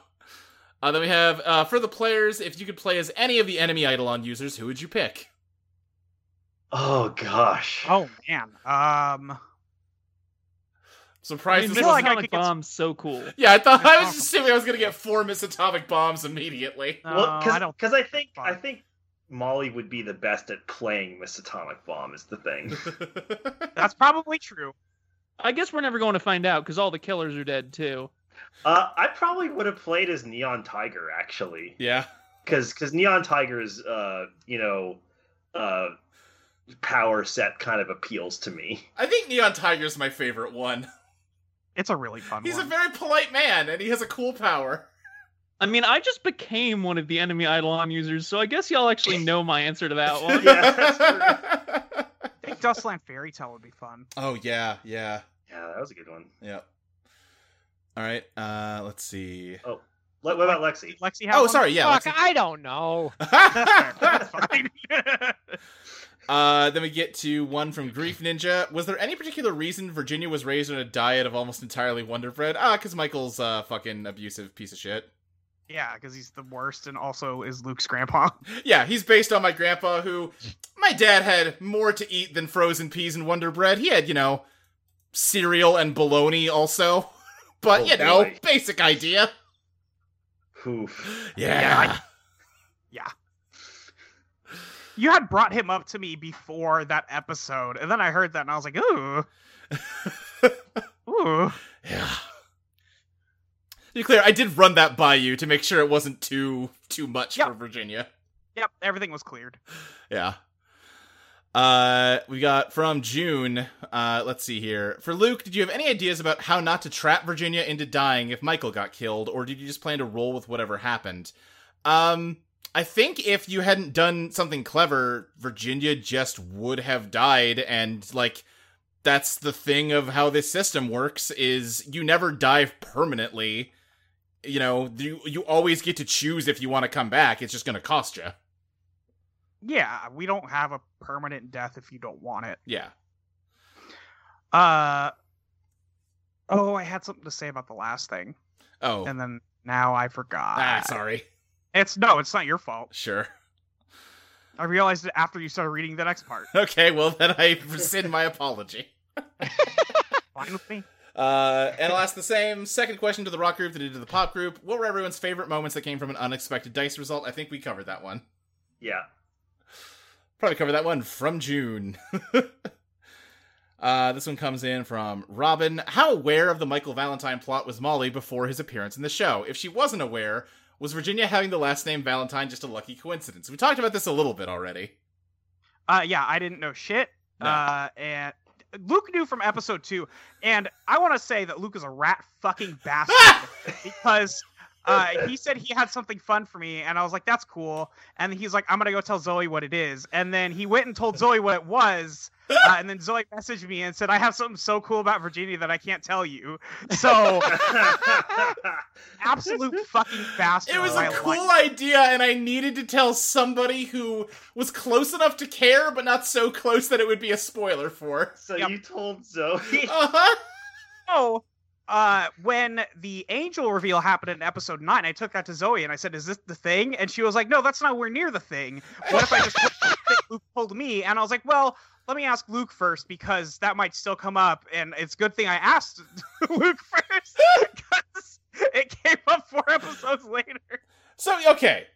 Speaker 1: Uh, then we have uh, for the players. If you could play as any of the enemy Eidolon users, who would you pick?
Speaker 4: Oh gosh.
Speaker 5: Oh man. Um
Speaker 3: I
Speaker 1: Surprise!
Speaker 3: mean,
Speaker 1: this
Speaker 3: Miss
Speaker 5: feel like
Speaker 1: wasn't-
Speaker 5: I
Speaker 3: Atomic
Speaker 5: could get-
Speaker 3: Bomb's so cool.
Speaker 1: (laughs) yeah, I thought I was just assuming I was gonna get four Miss Atomic bombs immediately. (laughs)
Speaker 5: no,
Speaker 4: well,
Speaker 5: uh, I don't
Speaker 4: because I, think
Speaker 5: Bomb.
Speaker 4: I think Molly would be the best at playing Miss Atomic Bomb is the thing. (laughs)
Speaker 5: that's probably true.
Speaker 3: I guess we're never going to find out because all the killers are dead too.
Speaker 4: Uh, I probably would have played as Neon Tiger actually,
Speaker 1: yeah.
Speaker 4: because Neon Tiger's uh you know uh power set kind of appeals to me.
Speaker 1: I think Neon Tiger's my favorite one.
Speaker 5: It's a really fun
Speaker 1: He's a
Speaker 5: one.
Speaker 1: very polite man, and he has a cool
Speaker 4: (laughs)
Speaker 1: power.
Speaker 3: I mean, I just became one of the enemy Eidolon users, so I guess y'all actually know my answer to that one.
Speaker 4: Oh, Yeah,
Speaker 1: (laughs)
Speaker 4: that's
Speaker 5: I think Dustland Fairy Tale would be
Speaker 4: (laughs)
Speaker 5: fun.
Speaker 1: oh yeah, yeah,
Speaker 4: Yeah, that was a good one.
Speaker 1: yeah. All right. Uh, let's see.
Speaker 4: Le- What about Lexi?
Speaker 5: Did Lexi have
Speaker 1: Oh,
Speaker 5: one?
Speaker 1: sorry. Yeah.
Speaker 2: Fuck, I don't know.
Speaker 5: That's fair. That's fine.
Speaker 1: (laughs)
Speaker 5: (laughs)
Speaker 1: uh, then we get to one from Grief Ninja. Was there any particular reason Virginia was raised on a diet of almost entirely Wonder Bread? Ah, because Michael's a fucking abusive piece of shit.
Speaker 5: yeah, because he's the worst and also is Luke's grandpa. (laughs)
Speaker 1: Yeah, he's based on my grandpa, who my dad had more to eat than frozen peas and Wonder Bread. He had, you know, cereal and bologna also. (laughs) But,
Speaker 4: Oh,
Speaker 1: you know,
Speaker 4: boy.
Speaker 1: basic idea.
Speaker 4: Oof.
Speaker 1: Yeah.
Speaker 5: Yeah, Yeah. You had brought him up to me before that episode, and then I heard that, and I was
Speaker 1: (laughs)
Speaker 5: like, ooh, ooh.
Speaker 1: Yeah. To be clear, I did run that by you to make sure it wasn't too too much
Speaker 5: Yeah.
Speaker 1: for Virginia.
Speaker 5: Yep, everything was cleared.
Speaker 1: Yeah. Uh, we got from June. Uh, let's see here. For Luke, did you have any ideas about how not to trap Virginia into dying if Michael got killed, or did you just plan to roll with whatever happened? Um, I think if you hadn't done something clever, Virginia just would have died, and like that's the thing of how this system works is you never die permanently. You know, you you always get to choose if you want to come back. It's just going to cost you.
Speaker 5: Yeah, we don't have a permanent death if you don't want it.
Speaker 1: Yeah.
Speaker 5: Uh oh, I had something to say about the last thing,
Speaker 1: Oh.
Speaker 5: and then now I forgot.
Speaker 1: Ah, sorry.
Speaker 5: It's no, it's not your fault.
Speaker 1: Sure. (laughs)
Speaker 5: I realized it after you started reading the
Speaker 1: (laughs)
Speaker 5: next part.
Speaker 1: Okay, well then I rescind my apology.
Speaker 5: Fine with me.
Speaker 1: Uh, and I'll ask the same second question to the rock group that I did to the pop group. What were everyone's favorite moments that came from an unexpected dice result? I think we covered that one.
Speaker 4: Yeah. (laughs)
Speaker 1: Probably covered that one from June. (laughs) uh, this one comes in from Robin. How aware of the Michael Valentine plot was Molly before his appearance in the show? If she wasn't aware, was Virginia having the last name Valentine just a lucky coincidence? We talked about this a little bit already.
Speaker 5: Uh, yeah, I didn't know shit.
Speaker 1: No.
Speaker 5: Uh, and Luke knew from episode two, and I want to say that Luke is a rat
Speaker 1: (laughs)
Speaker 5: fucking bastard because uh, he said he had something fun for me, and I was like, "That's cool." And he's like, "I'm gonna go tell Zoe what it is," and then he went and told Zoe what it was. Uh, and then Zoe messaged me and said, "I have something so cool about Virginia that I can't tell you."
Speaker 1: (laughs)
Speaker 5: So, absolute fucking bastard.
Speaker 1: It was
Speaker 5: a
Speaker 1: a cool idea, and I needed to tell somebody who was close enough to care, but not so close that it would be a spoiler for.
Speaker 4: so
Speaker 5: Yep.
Speaker 4: you told Zoe.
Speaker 1: Uh huh.
Speaker 5: So, uh, when the angel reveal happened in episode nine, I took that to Zoe and I said, "Is this the thing?" And she was like, "No, that's not nowhere near the thing. What if I just told you the thing Luke told me?" And I was like, "Well." Let me ask Luke first because that might still come up, and it's a good thing I asked (laughs) Luke first because it came up four episodes later.
Speaker 1: So, okay.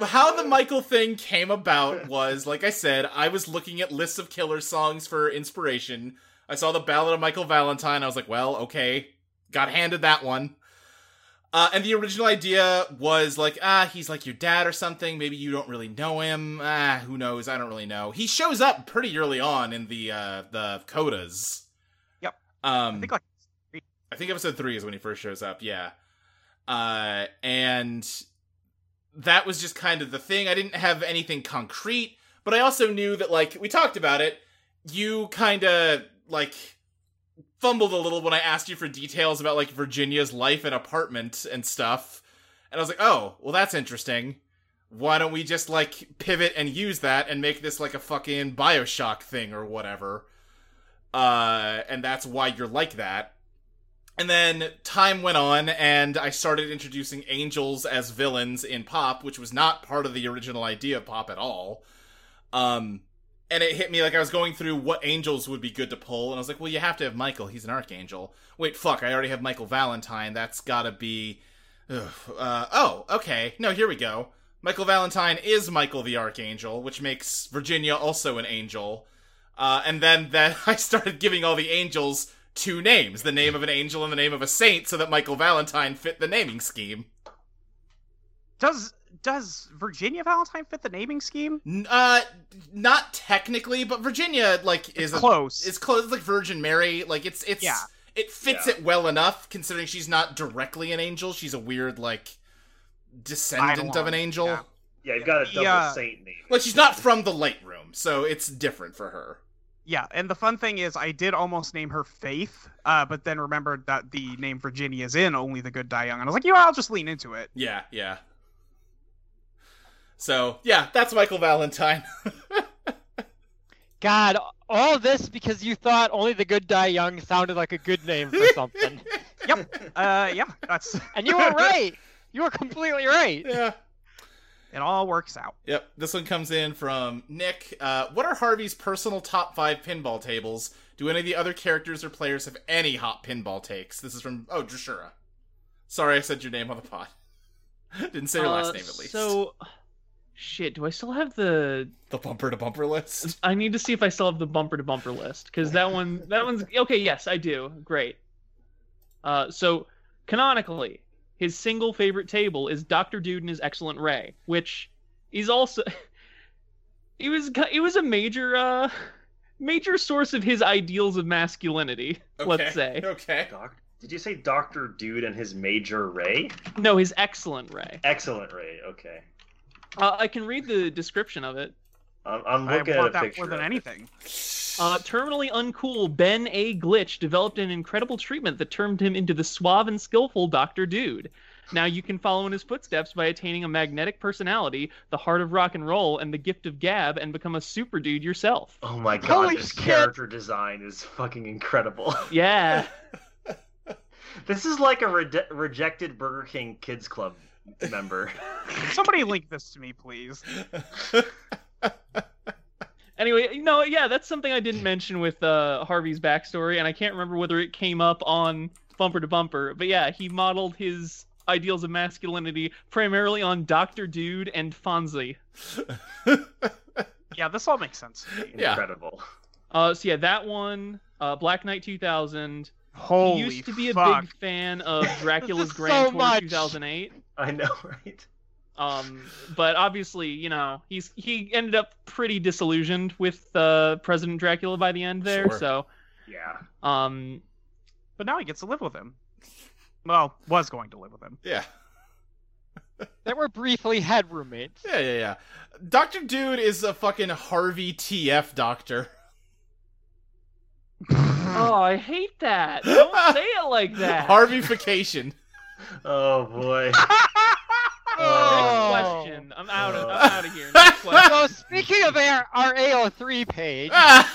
Speaker 1: How the Michael thing came about was, like I said, I was looking at lists of killer songs for inspiration. I saw the Ballad of Michael Valentine. I was like, well, okay. Got handed that one. Uh, and the original idea was like, ah, he's like your dad or something. Maybe you don't really know him. Ah, who knows? I don't really know. He shows up pretty early on in the uh, the codas.
Speaker 5: Yep.
Speaker 1: Um,
Speaker 5: I think like
Speaker 1: I think episode three is when he first shows up. Yeah, uh, and that was just kind of the thing. I didn't have anything concrete, but I also knew that like we talked about it. You kind of like fumbled a little when I asked you for details about like Virginia's life and apartment and stuff, and I was like, oh, well, that's interesting. Why don't we just like pivot and use that and make this like a fucking Bioshock thing or whatever? Uh, and that's why you're like that. And then time went on, and I started introducing angels as villains in pop, which was not part of the original idea of pop at all. Um, and it hit me like I was going through what angels would be good to pull, and I was like, well, you have to have Michael. He's an archangel. Wait, fuck, I already have Michael Valentine. That's gotta be. Ugh, uh, oh, okay. No, here we go. Michael Valentine is Michael the Archangel, which makes Virginia also an angel. Uh, and then (laughs) that I started giving all the angels two names the name of an angel and the name of a saint so that michael valentine fit the naming scheme
Speaker 5: does does Virginia Valentine fit the naming scheme?
Speaker 1: N- uh not technically but virginia like is a,
Speaker 5: Close.
Speaker 1: is close it's like virgin mary like it's it's
Speaker 5: Yeah.
Speaker 1: it fits
Speaker 4: Yeah.
Speaker 1: it well enough considering she's not directly an angel she's a weird like descendant of an
Speaker 5: Eidolon,
Speaker 1: angel
Speaker 5: yeah.
Speaker 4: yeah, you've got a double
Speaker 5: Yeah.
Speaker 4: saint name.
Speaker 1: like she's not from the light room so it's different for her
Speaker 5: Yeah, and the fun thing is, I did almost name her Faith, uh, but then remembered that the name Virginia is in Only the Good Die Young, and I was like, you know, I'll just lean into it.
Speaker 1: yeah yeah so yeah that's michael valentine (laughs)
Speaker 2: God, all this because you thought only the good die young sounded like a good name for
Speaker 1: (laughs)
Speaker 2: something.
Speaker 5: (laughs) Uh, yeah, that's
Speaker 2: and you were right. You were completely right.
Speaker 1: yeah
Speaker 5: it. All works out.
Speaker 1: Yep. This one comes in from Nick. Uh, what are Harvey's personal top five pinball tables? Do any of the other characters or players have any hot pinball takes? This is from oh Drashura. Sorry, I said your name on the pod. (laughs) Didn't say your
Speaker 3: Uh,
Speaker 1: last name at least.
Speaker 3: So Shit, do I still have the?
Speaker 1: (laughs) The bumper to bumper list.
Speaker 3: I need to see if I still have the bumper to bumper list because that one, that one's okay. Yes, I do. Great. Uh, so canonically, his single favorite table is Doctor Dude and his Excellent Ray, which is also (laughs) it was it was a major uh major source of his ideals of masculinity. (laughs)
Speaker 1: (laughs) Okay.
Speaker 3: Let's say
Speaker 1: Okay. (laughs)
Speaker 4: Doc, did you say Doctor Dude and his Major Ray?
Speaker 3: no, his Excellent Ray.
Speaker 4: Excellent Ray. Okay,
Speaker 3: Uh, I can read the description of it.
Speaker 4: I'm, I'm
Speaker 5: I
Speaker 4: looking
Speaker 5: want
Speaker 4: at a
Speaker 5: that
Speaker 4: picture.
Speaker 5: more than
Speaker 4: of it.
Speaker 5: anything.
Speaker 3: Uh, terminally uncool Ben A. Glitch developed an incredible treatment that turned him into the suave and skillful Dr. Dude. Now you can follow in his footsteps by attaining a magnetic personality, the heart of rock and roll, and the gift of gab, and become a super dude yourself.
Speaker 4: Oh
Speaker 5: (laughs)
Speaker 4: my god,
Speaker 5: Holy
Speaker 4: this
Speaker 5: shit.
Speaker 4: character design is fucking incredible. (laughs)
Speaker 3: Yeah.
Speaker 4: this is like a rede- rejected Burger King Kids Club
Speaker 5: (laughs)
Speaker 4: member.
Speaker 5: Somebody link this to me, please.
Speaker 3: Anyway, you know, yeah, that's something I didn't mention with uh, Harvey's backstory, and I can't remember whether it came up on Bumper to Bumper, but yeah, he modeled his ideals of masculinity primarily on Dr. Dude and Fonzie.
Speaker 5: Yeah, this all makes sense.
Speaker 1: Yeah.
Speaker 4: Incredible.
Speaker 3: Uh, so yeah, that one, uh, Black Knight 2000.
Speaker 5: Holy
Speaker 3: he used to be
Speaker 5: fuck.
Speaker 3: a big fan of Dracula's
Speaker 2: is
Speaker 3: Grand
Speaker 2: so
Speaker 3: Tour
Speaker 2: much.
Speaker 3: 2008.
Speaker 4: I know, (laughs) right?
Speaker 3: Um, but obviously, you know, he's he ended up pretty disillusioned with uh, President Dracula by the end there.
Speaker 1: Sure.
Speaker 4: Yeah.
Speaker 3: So, um,
Speaker 5: But now he gets to live with him. Well, was going to live with (laughs) him.
Speaker 1: yeah.
Speaker 2: That were briefly
Speaker 1: (laughs)
Speaker 2: head roommates.
Speaker 1: Yeah, yeah, yeah. Doctor Dude is a fucking Harvey TF doctor.
Speaker 3: (laughs) oh, I hate (laughs) that. Don't say it
Speaker 1: (laughs)
Speaker 3: like that.
Speaker 1: Harveyfication.
Speaker 4: Oh
Speaker 5: (laughs)
Speaker 4: boy.
Speaker 2: Oh.
Speaker 3: Next question. I'm out. Of, I'm out of here. Next question.
Speaker 2: So speaking of our, our AO3 page,
Speaker 1: (laughs) Ah!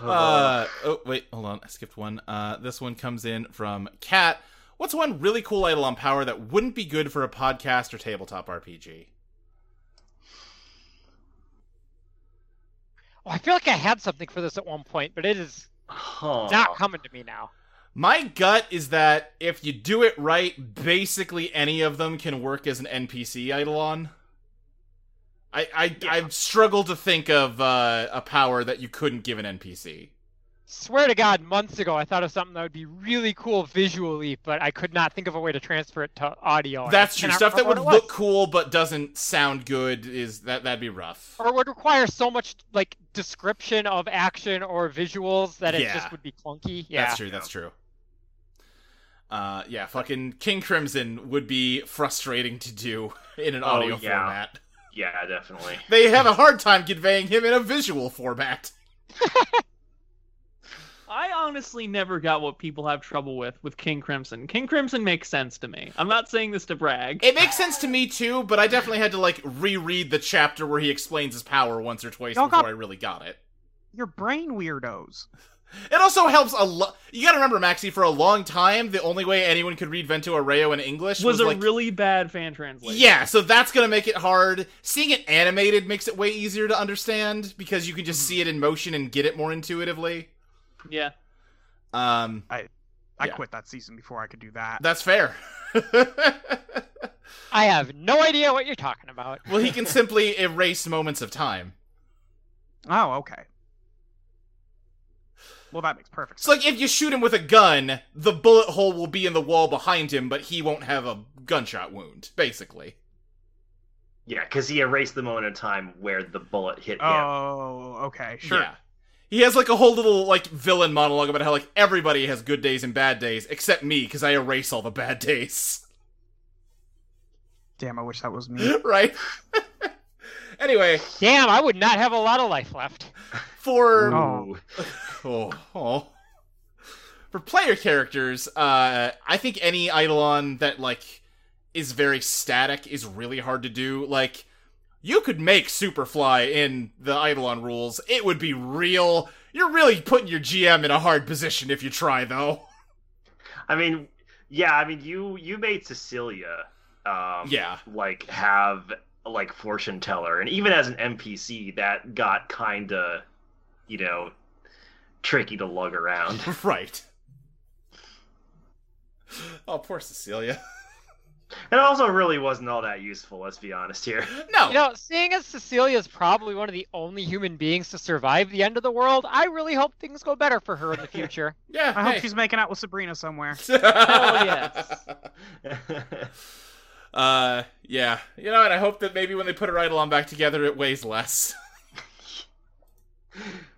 Speaker 4: Oh.
Speaker 1: Uh, oh, wait, hold on. I skipped one. Uh, this one comes in from Kat. What's one really cool idol on power that wouldn't be good for a podcast or tabletop RPG?
Speaker 2: oh, I feel like I had something for this at one point, but it is
Speaker 4: Huh.
Speaker 1: Oh.
Speaker 2: not coming to me now.
Speaker 1: My gut is that if you do it right, basically any of them can work as an NPC Eidolon. I I I've struggled to think of uh, a power that you couldn't give an NPC.
Speaker 2: Swear to God, months ago I thought of something that would be really cool visually, but I could not think of a way to transfer it to audio. and Oh, I
Speaker 1: That's true.
Speaker 2: cannot
Speaker 1: Stuff that would
Speaker 2: remember what it
Speaker 1: look cool but doesn't sound good is that that'd be rough.
Speaker 2: was. or would require so much like description of action or visuals that it
Speaker 1: Yeah.
Speaker 2: just would be clunky. Yeah.
Speaker 1: That's true. That's true. Uh, yeah, fucking King Crimson would be frustrating to do (laughs) in an
Speaker 4: Oh,
Speaker 1: audio
Speaker 4: yeah.
Speaker 1: format.
Speaker 4: Yeah, definitely.
Speaker 1: They have a hard time conveying him in a visual format.
Speaker 3: I honestly never got what people have trouble with with King Crimson. King Crimson makes sense to me. I'm not saying this to brag.
Speaker 1: It makes sense to me too, but I definitely had to like reread the chapter where he explains his power once or twice
Speaker 5: Y'all
Speaker 1: before
Speaker 5: got-
Speaker 1: I really got it.
Speaker 5: You're brain weirdos.
Speaker 1: It also helps a lot. You gotta remember, Maxie, for a long time, the only way anyone could read Vento Arreo in English was,
Speaker 3: was a
Speaker 1: like,
Speaker 3: really bad fan translation.
Speaker 1: Yeah, so that's gonna make it hard. Seeing it animated makes it way easier to understand because you can just see it in motion and get it more intuitively.
Speaker 3: Yeah.
Speaker 1: Um,
Speaker 5: I
Speaker 1: Yeah.
Speaker 5: quit that season before I could do that.
Speaker 1: that's fair. (laughs)
Speaker 2: I have no idea what you're talking about.
Speaker 1: well, he can simply erase moments of time.
Speaker 5: Oh, okay. Well, that makes perfect sense.
Speaker 1: So, like, if you shoot him with a gun, the bullet hole will be in the wall behind him, but he won't have a gunshot wound, basically.
Speaker 4: Yeah, because he erased the moment of time where the bullet hit him.
Speaker 5: Oh, okay, sure.
Speaker 1: Yeah. He has like a whole little like villain monologue about how like everybody has good days and bad days except me because I erase all the bad days.
Speaker 5: Damn, I wish that was me.
Speaker 3: (gasps)
Speaker 1: (laughs) right? anyway,
Speaker 2: (laughs) Damn, I would not have a lot of life left.
Speaker 1: for
Speaker 5: No.
Speaker 4: Ooh.
Speaker 1: oh, oh. for player characters, uh, I think any eidolon that like is very static is really hard to do. Like you could make Superfly in the eidolon rules; it would be real. You're really putting your GM in a hard position if you try, though.
Speaker 4: I mean, yeah, I mean, you you made Cecilia, um,
Speaker 1: Yeah. (laughs)
Speaker 4: like have like fortune teller, and even as an NPC, that got kind of, you know, tricky to
Speaker 1: (laughs)
Speaker 4: lug around.
Speaker 1: right. Oh, poor Cecilia.
Speaker 4: It also really wasn't all that useful. Let's be honest here.
Speaker 1: No.
Speaker 2: You know, seeing as Cecilia is probably one of the only human beings to survive the end of the world, I really hope things go better for her in the future.
Speaker 1: yeah.
Speaker 5: I hope
Speaker 1: hey.
Speaker 5: she's making out with Sabrina somewhere.
Speaker 1: (laughs)
Speaker 3: Oh,
Speaker 1: Hell
Speaker 3: yes.
Speaker 1: Uh, yeah. You know, and I hope that maybe when they put it right along back together, it weighs less. (laughs)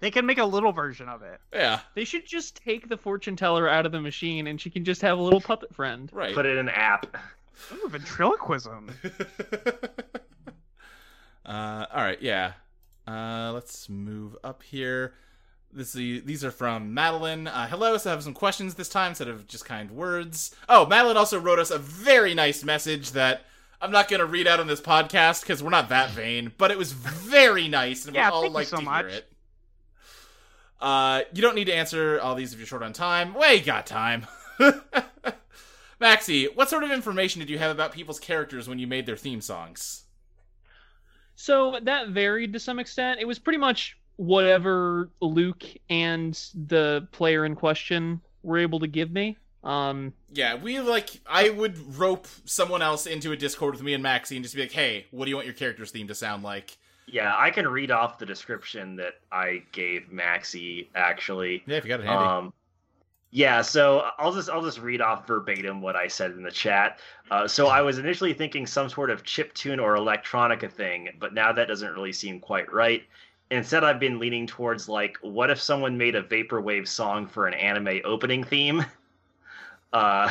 Speaker 5: They can make a little version of it.
Speaker 1: yeah,
Speaker 3: They should just take the fortune teller out of the machine, and she can just have a little puppet friend.
Speaker 1: right.
Speaker 4: Put it in an app.
Speaker 5: Ooh, ventriloquism.
Speaker 1: (laughs) uh, all right, yeah. Uh, let's move up here. This these are from Madeline. Uh, hello, so I have some questions this time instead of just kind words. Oh, Madeline also wrote us a very nice message that I'm not going to read out on this podcast because we're not that vain, but it was very nice, and
Speaker 5: Yeah,
Speaker 1: we all
Speaker 5: thank you
Speaker 1: like
Speaker 5: so
Speaker 1: to
Speaker 5: much.
Speaker 1: hear it. Uh, you don't need to answer all these if you're short on time. We got time. (laughs) Maxie, what sort of information did you have about people's characters when you made their theme songs?
Speaker 3: So that varied to some extent. It was pretty much whatever Luke and the player in question were able to give me. Um,
Speaker 1: Yeah, we like I would rope someone else into a Discord with me and Maxie and just be like, "Hey, what do you want your character's theme to sound like?"
Speaker 4: Yeah, I can read off the description that I gave Maxie actually.
Speaker 1: Yeah, if you got it
Speaker 3: Uh,
Speaker 4: Um, yeah, so I'll just I'll just read off verbatim what I said in the chat. Uh, so I was initially thinking some sort of chip tune or electronica thing, but now that doesn't really seem quite right. Instead, I've been leaning towards like, what if someone made a vaporwave song for an anime opening theme? (laughs) Uh,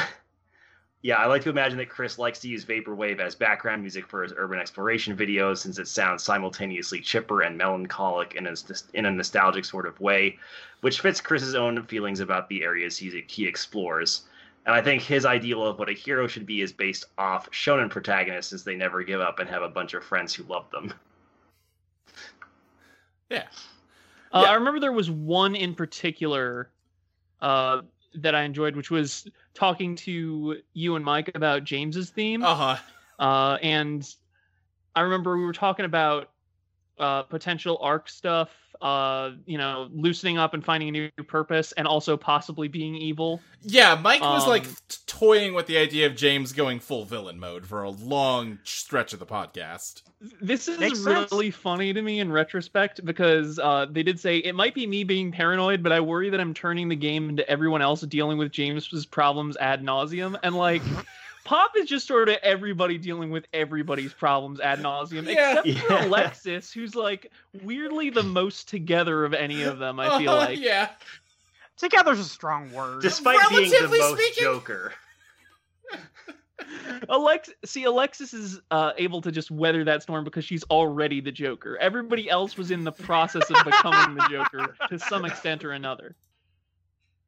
Speaker 4: yeah, I like to imagine that Chris likes to use vaporwave as background music for his urban exploration videos, since it sounds simultaneously chipper and melancholic in a, in a nostalgic sort of way which fits Chris's own feelings about the areas he's, he explores. And I think his ideal of what a hero should be is based off shonen protagonists, since they never give up and have a bunch of friends who love them.
Speaker 3: uh,
Speaker 1: Yeah.
Speaker 3: I remember there was one in particular uh, that I enjoyed, which was talking to you and Mike about James's theme.
Speaker 1: Uh huh.
Speaker 3: Uh, and I remember we were talking about uh, potential arc stuff, uh, you know, loosening up and finding a new purpose, and also possibly being evil.
Speaker 1: Yeah, Mike was like
Speaker 3: Um,
Speaker 1: t- toying with the idea of James going full villain mode for a long stretch of the podcast.
Speaker 3: This is
Speaker 5: Makes sense.
Speaker 3: really funny to me in retrospect because uh, they did say it might be me being paranoid, but I worry that I'm turning the game into everyone else dealing with James's problems ad nauseum. And
Speaker 5: (laughs)
Speaker 3: like, Pop is just sort of everybody dealing with everybody's problems ad nauseum,
Speaker 1: (laughs) Yeah.
Speaker 3: except for
Speaker 4: (laughs) Yeah.
Speaker 3: Alexis, who's like weirdly the most together of any of
Speaker 1: (laughs)
Speaker 3: them. I feel
Speaker 1: Uh-huh,
Speaker 3: like
Speaker 1: yeah.
Speaker 5: Together's a strong word.
Speaker 4: Despite being the
Speaker 1: Relatively
Speaker 4: most
Speaker 1: speaking-
Speaker 4: Joker.
Speaker 3: Alex, see, Alexis is uh, able to just weather that storm because she's already the Joker. Everybody else was in the process of becoming the Joker to some extent or another.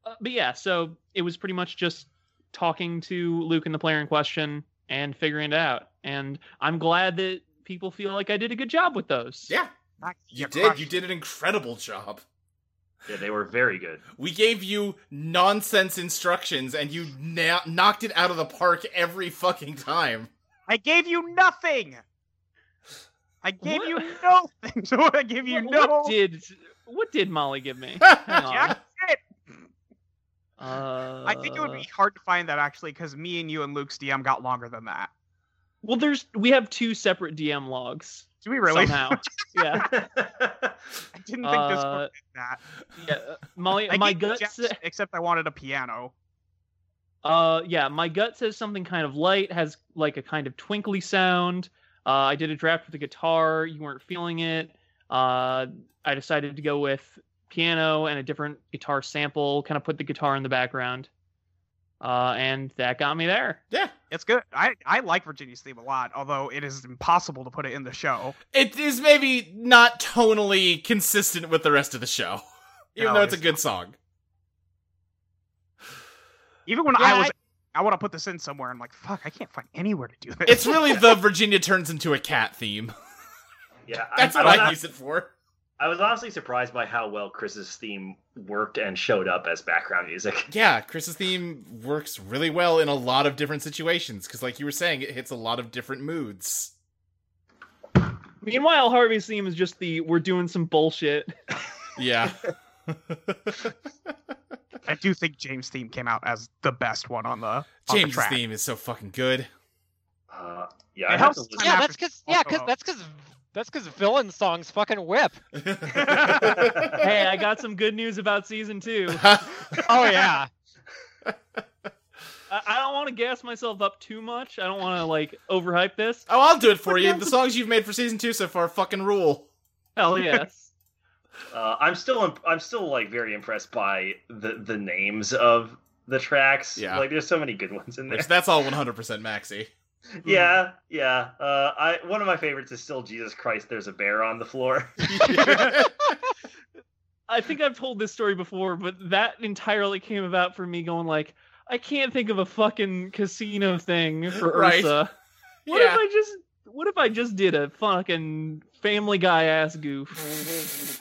Speaker 3: Uh, but yeah, so it was pretty much just talking to Luke and the player in question and figuring it out. And I'm glad that people feel like I did a good job with those.
Speaker 1: Yeah,
Speaker 5: Max,
Speaker 1: you did.
Speaker 5: crushed
Speaker 1: You
Speaker 5: it.
Speaker 1: did an incredible job.
Speaker 4: Yeah, they were very good. (laughs)
Speaker 1: We gave you nonsense instructions and you na- knocked it out of the park every fucking (laughs) time.
Speaker 5: I gave you nothing. I gave
Speaker 3: What?
Speaker 5: you no (laughs) things. I give you
Speaker 3: What-
Speaker 5: no.
Speaker 3: what did what did Molly give me? Hang on.
Speaker 5: Jack shit.
Speaker 3: Uh,
Speaker 5: I think it would be hard to find that actually, because me and you and Luke's DM got longer than that.
Speaker 3: (laughs) Well, there's we have two separate DM logs
Speaker 5: Do we really?
Speaker 3: somehow. yeah.
Speaker 5: (laughs) I didn't think this
Speaker 3: Uh,
Speaker 5: would fit that.
Speaker 3: Yeah, uh, Molly,
Speaker 5: I
Speaker 3: my
Speaker 5: gave you
Speaker 3: gut,
Speaker 5: Jack
Speaker 3: sa-
Speaker 5: shit, except I wanted a piano.
Speaker 3: uh, yeah, my gut says something kind of light has like a kind of twinkly sound. Uh, I did a draft with the guitar. You weren't feeling it. Uh, I decided to go with piano and a different guitar sample. Kind of put the guitar in the background, uh, and that got me there.
Speaker 1: Yeah.
Speaker 5: It's good. I, I like Virginia's theme a lot, although it is impossible to put it in the show.
Speaker 1: It is maybe not tonally consistent with the rest of the show, (laughs) even
Speaker 5: No,
Speaker 1: though it's a
Speaker 5: it's
Speaker 1: good song.
Speaker 5: Even when
Speaker 2: Yeah,
Speaker 5: I was, I, want to put this in somewhere. I'm like, fuck, I can't find anywhere to do this.
Speaker 1: It's really the Virginia turns into a cat theme.
Speaker 4: Yeah, I-
Speaker 1: That's what
Speaker 4: I, was
Speaker 1: I
Speaker 4: hon-
Speaker 1: use it for.
Speaker 4: I was honestly surprised by how well Chris's theme worked and showed up as background music. (laughs)
Speaker 1: Yeah, Chris's theme works really well in a lot of different situations because, like you were saying, it hits a lot of different moods.
Speaker 3: Meanwhile, Harvey's theme is just the we're doing
Speaker 1: (laughs)
Speaker 3: some bullshit.
Speaker 1: Yeah.
Speaker 5: (laughs) I do think James' theme came out as the best one on the on the (laughs)
Speaker 1: James' (laughs)
Speaker 5: track.
Speaker 1: theme is so fucking good.
Speaker 4: Uh, yeah,
Speaker 5: It
Speaker 4: I have
Speaker 5: helps
Speaker 4: to
Speaker 2: (laughs)
Speaker 5: Time
Speaker 2: yeah,
Speaker 5: after
Speaker 2: that's because yeah, because
Speaker 5: also-
Speaker 2: that's because that's because villain songs fucking whip.
Speaker 1: (laughs)
Speaker 3: hey, I got some good news about season two.
Speaker 2: Oh yeah,
Speaker 3: I, I don't want to gas myself up too much. I don't want to like overhype this.
Speaker 1: Oh, I'll do it for you. The songs you've made for season two so far fucking rule.
Speaker 3: Hell yes.
Speaker 4: Uh, I'm still imp- I'm still like very impressed by the the names of the tracks.
Speaker 1: Yeah.
Speaker 4: Like there's so many good ones in there.
Speaker 1: Which that's all 100% (laughs) Maxi.
Speaker 4: (laughs) yeah, yeah. Uh, I one of my favorites is still Jesus Christ. There's a bear on the floor. (laughs)
Speaker 3: I think I've told this story before, but that entirely came about for me going like, I can't think of a fucking casino thing for
Speaker 1: Right. (laughs)
Speaker 3: Ursa. What if
Speaker 1: (laughs) yeah.
Speaker 3: I just what if I just did a fucking Family Guy ass goof?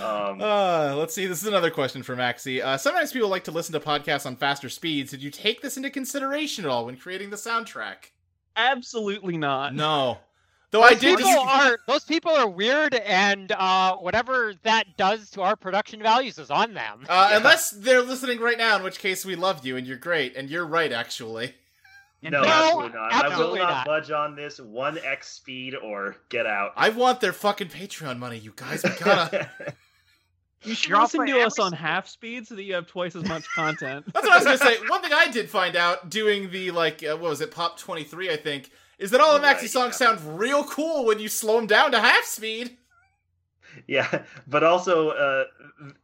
Speaker 4: Um,
Speaker 1: Uh, let's see. This is another question for Maxi. Uh, sometimes people like to listen to podcasts on faster speeds. Did you take this into consideration at all when creating the soundtrack?
Speaker 3: Absolutely not.
Speaker 1: No. Though I did.
Speaker 2: Uh, people are those people are weird, and uh, whatever that does to our production values is on them.
Speaker 1: Uh, Unless they're listening right now, in which case we love you and you're great and you're right actually.
Speaker 4: no,
Speaker 2: No,
Speaker 4: absolutely not.
Speaker 2: absolutely
Speaker 4: I will
Speaker 2: not.
Speaker 4: not budge on this. One X speed or get out.
Speaker 1: I want their fucking Patreon money, you guys. We gotta.
Speaker 3: You should
Speaker 5: You're also
Speaker 3: listen to
Speaker 5: every
Speaker 3: us on half speed so that you have twice as much content.
Speaker 1: That's what I was gonna say. One thing I did find out doing the like, uh, what was it, Pop Twenty Three, I think, is that all the Maxi
Speaker 4: Oh, Right,
Speaker 1: songs
Speaker 4: yeah.
Speaker 1: sound real cool when you slow them down to half speed.
Speaker 4: (laughs) yeah, but also uh,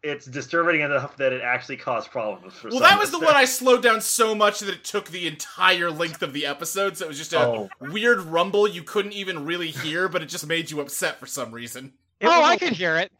Speaker 4: it's disturbing enough that it actually caused problems for.
Speaker 1: Well,
Speaker 4: some
Speaker 1: that was the
Speaker 4: listeners.
Speaker 1: one I slowed down so much that it took the entire length of the episode. So it was just a
Speaker 4: Oh.
Speaker 1: weird rumble you couldn't even really hear, but it just made you upset for some reason. (laughs)
Speaker 5: It
Speaker 2: oh,
Speaker 5: was
Speaker 2: I
Speaker 5: a-
Speaker 2: could hear it.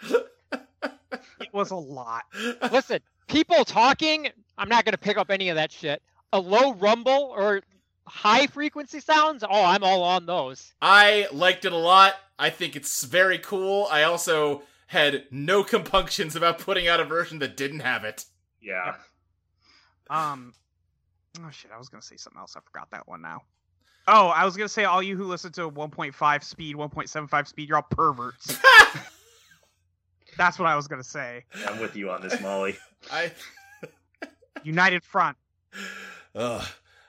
Speaker 5: It was a lot.
Speaker 2: Listen, people talking, I'm not gonna pick up any of that shit. A low rumble or high frequency sounds, oh, I'm all on those.
Speaker 1: I liked it a lot. I think it's very cool. I also had no compunctions about putting out a version that didn't have it.
Speaker 4: (laughs) Yeah.
Speaker 5: Um, oh shit, I was gonna say something else. I forgot that one now. Oh, I was gonna say all you who listen to 1.5 speed, 1.75 speed, you're all
Speaker 2: (laughs)
Speaker 5: perverts. That's what I was gonna say.
Speaker 4: I'm with you on this, Molly.
Speaker 1: I.
Speaker 5: United Front.
Speaker 1: Ugh.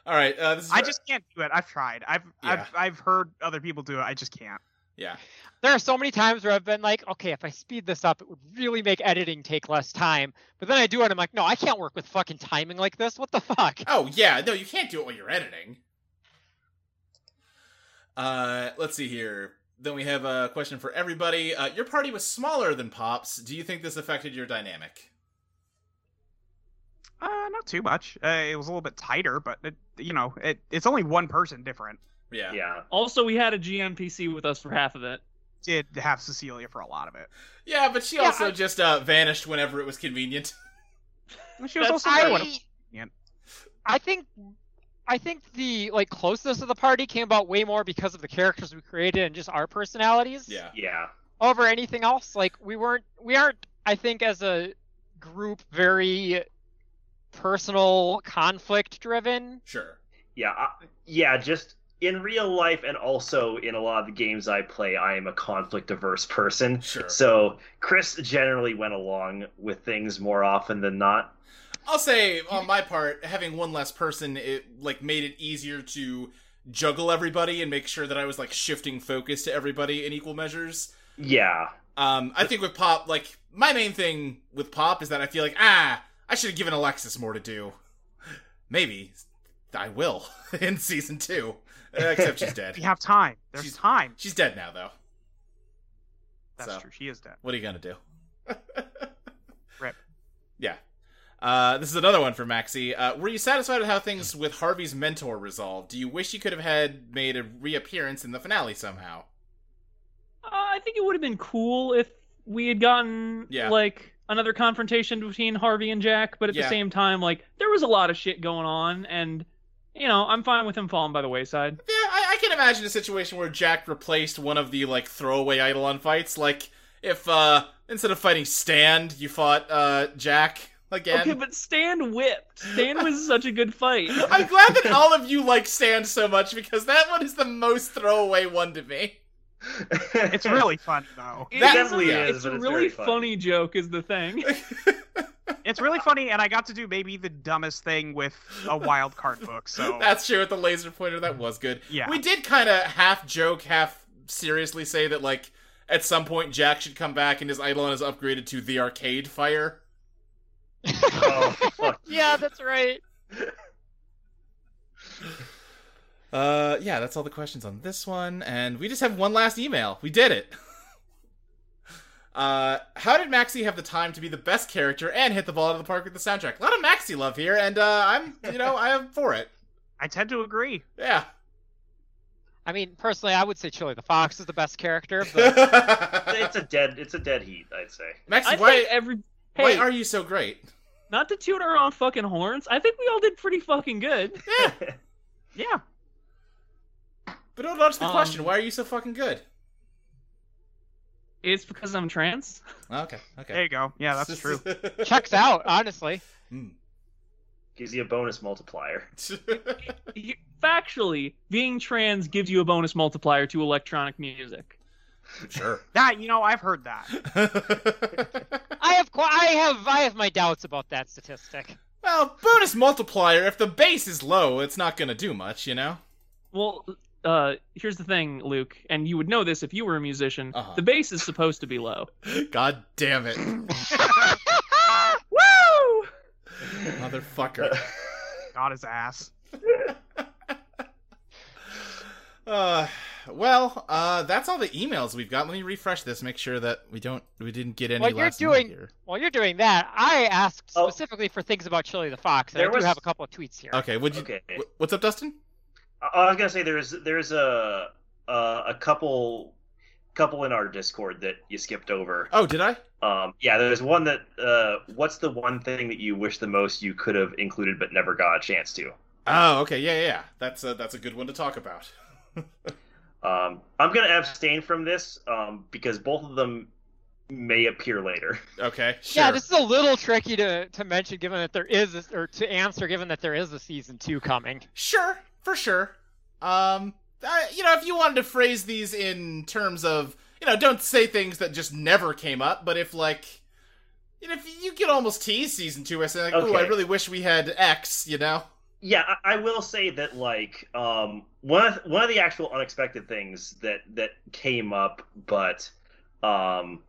Speaker 1: All right. Uh, this is
Speaker 5: I just can't do it. I've tried. I've
Speaker 1: Yeah.
Speaker 5: I've I've heard other people do it. I just can't.
Speaker 1: yeah.
Speaker 2: There are so many times where I've been like, okay, if I speed this up, it would really make editing take less time. But then I do it, and I'm like, no, I can't work with fucking timing like this. What the fuck?
Speaker 1: Oh yeah, no, you can't do it while you're editing. Uh, let's see here. Then we have a question for everybody. Uh, your party was smaller than Pops. Do you think this affected your dynamic?
Speaker 5: Uh, not too much. Uh, it was a little bit tighter, but it, you know, it, it's only one person different.
Speaker 1: (laughs) Yeah. yeah,
Speaker 4: Yeah.
Speaker 3: Also, we had a GMPC with us for half of it.
Speaker 5: Did have Cecilia for a lot of it.
Speaker 1: but she
Speaker 2: Yeah,
Speaker 1: also
Speaker 2: I-
Speaker 1: just uh, vanished whenever it was convenient. (laughs)
Speaker 5: And she was
Speaker 3: That's
Speaker 5: also
Speaker 3: I
Speaker 5: there
Speaker 3: would-
Speaker 5: when it-
Speaker 2: I,
Speaker 5: Yeah.
Speaker 2: I think I think the like closeness of the party came about way more because of the characters we created and just our personalities.
Speaker 1: Yeah,
Speaker 4: Yeah.
Speaker 2: over anything else. Like we weren't, we aren't. I think as a group, very personal,
Speaker 1: (laughs)
Speaker 2: conflict driven.
Speaker 1: sure.
Speaker 4: Yeah, I, yeah, just in real life and also in a lot of the games I play, I am a conflict averse person.
Speaker 1: Sure.
Speaker 4: So Chris generally went along with things more often than not.
Speaker 1: I'll say on my part, having one less person, it like made it easier to juggle everybody and make sure that I was like shifting focus to everybody in equal measures.
Speaker 4: Yeah.
Speaker 1: Um, I think with Pop, like my main thing with Pop is that I feel like ah, I should have given Alexis more to do. Maybe I will (laughs) in season two, Uh, except she's
Speaker 5: we (laughs)
Speaker 1: dead.
Speaker 5: have time. There's
Speaker 1: She's-
Speaker 5: time.
Speaker 1: She's dead now, though.
Speaker 5: That's
Speaker 1: So.
Speaker 5: true.
Speaker 1: (laughs)
Speaker 5: She is dead.
Speaker 1: What are you gonna do?
Speaker 5: Rip.
Speaker 1: Yeah. Uh, this is another one for Maxi. Uh, were you satisfied with how things with Harvey's mentor resolved? Do you wish you could have had made a reappearance in the finale somehow?
Speaker 3: Uh, I think it would have been cool if we had gotten
Speaker 1: Yeah.
Speaker 3: like another confrontation between Harvey and Jack, but at
Speaker 1: Yeah.
Speaker 3: the same time, like there was a lot of shit going on, and you know, I'm fine with him falling by the wayside.
Speaker 1: Yeah, I, I can imagine a situation where Jack replaced one of the like throwaway Eidolon fights. Like if uh instead of fighting Stand, you fought uh Jack again.
Speaker 3: Okay, but Stan whipped. Stan was such a good
Speaker 1: (laughs)
Speaker 3: fight.
Speaker 1: I'm glad that all of you like Stand so much because that one is the most throwaway one to me.
Speaker 5: It's really fun though.
Speaker 3: It
Speaker 1: That
Speaker 3: is a-
Speaker 4: definitely is,
Speaker 3: It's
Speaker 4: but
Speaker 3: a
Speaker 4: it's
Speaker 3: really
Speaker 4: very
Speaker 3: funny.
Speaker 4: funny.
Speaker 3: joke, is the thing.
Speaker 5: It's really funny, and I got to do maybe the dumbest thing with a wild card book. So
Speaker 1: (laughs) That's true. With the laser pointer, that was good.
Speaker 5: Yeah.
Speaker 1: we did kind of half joke, half seriously say that like at some point Jack should come back and his Eidolon is upgraded to the Arcade Fire.
Speaker 4: (laughs) Oh, fuck.
Speaker 2: yeah, that's right.
Speaker 1: Uh, yeah, that's all the questions on this one, and we just have one last email. We did it. (laughs) uh, how did Maxie have the time to be the best character and hit the ball out of the park with the soundtrack? A lot of Maxie love here, and uh, I'm you know I am for it.
Speaker 5: I tend to agree.
Speaker 1: Yeah.
Speaker 2: I mean, personally, I would say Chili the Fox is the best character,
Speaker 1: (laughs)
Speaker 2: but
Speaker 1: Maxie,
Speaker 4: it's a dead. It's a dead heat. I'd say.
Speaker 3: I
Speaker 1: why
Speaker 3: think every
Speaker 1: why
Speaker 3: hey,
Speaker 1: are you so great?
Speaker 3: not to toot our own fucking horns. I think we all did pretty fucking good.
Speaker 1: Yeah,
Speaker 5: Yeah.
Speaker 1: but don't answer the
Speaker 3: Um,
Speaker 1: question. Why are you so fucking good?
Speaker 3: It's because I'm trans.
Speaker 1: Okay, okay.
Speaker 5: There you go. Yeah, that's true.
Speaker 2: checks out, honestly.
Speaker 1: Hmm.
Speaker 4: Gives you a bonus multiplier.
Speaker 3: You- Factually, being trans gives you a bonus multiplier to electronic music.
Speaker 1: sure.
Speaker 5: That you know, I've heard that.
Speaker 2: I have, qu- I have, I have my doubts about that statistic.
Speaker 1: (laughs) well, bonus multiplier. If the base is low, it's not gonna do much, you know.
Speaker 3: Well, uh, here's the thing, Luke, and you would know this if you were a musician.
Speaker 1: Uh-huh.
Speaker 3: The bass is supposed to be low.
Speaker 1: God damn it,
Speaker 3: Woo!
Speaker 1: motherfucker.
Speaker 5: Got his ass.
Speaker 1: Uh, well, uh, that's all the emails we've got. Let me refresh this, make sure that we don't we didn't get any
Speaker 2: What you're
Speaker 1: last minute
Speaker 2: doing-
Speaker 1: here.
Speaker 2: While you're doing that, I asked
Speaker 4: Oh.
Speaker 2: specifically for things about Chili the Fox, and I
Speaker 4: There
Speaker 2: do
Speaker 4: was-
Speaker 2: have a couple of tweets here.
Speaker 1: Okay, would you?
Speaker 4: (laughs) Okay.
Speaker 1: wh- What's up, Dustin?
Speaker 4: I, I was gonna say there's there's a a, a couple couple in our Discord that you skipped over.
Speaker 1: Oh, did I?
Speaker 4: Um, yeah, there's one that. Uh, what's the one thing that you wish the most you could have included but never got a chance to?
Speaker 1: Oh, okay. Yeah, yeah, yeah. That's a, that's a good one to talk about.
Speaker 4: Um, I'm gonna abstain from this um, because both of them may appear later.
Speaker 1: Okay, sure.
Speaker 2: Yeah, this is a little tricky to, to mention, given that there is, a, or to answer, given that there is a season two coming.
Speaker 1: Sure, for sure. Um, I, you know, if you wanted to phrase these in terms of, you know, don't say things that just never came up, but if like, you know, if you could almost tease season two by saying, like, "Ooh, I
Speaker 4: Okay.
Speaker 1: really wish we had X," you know.
Speaker 4: Yeah, I, I will say that like um, one of, one of the actual unexpected things that that came up, but um,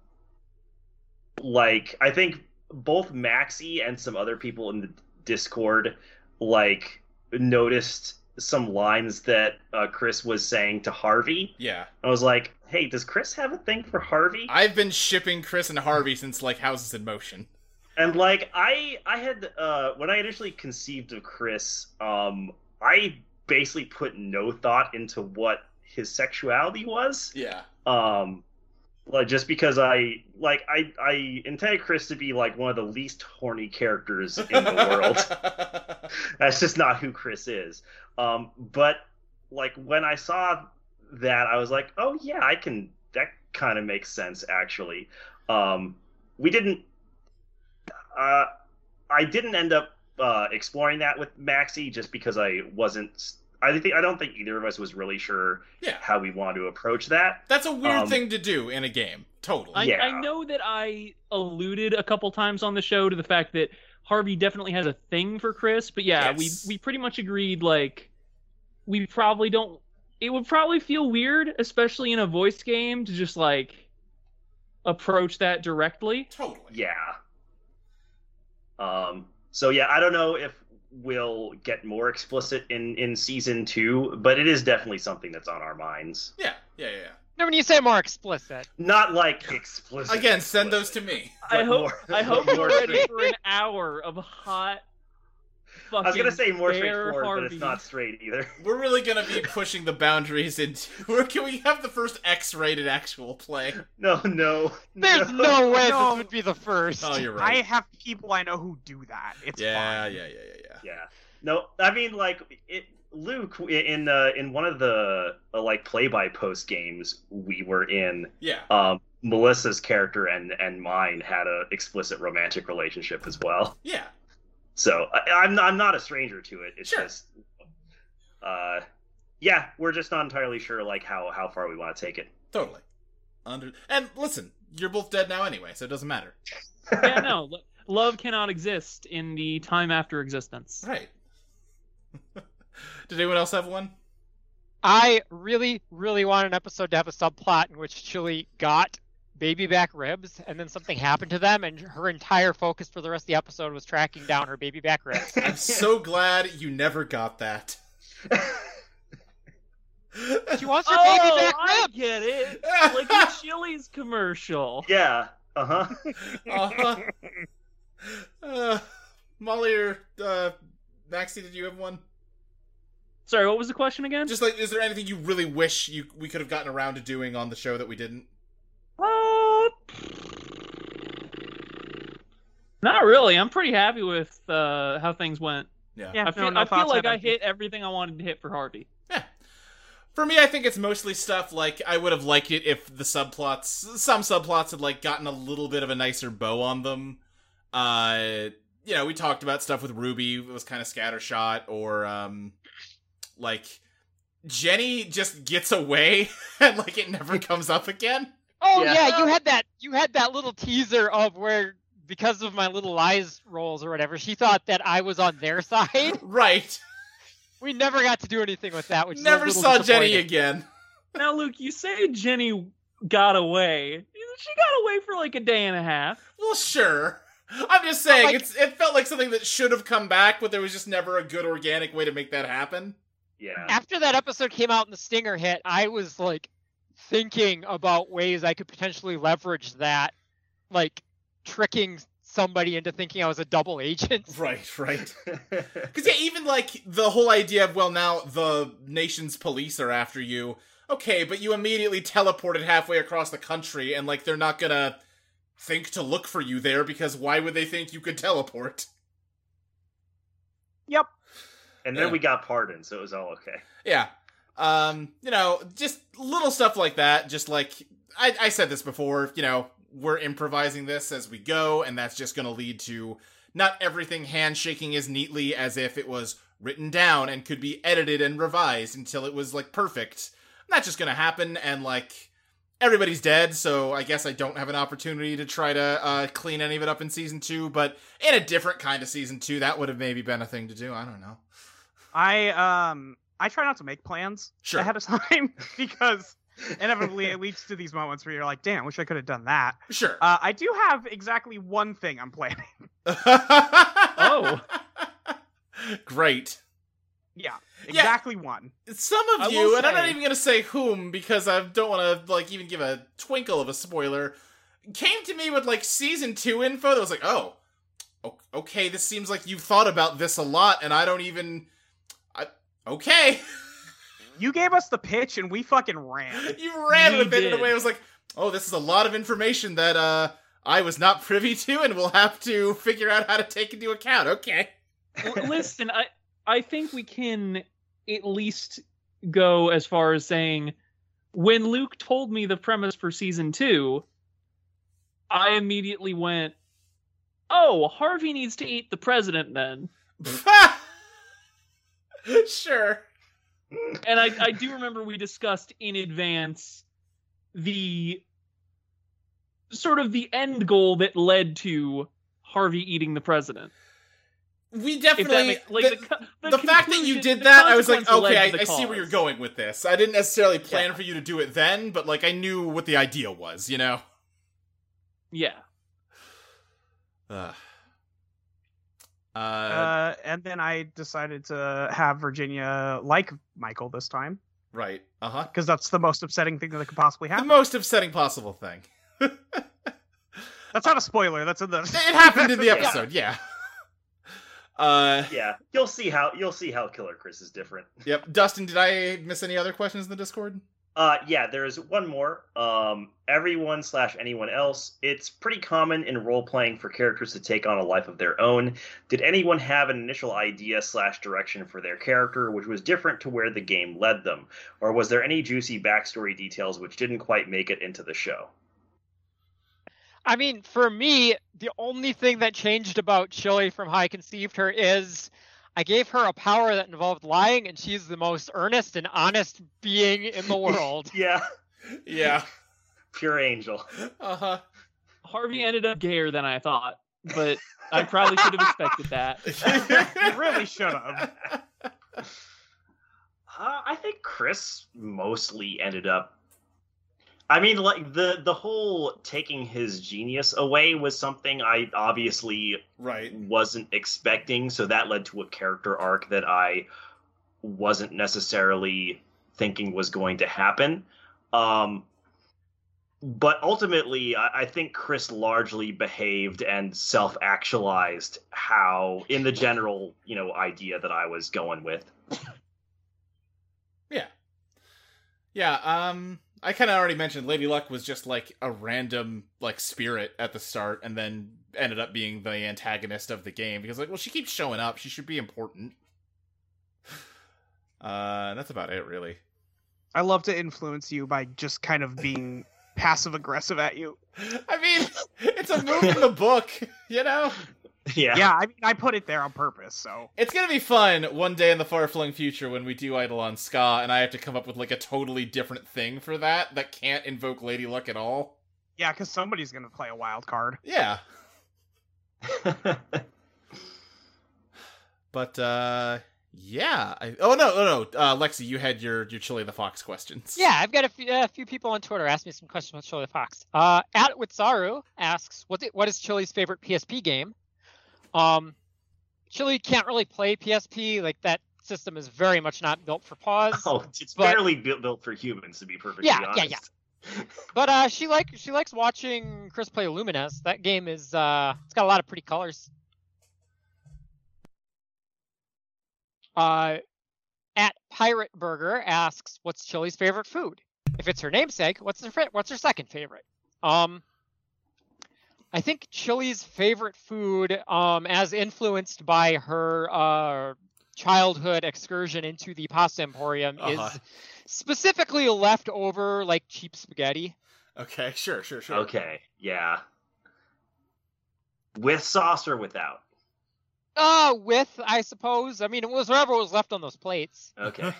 Speaker 4: like I think both Maxi and some other people in the Discord like noticed some lines that uh, Chris was saying to Harvey.
Speaker 1: Yeah,
Speaker 4: I was like, "Hey, does Chris have a thing for Harvey?"
Speaker 1: I've been shipping Chris and Harvey since like Houses in Motion.
Speaker 4: And like I I had uh when I initially conceived of Chris, um I basically put no thought into what his sexuality was.
Speaker 1: Yeah,
Speaker 4: Um like just because I like I I intended Chris to be like one of the least horny characters in the world. That's just not who Chris is. Um but like when I saw that I was like, "Oh yeah, I can that kind of makes sense actually." Um we didn't uh, I didn't end up uh, exploring that with Maxi just because I wasn't. I think I don't think either of us was really sure
Speaker 1: Yeah.
Speaker 4: how we wanted to approach that.
Speaker 1: (laughs) That's a weird
Speaker 4: Um,
Speaker 1: thing to do in a game. Totally.
Speaker 3: I,
Speaker 4: Yeah.
Speaker 3: I know that I alluded a couple times on the show to the fact that Harvey definitely has a thing for Chris, but yeah,
Speaker 1: Yes.
Speaker 3: we we pretty much agreed like we probably don't it would probably feel weird, especially in a voice game, to just like approach that directly.
Speaker 1: totally.
Speaker 4: Yeah. Um. So yeah, I don't know if we'll get more explicit in in season two, but it is definitely something that's on our minds.
Speaker 1: Yeah. Yeah. Yeah. yeah.
Speaker 2: Now, when you say more explicit,
Speaker 4: Not (laughs) like explicit.
Speaker 1: Again, send those
Speaker 4: explicit,
Speaker 1: to me.
Speaker 3: I
Speaker 4: but
Speaker 3: hope
Speaker 4: more-
Speaker 3: I hope
Speaker 4: more
Speaker 3: you're ready
Speaker 4: straight-
Speaker 3: for an hour of hot fucking
Speaker 4: I was gonna say more
Speaker 3: bare
Speaker 4: straightforward, but
Speaker 3: Harvey.
Speaker 4: it's not straight either. (laughs)
Speaker 1: We're really gonna be pushing the boundaries into. Where (laughs) can we have the first X-rated actual play?
Speaker 4: No, no.
Speaker 2: there's no, way
Speaker 5: No.
Speaker 2: this would be the first.
Speaker 1: Oh, you're
Speaker 5: I
Speaker 1: right.
Speaker 5: have people I know who do that. It's
Speaker 1: yeah,
Speaker 5: fine.
Speaker 1: yeah, yeah, yeah, yeah.
Speaker 4: (laughs) Yeah. No, I mean like it, Luke in uh, in one of the uh, like play by post games we were in,
Speaker 1: Yeah.
Speaker 4: um, Melissa's character and and mine had a explicit romantic relationship as well.
Speaker 1: Yeah.
Speaker 4: So I, I'm I'm not a stranger to it. It's
Speaker 1: Sure.
Speaker 4: just, uh, yeah, we're just not entirely sure like how how far we want to take it. (laughs)
Speaker 1: Totally. Under and listen, you're both dead now anyway, so it doesn't matter.
Speaker 4: (laughs)
Speaker 3: yeah, no. l- love cannot exist in the time after existence.
Speaker 1: Right. (laughs) Did anyone else have one?
Speaker 2: I really, really want an episode to have a subplot in which Chili got baby back ribs, and then something happened to them, and her entire focus for the rest of the episode was tracking down her baby back ribs.
Speaker 1: I'm so glad you never got that.
Speaker 2: She wants her baby
Speaker 3: Oh,
Speaker 2: back
Speaker 3: I
Speaker 2: ribs.
Speaker 3: get
Speaker 1: (laughs)
Speaker 3: it. Like the Chili's commercial.
Speaker 4: yeah. Uh huh.
Speaker 1: Uh-huh. Uh, Molly or uh, Maxie, did you have one?
Speaker 3: Sorry, what was the question again?
Speaker 1: Just like, is there anything you really wish you we could have gotten around to doing on the show that we didn't?
Speaker 3: Uh, not really. I'm pretty happy with uh, how things went.
Speaker 1: Yeah.
Speaker 5: Yeah,
Speaker 3: I feel,
Speaker 5: no, no
Speaker 3: I feel
Speaker 5: thoughts
Speaker 3: like I
Speaker 5: haven't.
Speaker 3: hit everything I wanted to hit for Harvey.
Speaker 1: Yeah. For me, I think it's mostly stuff like I would have liked it if the subplots, some subplots had like gotten a little bit of a nicer bow on them. Uh, you know, we talked about stuff with Ruby it was kind of scattershot, or um, like Jenny just gets away (laughs) and like it never comes up again.
Speaker 2: Oh
Speaker 4: Yeah.
Speaker 2: yeah. you had that. You had that little teaser of where, because of my little lies rolls or whatever, she thought that I was on their (laughs) side.
Speaker 1: Right.
Speaker 2: We never got to do anything with that. Which is a
Speaker 1: never
Speaker 2: little
Speaker 1: saw Jenny
Speaker 2: disappointing.
Speaker 1: again.
Speaker 3: Now, Luke, you say Jenny got away. She got away for like a day and a half.
Speaker 1: Well, sure. I'm just saying,
Speaker 2: like-
Speaker 1: it's it felt like something that should have come back, but there was just never a good organic way to make that happen.
Speaker 4: Yeah.
Speaker 2: After that episode came out and the stinger hit, I was like thinking about ways I could potentially leverage that, like tricking somebody into thinking I was a double agent. (laughs)
Speaker 1: Right, right. Because yeah, even like the whole idea of well, now the nation's police are after you. Okay, but you immediately teleported halfway across the country, and like they're not gonna think to look for you there because why would they think you could teleport?
Speaker 5: Yep.
Speaker 4: (laughs) and then
Speaker 1: Yeah.
Speaker 4: we got pardoned, so it was all okay.
Speaker 1: Yeah. Um, you know, just little stuff like that. Just like I, I said this before, you know, we're improvising this as we go, and that's just going to lead to not everything handshaking as neatly as if it was written down and could be edited and revised until it was like perfect. Not just going to happen, and like everybody's dead, so I guess I don't have an opportunity to try to uh, clean any of it up in season two. But in a different kind of season two, that would have maybe been a thing to do. I don't know.
Speaker 5: I um I try not to make plans
Speaker 1: Sure.
Speaker 5: ahead of time (laughs) because inevitably it leads to these moments where you're like, damn, wish I could have done that.
Speaker 1: Sure.
Speaker 5: Uh, I do have exactly one thing I'm planning.
Speaker 1: oh. (laughs) Great.
Speaker 5: (laughs) yeah,
Speaker 1: Yeah.
Speaker 5: exactly one.
Speaker 1: Some of
Speaker 3: I will
Speaker 1: you, and I'm not
Speaker 3: say-
Speaker 1: even gonna say whom because I don't want to like even give a twinkle of a spoiler, came to me with like season two info that was like, oh, o- okay, this seems like you've thought about this a lot, and I don't even, I okay, (laughs)
Speaker 5: You gave us the pitch and we fucking ran.
Speaker 1: you ran
Speaker 3: You
Speaker 1: with it in
Speaker 3: did.
Speaker 1: a way. I was like, oh, this is a lot of information that uh I was not (laughs) privy to, and we'll have to figure out how to take into account. Okay,
Speaker 3: L- Listen, I I think we can at least go as far as saying when Luke told me the premise for season 2, I immediately went, "Oh, Harvey needs to eat the president then."
Speaker 1: (laughs) sure.
Speaker 3: And I, I do remember we discussed in advance the sort of the end goal that led to Harvey eating the president.
Speaker 1: We
Speaker 3: If
Speaker 1: definitely
Speaker 3: that makes, like
Speaker 1: the-
Speaker 3: the, co-
Speaker 1: the fact that you
Speaker 3: conclusion-
Speaker 1: did
Speaker 3: the
Speaker 1: that, I was like,
Speaker 3: consequence
Speaker 1: okay,
Speaker 3: led
Speaker 1: I,
Speaker 3: to the
Speaker 1: I see where
Speaker 3: cause.
Speaker 1: you're going with this. I didn't necessarily plan
Speaker 3: Yeah.
Speaker 1: for you to do it then, but like I knew what the idea was, you know.
Speaker 3: Yeah.
Speaker 1: Uh,
Speaker 5: Uh, and then I decided to have Virginia like Michael this time
Speaker 1: right, uh huh.
Speaker 5: because that's the most upsetting thing that could possibly
Speaker 1: The
Speaker 5: (laughs) happen.
Speaker 1: most upsetting possible
Speaker 3: (laughs)
Speaker 1: thing.
Speaker 5: That's not a (laughs) spoiler. That's in the.
Speaker 1: It happened in the episode, yeah. (laughs) Uh,
Speaker 4: yeah. You'll see how you'll see how Killer Chris is different.
Speaker 1: yep. Dustin, did I miss any other questions in the Discord?
Speaker 4: Uh, yeah, there's one more. Um, everyone slash anyone else. It's pretty common in role playing for characters to take on a life of their own. Did anyone have an initial idea slash direction for their character, which was different to where the game led them, or was there any juicy backstory details which didn't quite make it into the show? (laughs)
Speaker 2: I mean, for me, the only thing that changed about Chili from how I conceived her is I gave her a power that involved lying, and she's the most earnest and honest being in the world.
Speaker 4: Yeah,
Speaker 1: Yeah. (laughs)
Speaker 4: pure angel.
Speaker 1: Uh huh.
Speaker 3: (laughs) Harvey ended up gayer than I thought. but I probably should have expected that.
Speaker 1: (laughs)
Speaker 5: You really should have.
Speaker 4: Uh, I think Chris mostly ended up. I mean, like the the whole taking his genius away was something I obviously
Speaker 1: right.
Speaker 4: wasn't expecting, so that led to a character arc that I wasn't necessarily thinking was going to happen. Um, but ultimately, I, I think Chris largely behaved and self actualized how, in the general, you know, idea that I was going with. (laughs)
Speaker 1: Yeah. Yeah, um I kind of already mentioned Lady Luck was just like a random like spirit at the start and then ended up being the antagonist of the game because like well she keeps showing up, she should be important. (sighs) Uh and that's about it really. (laughs)
Speaker 5: I love to influence you by just kind of being passive aggressive at you.
Speaker 1: I mean, it's a move in the book, you know?
Speaker 4: Yeah.
Speaker 5: Yeah, I mean, I put it there on purpose. So
Speaker 1: It's gonna be fun one day in the far flung future when we do Idol on Ska and I have to come up with like a totally different thing for that that can't invoke Lady Luck at all.
Speaker 5: yeah, because somebody's gonna play a wild card.
Speaker 1: Yeah. But uh yeah. I, oh no, oh no. Uh Lexi, you had your your Chili the Fox questions.
Speaker 2: Yeah, I've got a few, a few people on Twitter ask me some questions about Chili the Fox. Uh, at Witsaru asks, what, what is Chili's favorite PSP game? Um, Chili can't really play PSP. Like that system is very much not built for pause.
Speaker 4: (laughs) oh, it's
Speaker 2: But-
Speaker 4: barely built, built for humans, to be perfectly
Speaker 2: Yeah, yeah,
Speaker 4: honest.
Speaker 2: yeah. But uh, she like she likes watching Chris play Lumines. That game is uh, it's got a lot of pretty colors. Uh, at Pirate Burger asks, "What's Chili's favorite food? If it's her namesake, what's her fri- what's her second favorite?" Um, I think Chili's favorite food, um, as influenced by her uh, childhood excursion into the pasta emporium,
Speaker 1: Uh-huh.
Speaker 2: is specifically leftover like cheap spaghetti.
Speaker 1: Okay, sure, sure, sure.
Speaker 4: Okay, yeah. With sauce or without?
Speaker 2: Uh, with I suppose. I mean, it was whatever was left on those plates.
Speaker 4: Okay.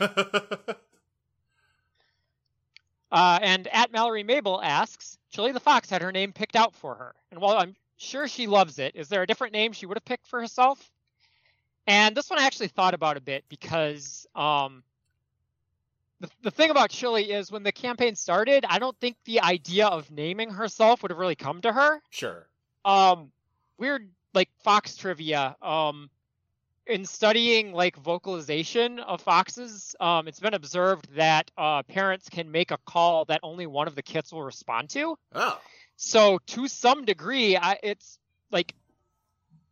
Speaker 2: Uh, and at Mallory Mabel asks, Chili the Fox had her name picked out for her, and while I'm sure she loves it, is there a different name she would have picked for herself? And this one I actually thought about a bit because um, the the thing about Chili is when the campaign started, I don't think the idea of naming herself would have really come to her.
Speaker 1: (laughs) sure.
Speaker 2: um weird like fox trivia um in studying like vocalization of foxes um it's been observed that uh parents can make a call that only one of the kids will respond to
Speaker 1: Oh.
Speaker 2: so to some degree I, it's like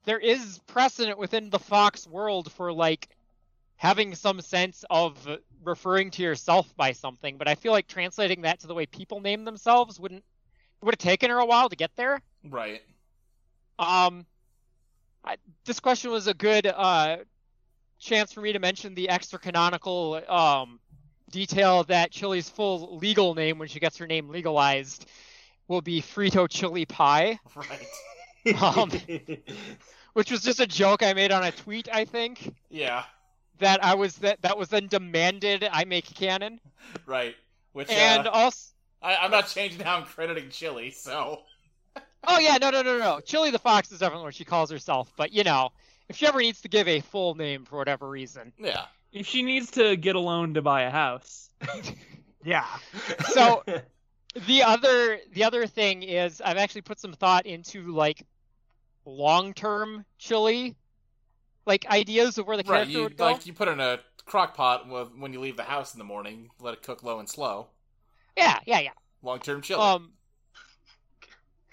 Speaker 2: there is precedent within the fox world for like having some sense of referring to yourself by something but i feel like translating that to the way people name themselves wouldn't it would have taken her a while to get there
Speaker 1: Right.
Speaker 2: um, I, this question was a good uh, chance for me to mention the extra canonical um, detail that Chili's full legal name, when she gets her name legalized, will be Frito Chili Pie,
Speaker 4: Right. (laughs)
Speaker 2: Um, which was just a joke I made on a tweet, I think,
Speaker 1: Yeah.
Speaker 2: that I was that that was then demanded I make canon,
Speaker 1: Right. Which uh,
Speaker 2: and also.
Speaker 1: I, I'm not changing how I'm crediting Chili, so
Speaker 2: Oh yeah, no, no, no, no. Chili the Fox is definitely what she calls herself, but you know, if she ever needs to give a full name for whatever reason,
Speaker 1: yeah.
Speaker 3: If she needs to get a loan to buy a house,
Speaker 5: Yeah,
Speaker 2: So- the other the other thing is I've actually put some thought into like long term chili, like ideas of where the
Speaker 1: Right.
Speaker 2: character
Speaker 1: You
Speaker 2: would go.
Speaker 1: like you put it in a crock pot wh- when you leave the house in the morning, let it cook low and slow.
Speaker 2: Yeah, yeah, yeah.
Speaker 1: Long term Chili.
Speaker 2: Um,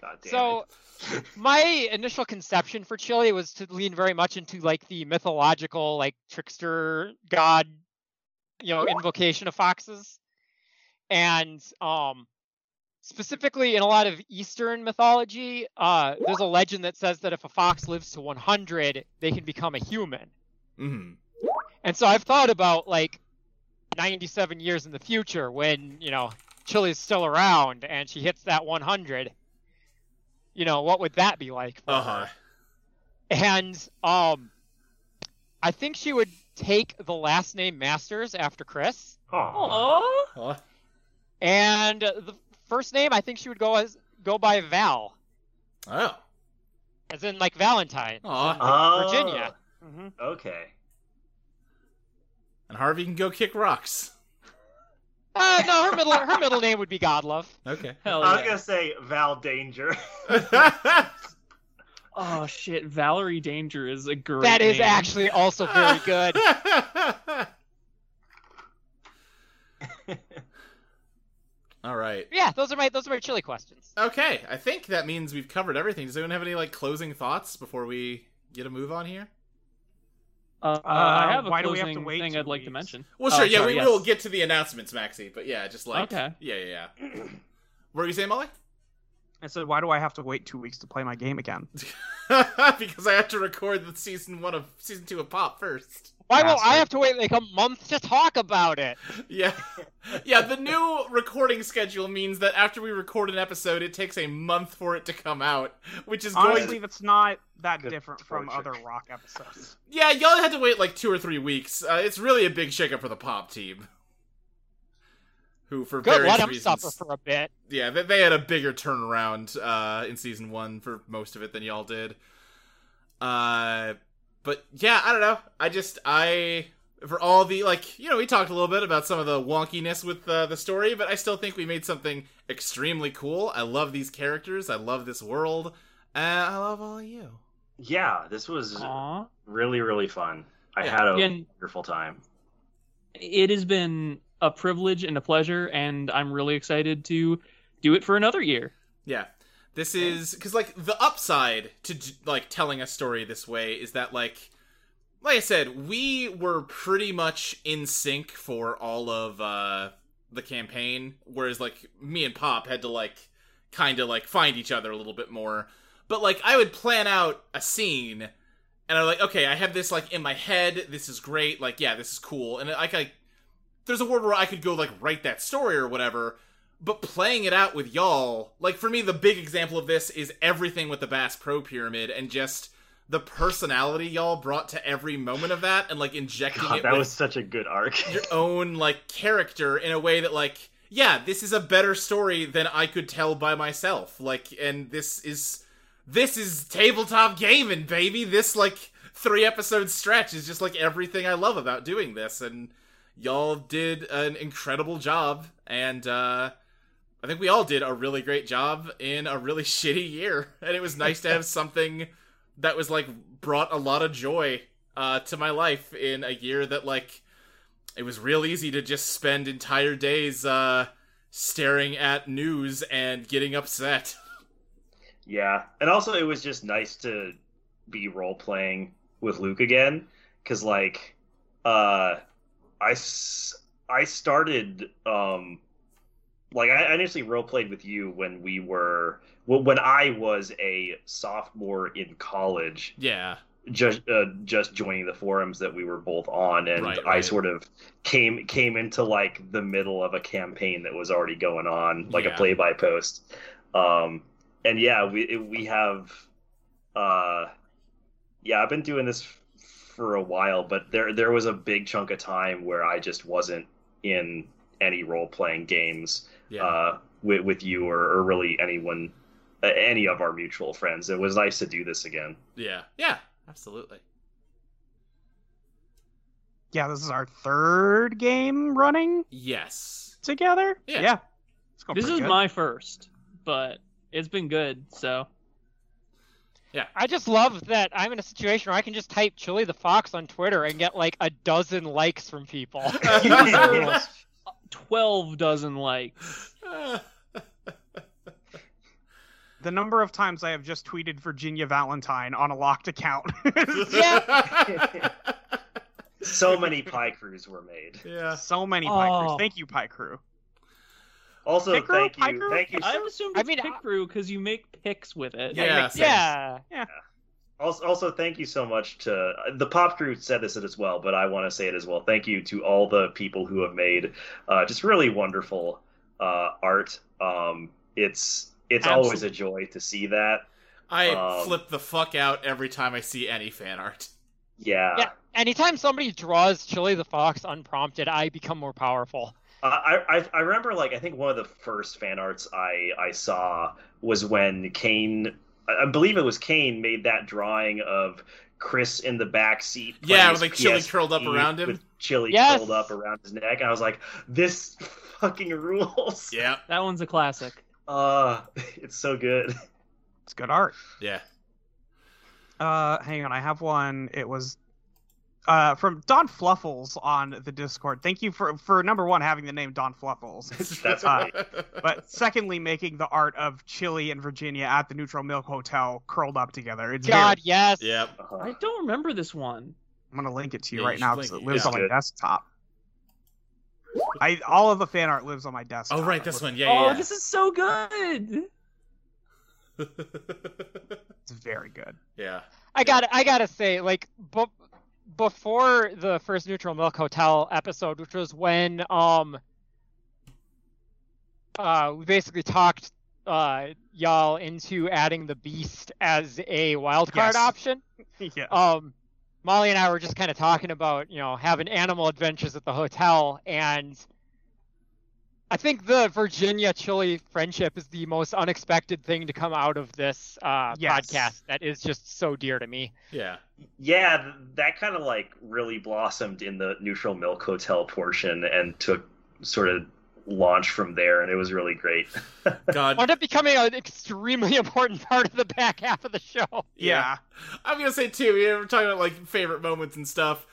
Speaker 4: God damn
Speaker 2: so
Speaker 4: (laughs)
Speaker 2: my initial conception for chili was to lean very much into like the mythological, like trickster god, you know, invocation of foxes, and um, specifically in a lot of Eastern mythology, uh, there's a legend that says that if a fox lives to 100, they can become a human.
Speaker 1: mm-hmm.
Speaker 2: And so I've thought about like 97 years in the future when, you know, Chili's still around and she hits that 100. You know, what would that be like? for her?
Speaker 1: Uh huh.
Speaker 2: And um I think she would take the last name Masters after Chris
Speaker 4: it. Aw.
Speaker 3: oh,
Speaker 2: and the first name I think she would go as go by Val.
Speaker 1: Oh.
Speaker 2: as in like Valentine.
Speaker 1: Aw.
Speaker 4: Oh,
Speaker 2: Virginia.
Speaker 1: Mm-hmm.
Speaker 5: Mhm.
Speaker 4: Okay.
Speaker 1: And Harvey can go kick rocks.
Speaker 2: Uh, no, her middle her middle name would be Godlove.
Speaker 1: (laughs)
Speaker 2: (laughs)
Speaker 1: Okay.
Speaker 3: Hell
Speaker 4: I was
Speaker 3: Oh, yeah.
Speaker 4: gonna say Val Danger. (laughs)
Speaker 3: Oh shit, Valerie Danger is a girl.
Speaker 2: That is actually also very
Speaker 1: (laughs)
Speaker 2: good.
Speaker 1: All right.
Speaker 2: Yeah, those are my those are my chili questions.
Speaker 1: Okay, I think that means we've covered everything. Does anyone have any like closing thoughts before we get a move on here?
Speaker 3: Uh, I have a
Speaker 5: why do we
Speaker 3: closing
Speaker 5: have to wait
Speaker 3: thing
Speaker 5: two
Speaker 3: I'd like to
Speaker 5: weeks?
Speaker 3: mention.
Speaker 1: Well,
Speaker 3: Oh,
Speaker 1: sure. yeah,
Speaker 3: sorry,
Speaker 1: we
Speaker 3: yes.
Speaker 1: will get to the announcements, Maxie. But yeah, just like
Speaker 3: Okay.
Speaker 1: yeah, yeah, yeah. (clears throat) What were you saying, Molly? (laughs)
Speaker 5: I said, why do I have to wait two weeks to play my game again?
Speaker 1: because I have to record the season one of season two of Pop first. (laughs)
Speaker 2: Why will I
Speaker 5: Bastard.
Speaker 2: have to wait like a month to talk about it?
Speaker 1: Yeah, yeah. The new recording schedule means that after we record an episode, it takes a month for it to come out, which is going.
Speaker 5: Honestly, that's not that
Speaker 4: Good
Speaker 5: different from
Speaker 4: torture.
Speaker 5: other rock episodes.
Speaker 1: Yeah, y'all had to wait like two or three weeks. Uh, it's really a big shakeup for the Pop team, who for
Speaker 2: Good,
Speaker 1: various
Speaker 2: let him
Speaker 1: reasons.
Speaker 2: suffer for a bit.
Speaker 1: yeah, they, they had a bigger turnaround uh, in season one for most of it than y'all did. Uh, but yeah, I don't know. I just I for all the like you know we talked a little bit about some of the wonkiness with uh, the story, but I still think we made something extremely cool. I love these characters. I love this world. Uh, I love all of you.
Speaker 4: yeah, this was
Speaker 3: Aw.
Speaker 4: really really fun. I
Speaker 1: Yeah.
Speaker 4: had a
Speaker 3: Again,
Speaker 4: wonderful time.
Speaker 3: it has been a privilege and a pleasure, and I'm really excited to do it for another year.
Speaker 1: Yeah. This is cuz like the upside to j- like telling a story this way is that like like I said, we were pretty much in sync for all of uh the campaign whereas like me and Pop had to like kind of like find each other a little bit more. But like I would plan out a scene and I'm like, okay, I have this like in my head. This is great. Like, yeah, this is cool. And like, I there's a word where I could go like write that story or whatever. But playing it out with y'all, like for me, the big example of this is everything with the Bass Pro Pyramid and just the personality y'all brought to every moment of that, and like injecting
Speaker 4: God,
Speaker 1: it
Speaker 4: that
Speaker 1: with
Speaker 4: was such a good arc.
Speaker 1: your own like character in a way that like yeah this is a better story than i could tell by myself like and this is this is tabletop gaming baby this like three episode stretch is just like everything i love about doing this and y'all did an incredible job and uh i think we all did a really great job in a really (laughs) shitty year and it was nice to have something that was like brought a lot of joy uh to my life in a year that like it was real easy to just spend entire days uh staring at news and getting upset. (laughs)
Speaker 4: yeah, and also it was just nice to be role playing with Luke again because like uh, I s- I started um like I I initially role played with you when we were well, when I was a sophomore in college
Speaker 1: Yeah.
Speaker 4: just uh, just joining the forums that we were both on and
Speaker 1: Right,
Speaker 4: I
Speaker 1: right.
Speaker 4: sort of came came into like the middle of a campaign that was already going on like
Speaker 1: Yeah.
Speaker 4: a play by post um and yeah we it- we have uh yeah I've been doing this f- for a while but there there was a big chunk of time where I just wasn't in any role playing games
Speaker 1: Yeah.
Speaker 4: uh, with, with you or, or really anyone, uh, any of our mutual friends. It was nice to do this again.
Speaker 1: yeah. Yeah. Absolutely.
Speaker 5: Yeah, this is our third game running (laughs)
Speaker 1: Yes.
Speaker 5: together.
Speaker 1: Yeah.
Speaker 5: It's going
Speaker 3: this
Speaker 5: Oh, pretty
Speaker 3: is
Speaker 5: good.
Speaker 3: my first, but it's been good. So
Speaker 2: I just love that I'm in a situation where I can just type Chili the Fox on Twitter and get like a dozen likes from people. (laughs)
Speaker 3: twelve dozen likes.
Speaker 1: Uh,
Speaker 5: The number of times I have just tweeted Virginia Valentine on a locked account. (laughs)
Speaker 4: so many pie crews were made.
Speaker 1: yeah.
Speaker 5: so many pie
Speaker 3: Oh.
Speaker 5: crews. Thank you, pie crew.
Speaker 4: Also,
Speaker 5: Pick crew?
Speaker 4: thank
Speaker 5: Pie
Speaker 4: you,
Speaker 5: crew?
Speaker 4: thank you.
Speaker 3: I assumed
Speaker 2: I
Speaker 3: it's
Speaker 2: mean,
Speaker 3: pick
Speaker 2: I-
Speaker 3: crew because you make picks with it.
Speaker 1: Yeah.
Speaker 5: makes sense.
Speaker 2: yeah.
Speaker 4: Also, also, thank you so much to the pop crew. Said this as well, but I want to say it as well. Thank you to all the people who have made uh, just really wonderful uh, art. Um, it's it's always a joy to see that.
Speaker 1: I
Speaker 4: Um,
Speaker 1: flip the fuck out every time I see any fan art.
Speaker 4: Yeah,
Speaker 2: Yeah. Anytime somebody draws Chili the Fox unprompted, I become more powerful.
Speaker 4: I, I I remember like I think one of the first fan arts I I saw was when Kane I I believe it was Kane made that drawing of Chris in the back seat.
Speaker 1: Yeah,
Speaker 4: playing
Speaker 1: with,
Speaker 4: his
Speaker 1: like, Chili
Speaker 4: PSP
Speaker 1: curled up around him.
Speaker 4: With chili
Speaker 2: Yes.
Speaker 4: curled up around his neck. I was like, this fucking rules.
Speaker 1: Yeah,
Speaker 3: That one's a classic.
Speaker 4: Uh, (laughs) it's so good.
Speaker 5: It's good art.
Speaker 1: yeah.
Speaker 5: Uh, hang on, I have one. It was uh from Don Fluffles on the Discord. Thank you for for number one having the name Don Fluffles,
Speaker 4: (laughs)
Speaker 1: (laughs)
Speaker 4: That's
Speaker 5: right. but secondly making the art of Chili and Virginia at the Neutral Milk Hotel curled up together. It's
Speaker 2: God, yes.
Speaker 1: Yep.
Speaker 4: Uh,
Speaker 3: I don't remember this one.
Speaker 5: I'm gonna link it to you
Speaker 1: Yeah, you
Speaker 5: right
Speaker 1: should
Speaker 5: now
Speaker 1: link
Speaker 5: because it
Speaker 1: it.
Speaker 5: lives
Speaker 1: Yeah.
Speaker 5: on my
Speaker 4: Good.
Speaker 5: desktop. I all of the fan art lives on my desktop.
Speaker 1: Oh right, this one. Yeah,
Speaker 3: oh,
Speaker 1: yeah.
Speaker 3: this is so good.
Speaker 5: It's very good.
Speaker 1: (laughs) yeah.
Speaker 2: I got. to I gotta say, like, bu- before the first Neutral Milk Hotel episode, which was when um, uh, we basically talked uh y'all into adding the Beast as a wild card
Speaker 5: Yes.
Speaker 2: option.
Speaker 5: yeah.
Speaker 1: Oh,
Speaker 2: Um, Molly and I were just kind of talking about you know having animal adventures at the hotel, and I think the Virginia Chili friendship is the most unexpected thing to come out of this uh,
Speaker 5: Yes.
Speaker 2: podcast. That is just so dear to me.
Speaker 1: Yeah.
Speaker 4: yeah, th- that kind of like really blossomed in the Neutral Milk Hotel portion and took sort of launch from there, and it was
Speaker 1: (laughs)
Speaker 4: really great.
Speaker 1: God.
Speaker 2: (laughs) wound up becoming an extremely (laughs) important part of the back half of
Speaker 6: (laughs)
Speaker 2: the show.
Speaker 5: yeah.
Speaker 1: I'm gonna say too. You were talking about like favorite moments and stuff.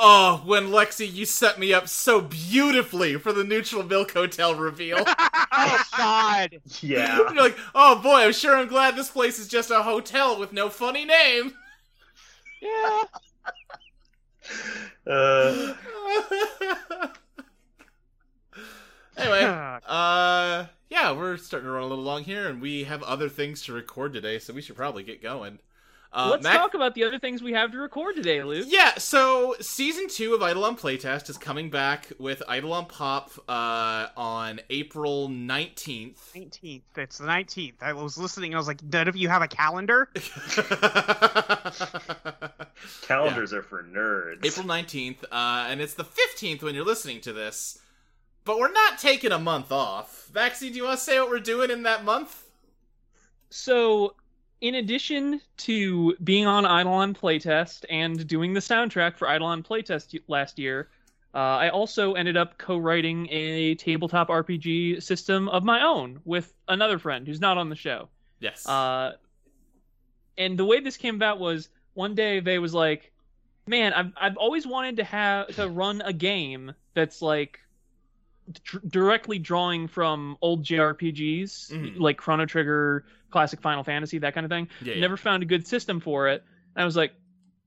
Speaker 1: Oh, when Lexi, you set me up so beautifully for the neutral milk hotel reveal.
Speaker 2: Oh God!
Speaker 1: (laughs)
Speaker 4: Yeah.
Speaker 1: You're like, oh boy, I'm sure I'm glad this place is just a hotel with no funny name. (laughs)
Speaker 2: Yeah.
Speaker 4: Uh,
Speaker 1: anyway,
Speaker 5: (laughs)
Speaker 1: uh, yeah, we're starting to run a little long here, and we have other things to record today, so we should probably get going. Uh,
Speaker 3: Let's
Speaker 1: Mac-
Speaker 3: talk about the other things we have to record today, Luke.
Speaker 1: Yeah, so season two of Eidolon Playtest is coming back with Eidolon Pop uh, on April
Speaker 5: (laughs)
Speaker 1: 19th.
Speaker 5: 19th. It's the 19th. I was listening. I was like, none of you have
Speaker 1: (laughs)
Speaker 5: a calendar?
Speaker 4: calendars are for nerds.
Speaker 1: April 19th, uh, and it's the 15th when you're listening to this, but we're not taking a month off. Vaxi, do you want to say what we're doing in that month?
Speaker 3: So, in addition to being on Eidolon Playtest and doing the soundtrack for Eidolon Playtest y- last year, uh, I also ended up co-writing a tabletop RPG system of my own with another friend who's not on the show.
Speaker 1: Yes.
Speaker 3: Uh, and the way this came about was one day they was like, "Man, I've I've always wanted to have to run a game that's like dr- directly drawing from old JRPGs,
Speaker 1: Mhm.
Speaker 3: like Chrono Trigger, classic Final Fantasy, that kind of thing.
Speaker 1: yeah, yeah.
Speaker 3: Never found a good system for it. And I was like,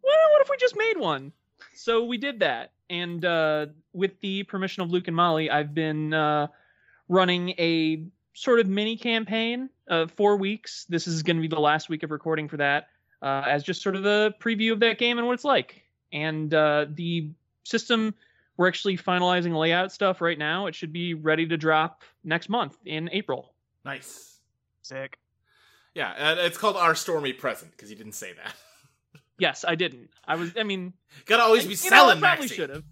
Speaker 3: well, what if we just made one? So we did that. And uh, with the permission of Luke and Molly, I've been uh, running a sort of mini campaign, uh, four weeks. This is going to be the last week of recording for that, uh, as just sort of a preview of that game and what it's like. And uh, the system, we're actually finalizing layout stuff right now. It should be ready to drop next month in April.
Speaker 1: Nice.
Speaker 5: Sick.
Speaker 1: Yeah, and it's called Our Stormy Present, because you didn't say that. (laughs)
Speaker 3: Yes, I didn't. I was, I mean,
Speaker 1: Gotta always be
Speaker 3: You know, I
Speaker 1: selling,
Speaker 3: probably
Speaker 1: Maxi.
Speaker 3: should have.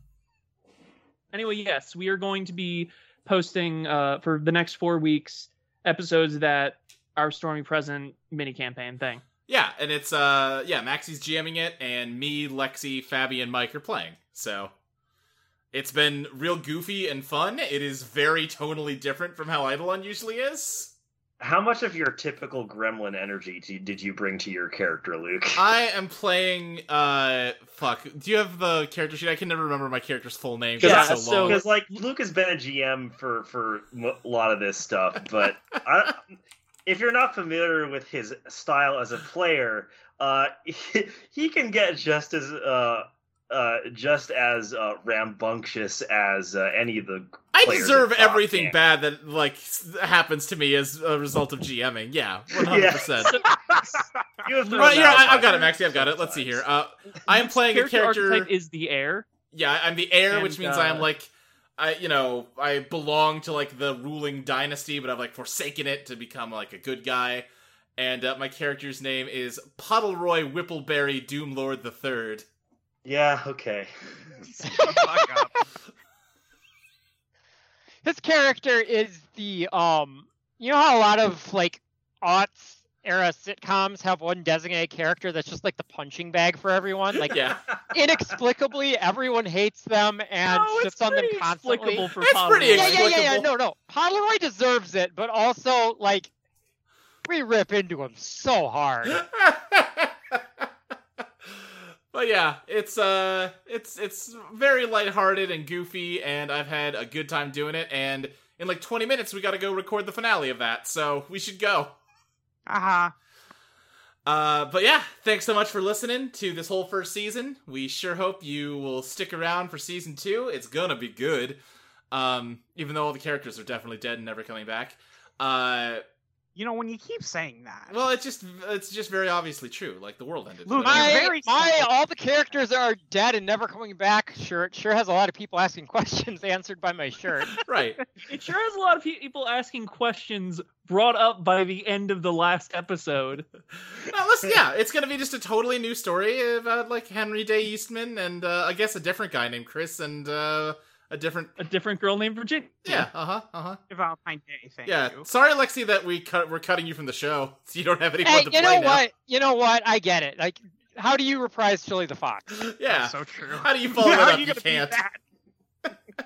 Speaker 3: Anyway, yes, we are going to be posting uh, for the next four weeks episodes of that our Stormy Present mini campaign thing.
Speaker 1: Yeah, and it's uh yeah, Maxi's GMing it, and me, Lexi, Fabi, and Mike are playing. So it's been real goofy and fun. It is very tonally different from how Eidolon usually is.
Speaker 4: How much of your typical gremlin energy do, did you bring to your character, Luke?
Speaker 1: I am playing uh fuck. Do you have the character sheet? I can never remember my character's full name because
Speaker 4: Yeah,
Speaker 1: it's so
Speaker 3: so-
Speaker 1: long.
Speaker 4: Because like Luke has been a GM for for a lot of this stuff, but I, if you're not familiar with his style as a player, uh, he, he can get just as uh, uh, just as uh, rambunctious as uh, any
Speaker 1: (laughs)
Speaker 4: of the.
Speaker 1: I
Speaker 4: players
Speaker 1: deserve
Speaker 4: are fucked,
Speaker 1: everything
Speaker 4: man.
Speaker 1: bad that like s- happens to me as a result of GMing.
Speaker 4: (laughs)
Speaker 1: Yeah, one hundred percent.
Speaker 3: So,
Speaker 4: You have
Speaker 1: Right,
Speaker 4: done
Speaker 1: yeah,
Speaker 4: that
Speaker 1: I, I've got it,
Speaker 4: sometimes.
Speaker 1: Maxi. I've got it. Let's see here. Uh, I am playing a
Speaker 3: character
Speaker 1: character.
Speaker 3: archetype is the heir.
Speaker 1: Yeah, I- I'm the heir,
Speaker 3: And,
Speaker 1: which means
Speaker 3: uh,
Speaker 1: I am like, I you know, I belong to like the ruling dynasty, but I've like forsaken it to become like a good guy. And uh, my character's name is Puddleroy Whippleberry Doomlord the Third.
Speaker 4: Yeah.
Speaker 1: (laughs)
Speaker 4: Okay. (laughs)
Speaker 5: Fuck up. (laughs)
Speaker 2: His character is the um. You know how a lot of like aughts era sitcoms have one designated character that's just like the punching bag for everyone. Like
Speaker 6: Yeah. (laughs)
Speaker 2: inexplicably, everyone hates them and
Speaker 6: no, Oh, it's
Speaker 2: shits on them
Speaker 6: pretty
Speaker 2: constantly.
Speaker 6: explicable for
Speaker 1: It's pretty
Speaker 6: Pomeroy.
Speaker 2: Yeah, yeah, yeah, yeah. No, no. Pomeroy deserves it, but also like we rip into him so hard.
Speaker 1: (laughs) but yeah, it's uh it's it's very lighthearted and goofy and I've had a good time doing it and in like 20 minutes we got to go record the finale of that. So, we should go.
Speaker 5: Uh-huh.
Speaker 1: Uh, but yeah, thanks so much for listening to this whole first season. We sure hope you will stick around for season two. It's gonna be good. Um, even though all the characters are definitely dead and never coming back. Uh,
Speaker 5: You know, when you keep saying that.
Speaker 1: well, it's just it's just very obviously true. Like the world ended.
Speaker 5: Luke,
Speaker 1: Whatever.
Speaker 5: you're
Speaker 2: My,
Speaker 5: very
Speaker 2: my,
Speaker 5: small.
Speaker 2: all the characters are dead and never coming back. Sure, it sure has a lot of people asking (laughs) questions answered by my shirt.
Speaker 1: (laughs) right.
Speaker 6: It sure has a lot of people asking questions brought up by the end of the last episode.
Speaker 1: No, listen, yeah, it's gonna be just a totally new story about like Henry Day Eastman and uh, I guess a different guy named Chris and uh, a different
Speaker 6: A different girl named Virginia.
Speaker 1: yeah, uh huh, uh huh,
Speaker 5: Valentine Day, thank
Speaker 1: yeah.
Speaker 5: you.
Speaker 1: Sorry, Lexi, that we cut we're cutting you from the show. (laughs) So you don't have anyone
Speaker 2: hey,
Speaker 1: to
Speaker 2: you
Speaker 1: play
Speaker 2: know
Speaker 1: now.
Speaker 2: what? You know what? I get it. Like, how do you reprise Chili the Fox?
Speaker 1: Yeah.
Speaker 5: So (laughs) true.
Speaker 1: How do you follow
Speaker 5: How
Speaker 1: that
Speaker 5: are
Speaker 1: up?
Speaker 5: you
Speaker 1: You
Speaker 5: gonna beat
Speaker 1: can't.
Speaker 5: that?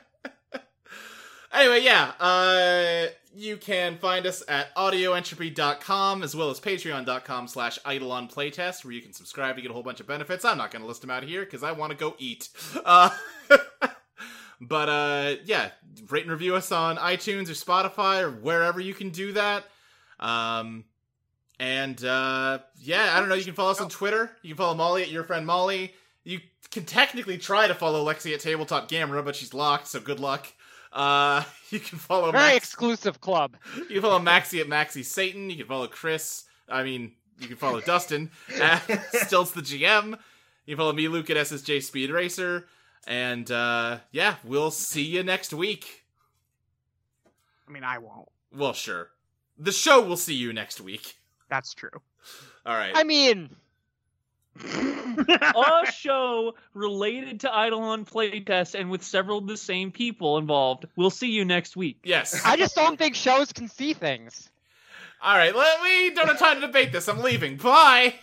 Speaker 1: Anyway, yeah, uh, you can find us at audioentropy.com as well as patreon.com slash idleonplaytest where you can subscribe to get a whole bunch of benefits. I'm not going to list them out here because I want to go eat. Uh, (laughs) but uh, yeah, rate and review us on iTunes or Spotify or wherever you can do that. Um, and uh, yeah, I don't know. You can follow us on Twitter. You can follow Molly at your friend Molly. You can technically try to follow Lexi at Tabletop Gamera, but she's locked, so good luck. Uh, (laughs) you can follow
Speaker 2: Very
Speaker 1: Max.
Speaker 2: exclusive club.
Speaker 1: You can follow Maxi at Maxi Satan. You can follow Chris. I mean, you can follow Dustin at
Speaker 4: (laughs)
Speaker 1: (laughs) Stilts the GM. You can follow me, Luke, at SSJ Speed Racer. And uh, yeah, we'll see you next week.
Speaker 5: I mean, I won't.
Speaker 1: Well, sure. The show will see you next week.
Speaker 5: That's true.
Speaker 1: All right.
Speaker 2: I mean,
Speaker 6: a show related to Eidolon Playtest and with several of the same people involved. We'll see you next week.
Speaker 1: yes.
Speaker 2: I just don't think shows can see things.
Speaker 1: All right. Let, we don't have time to debate this. I'm leaving. Bye.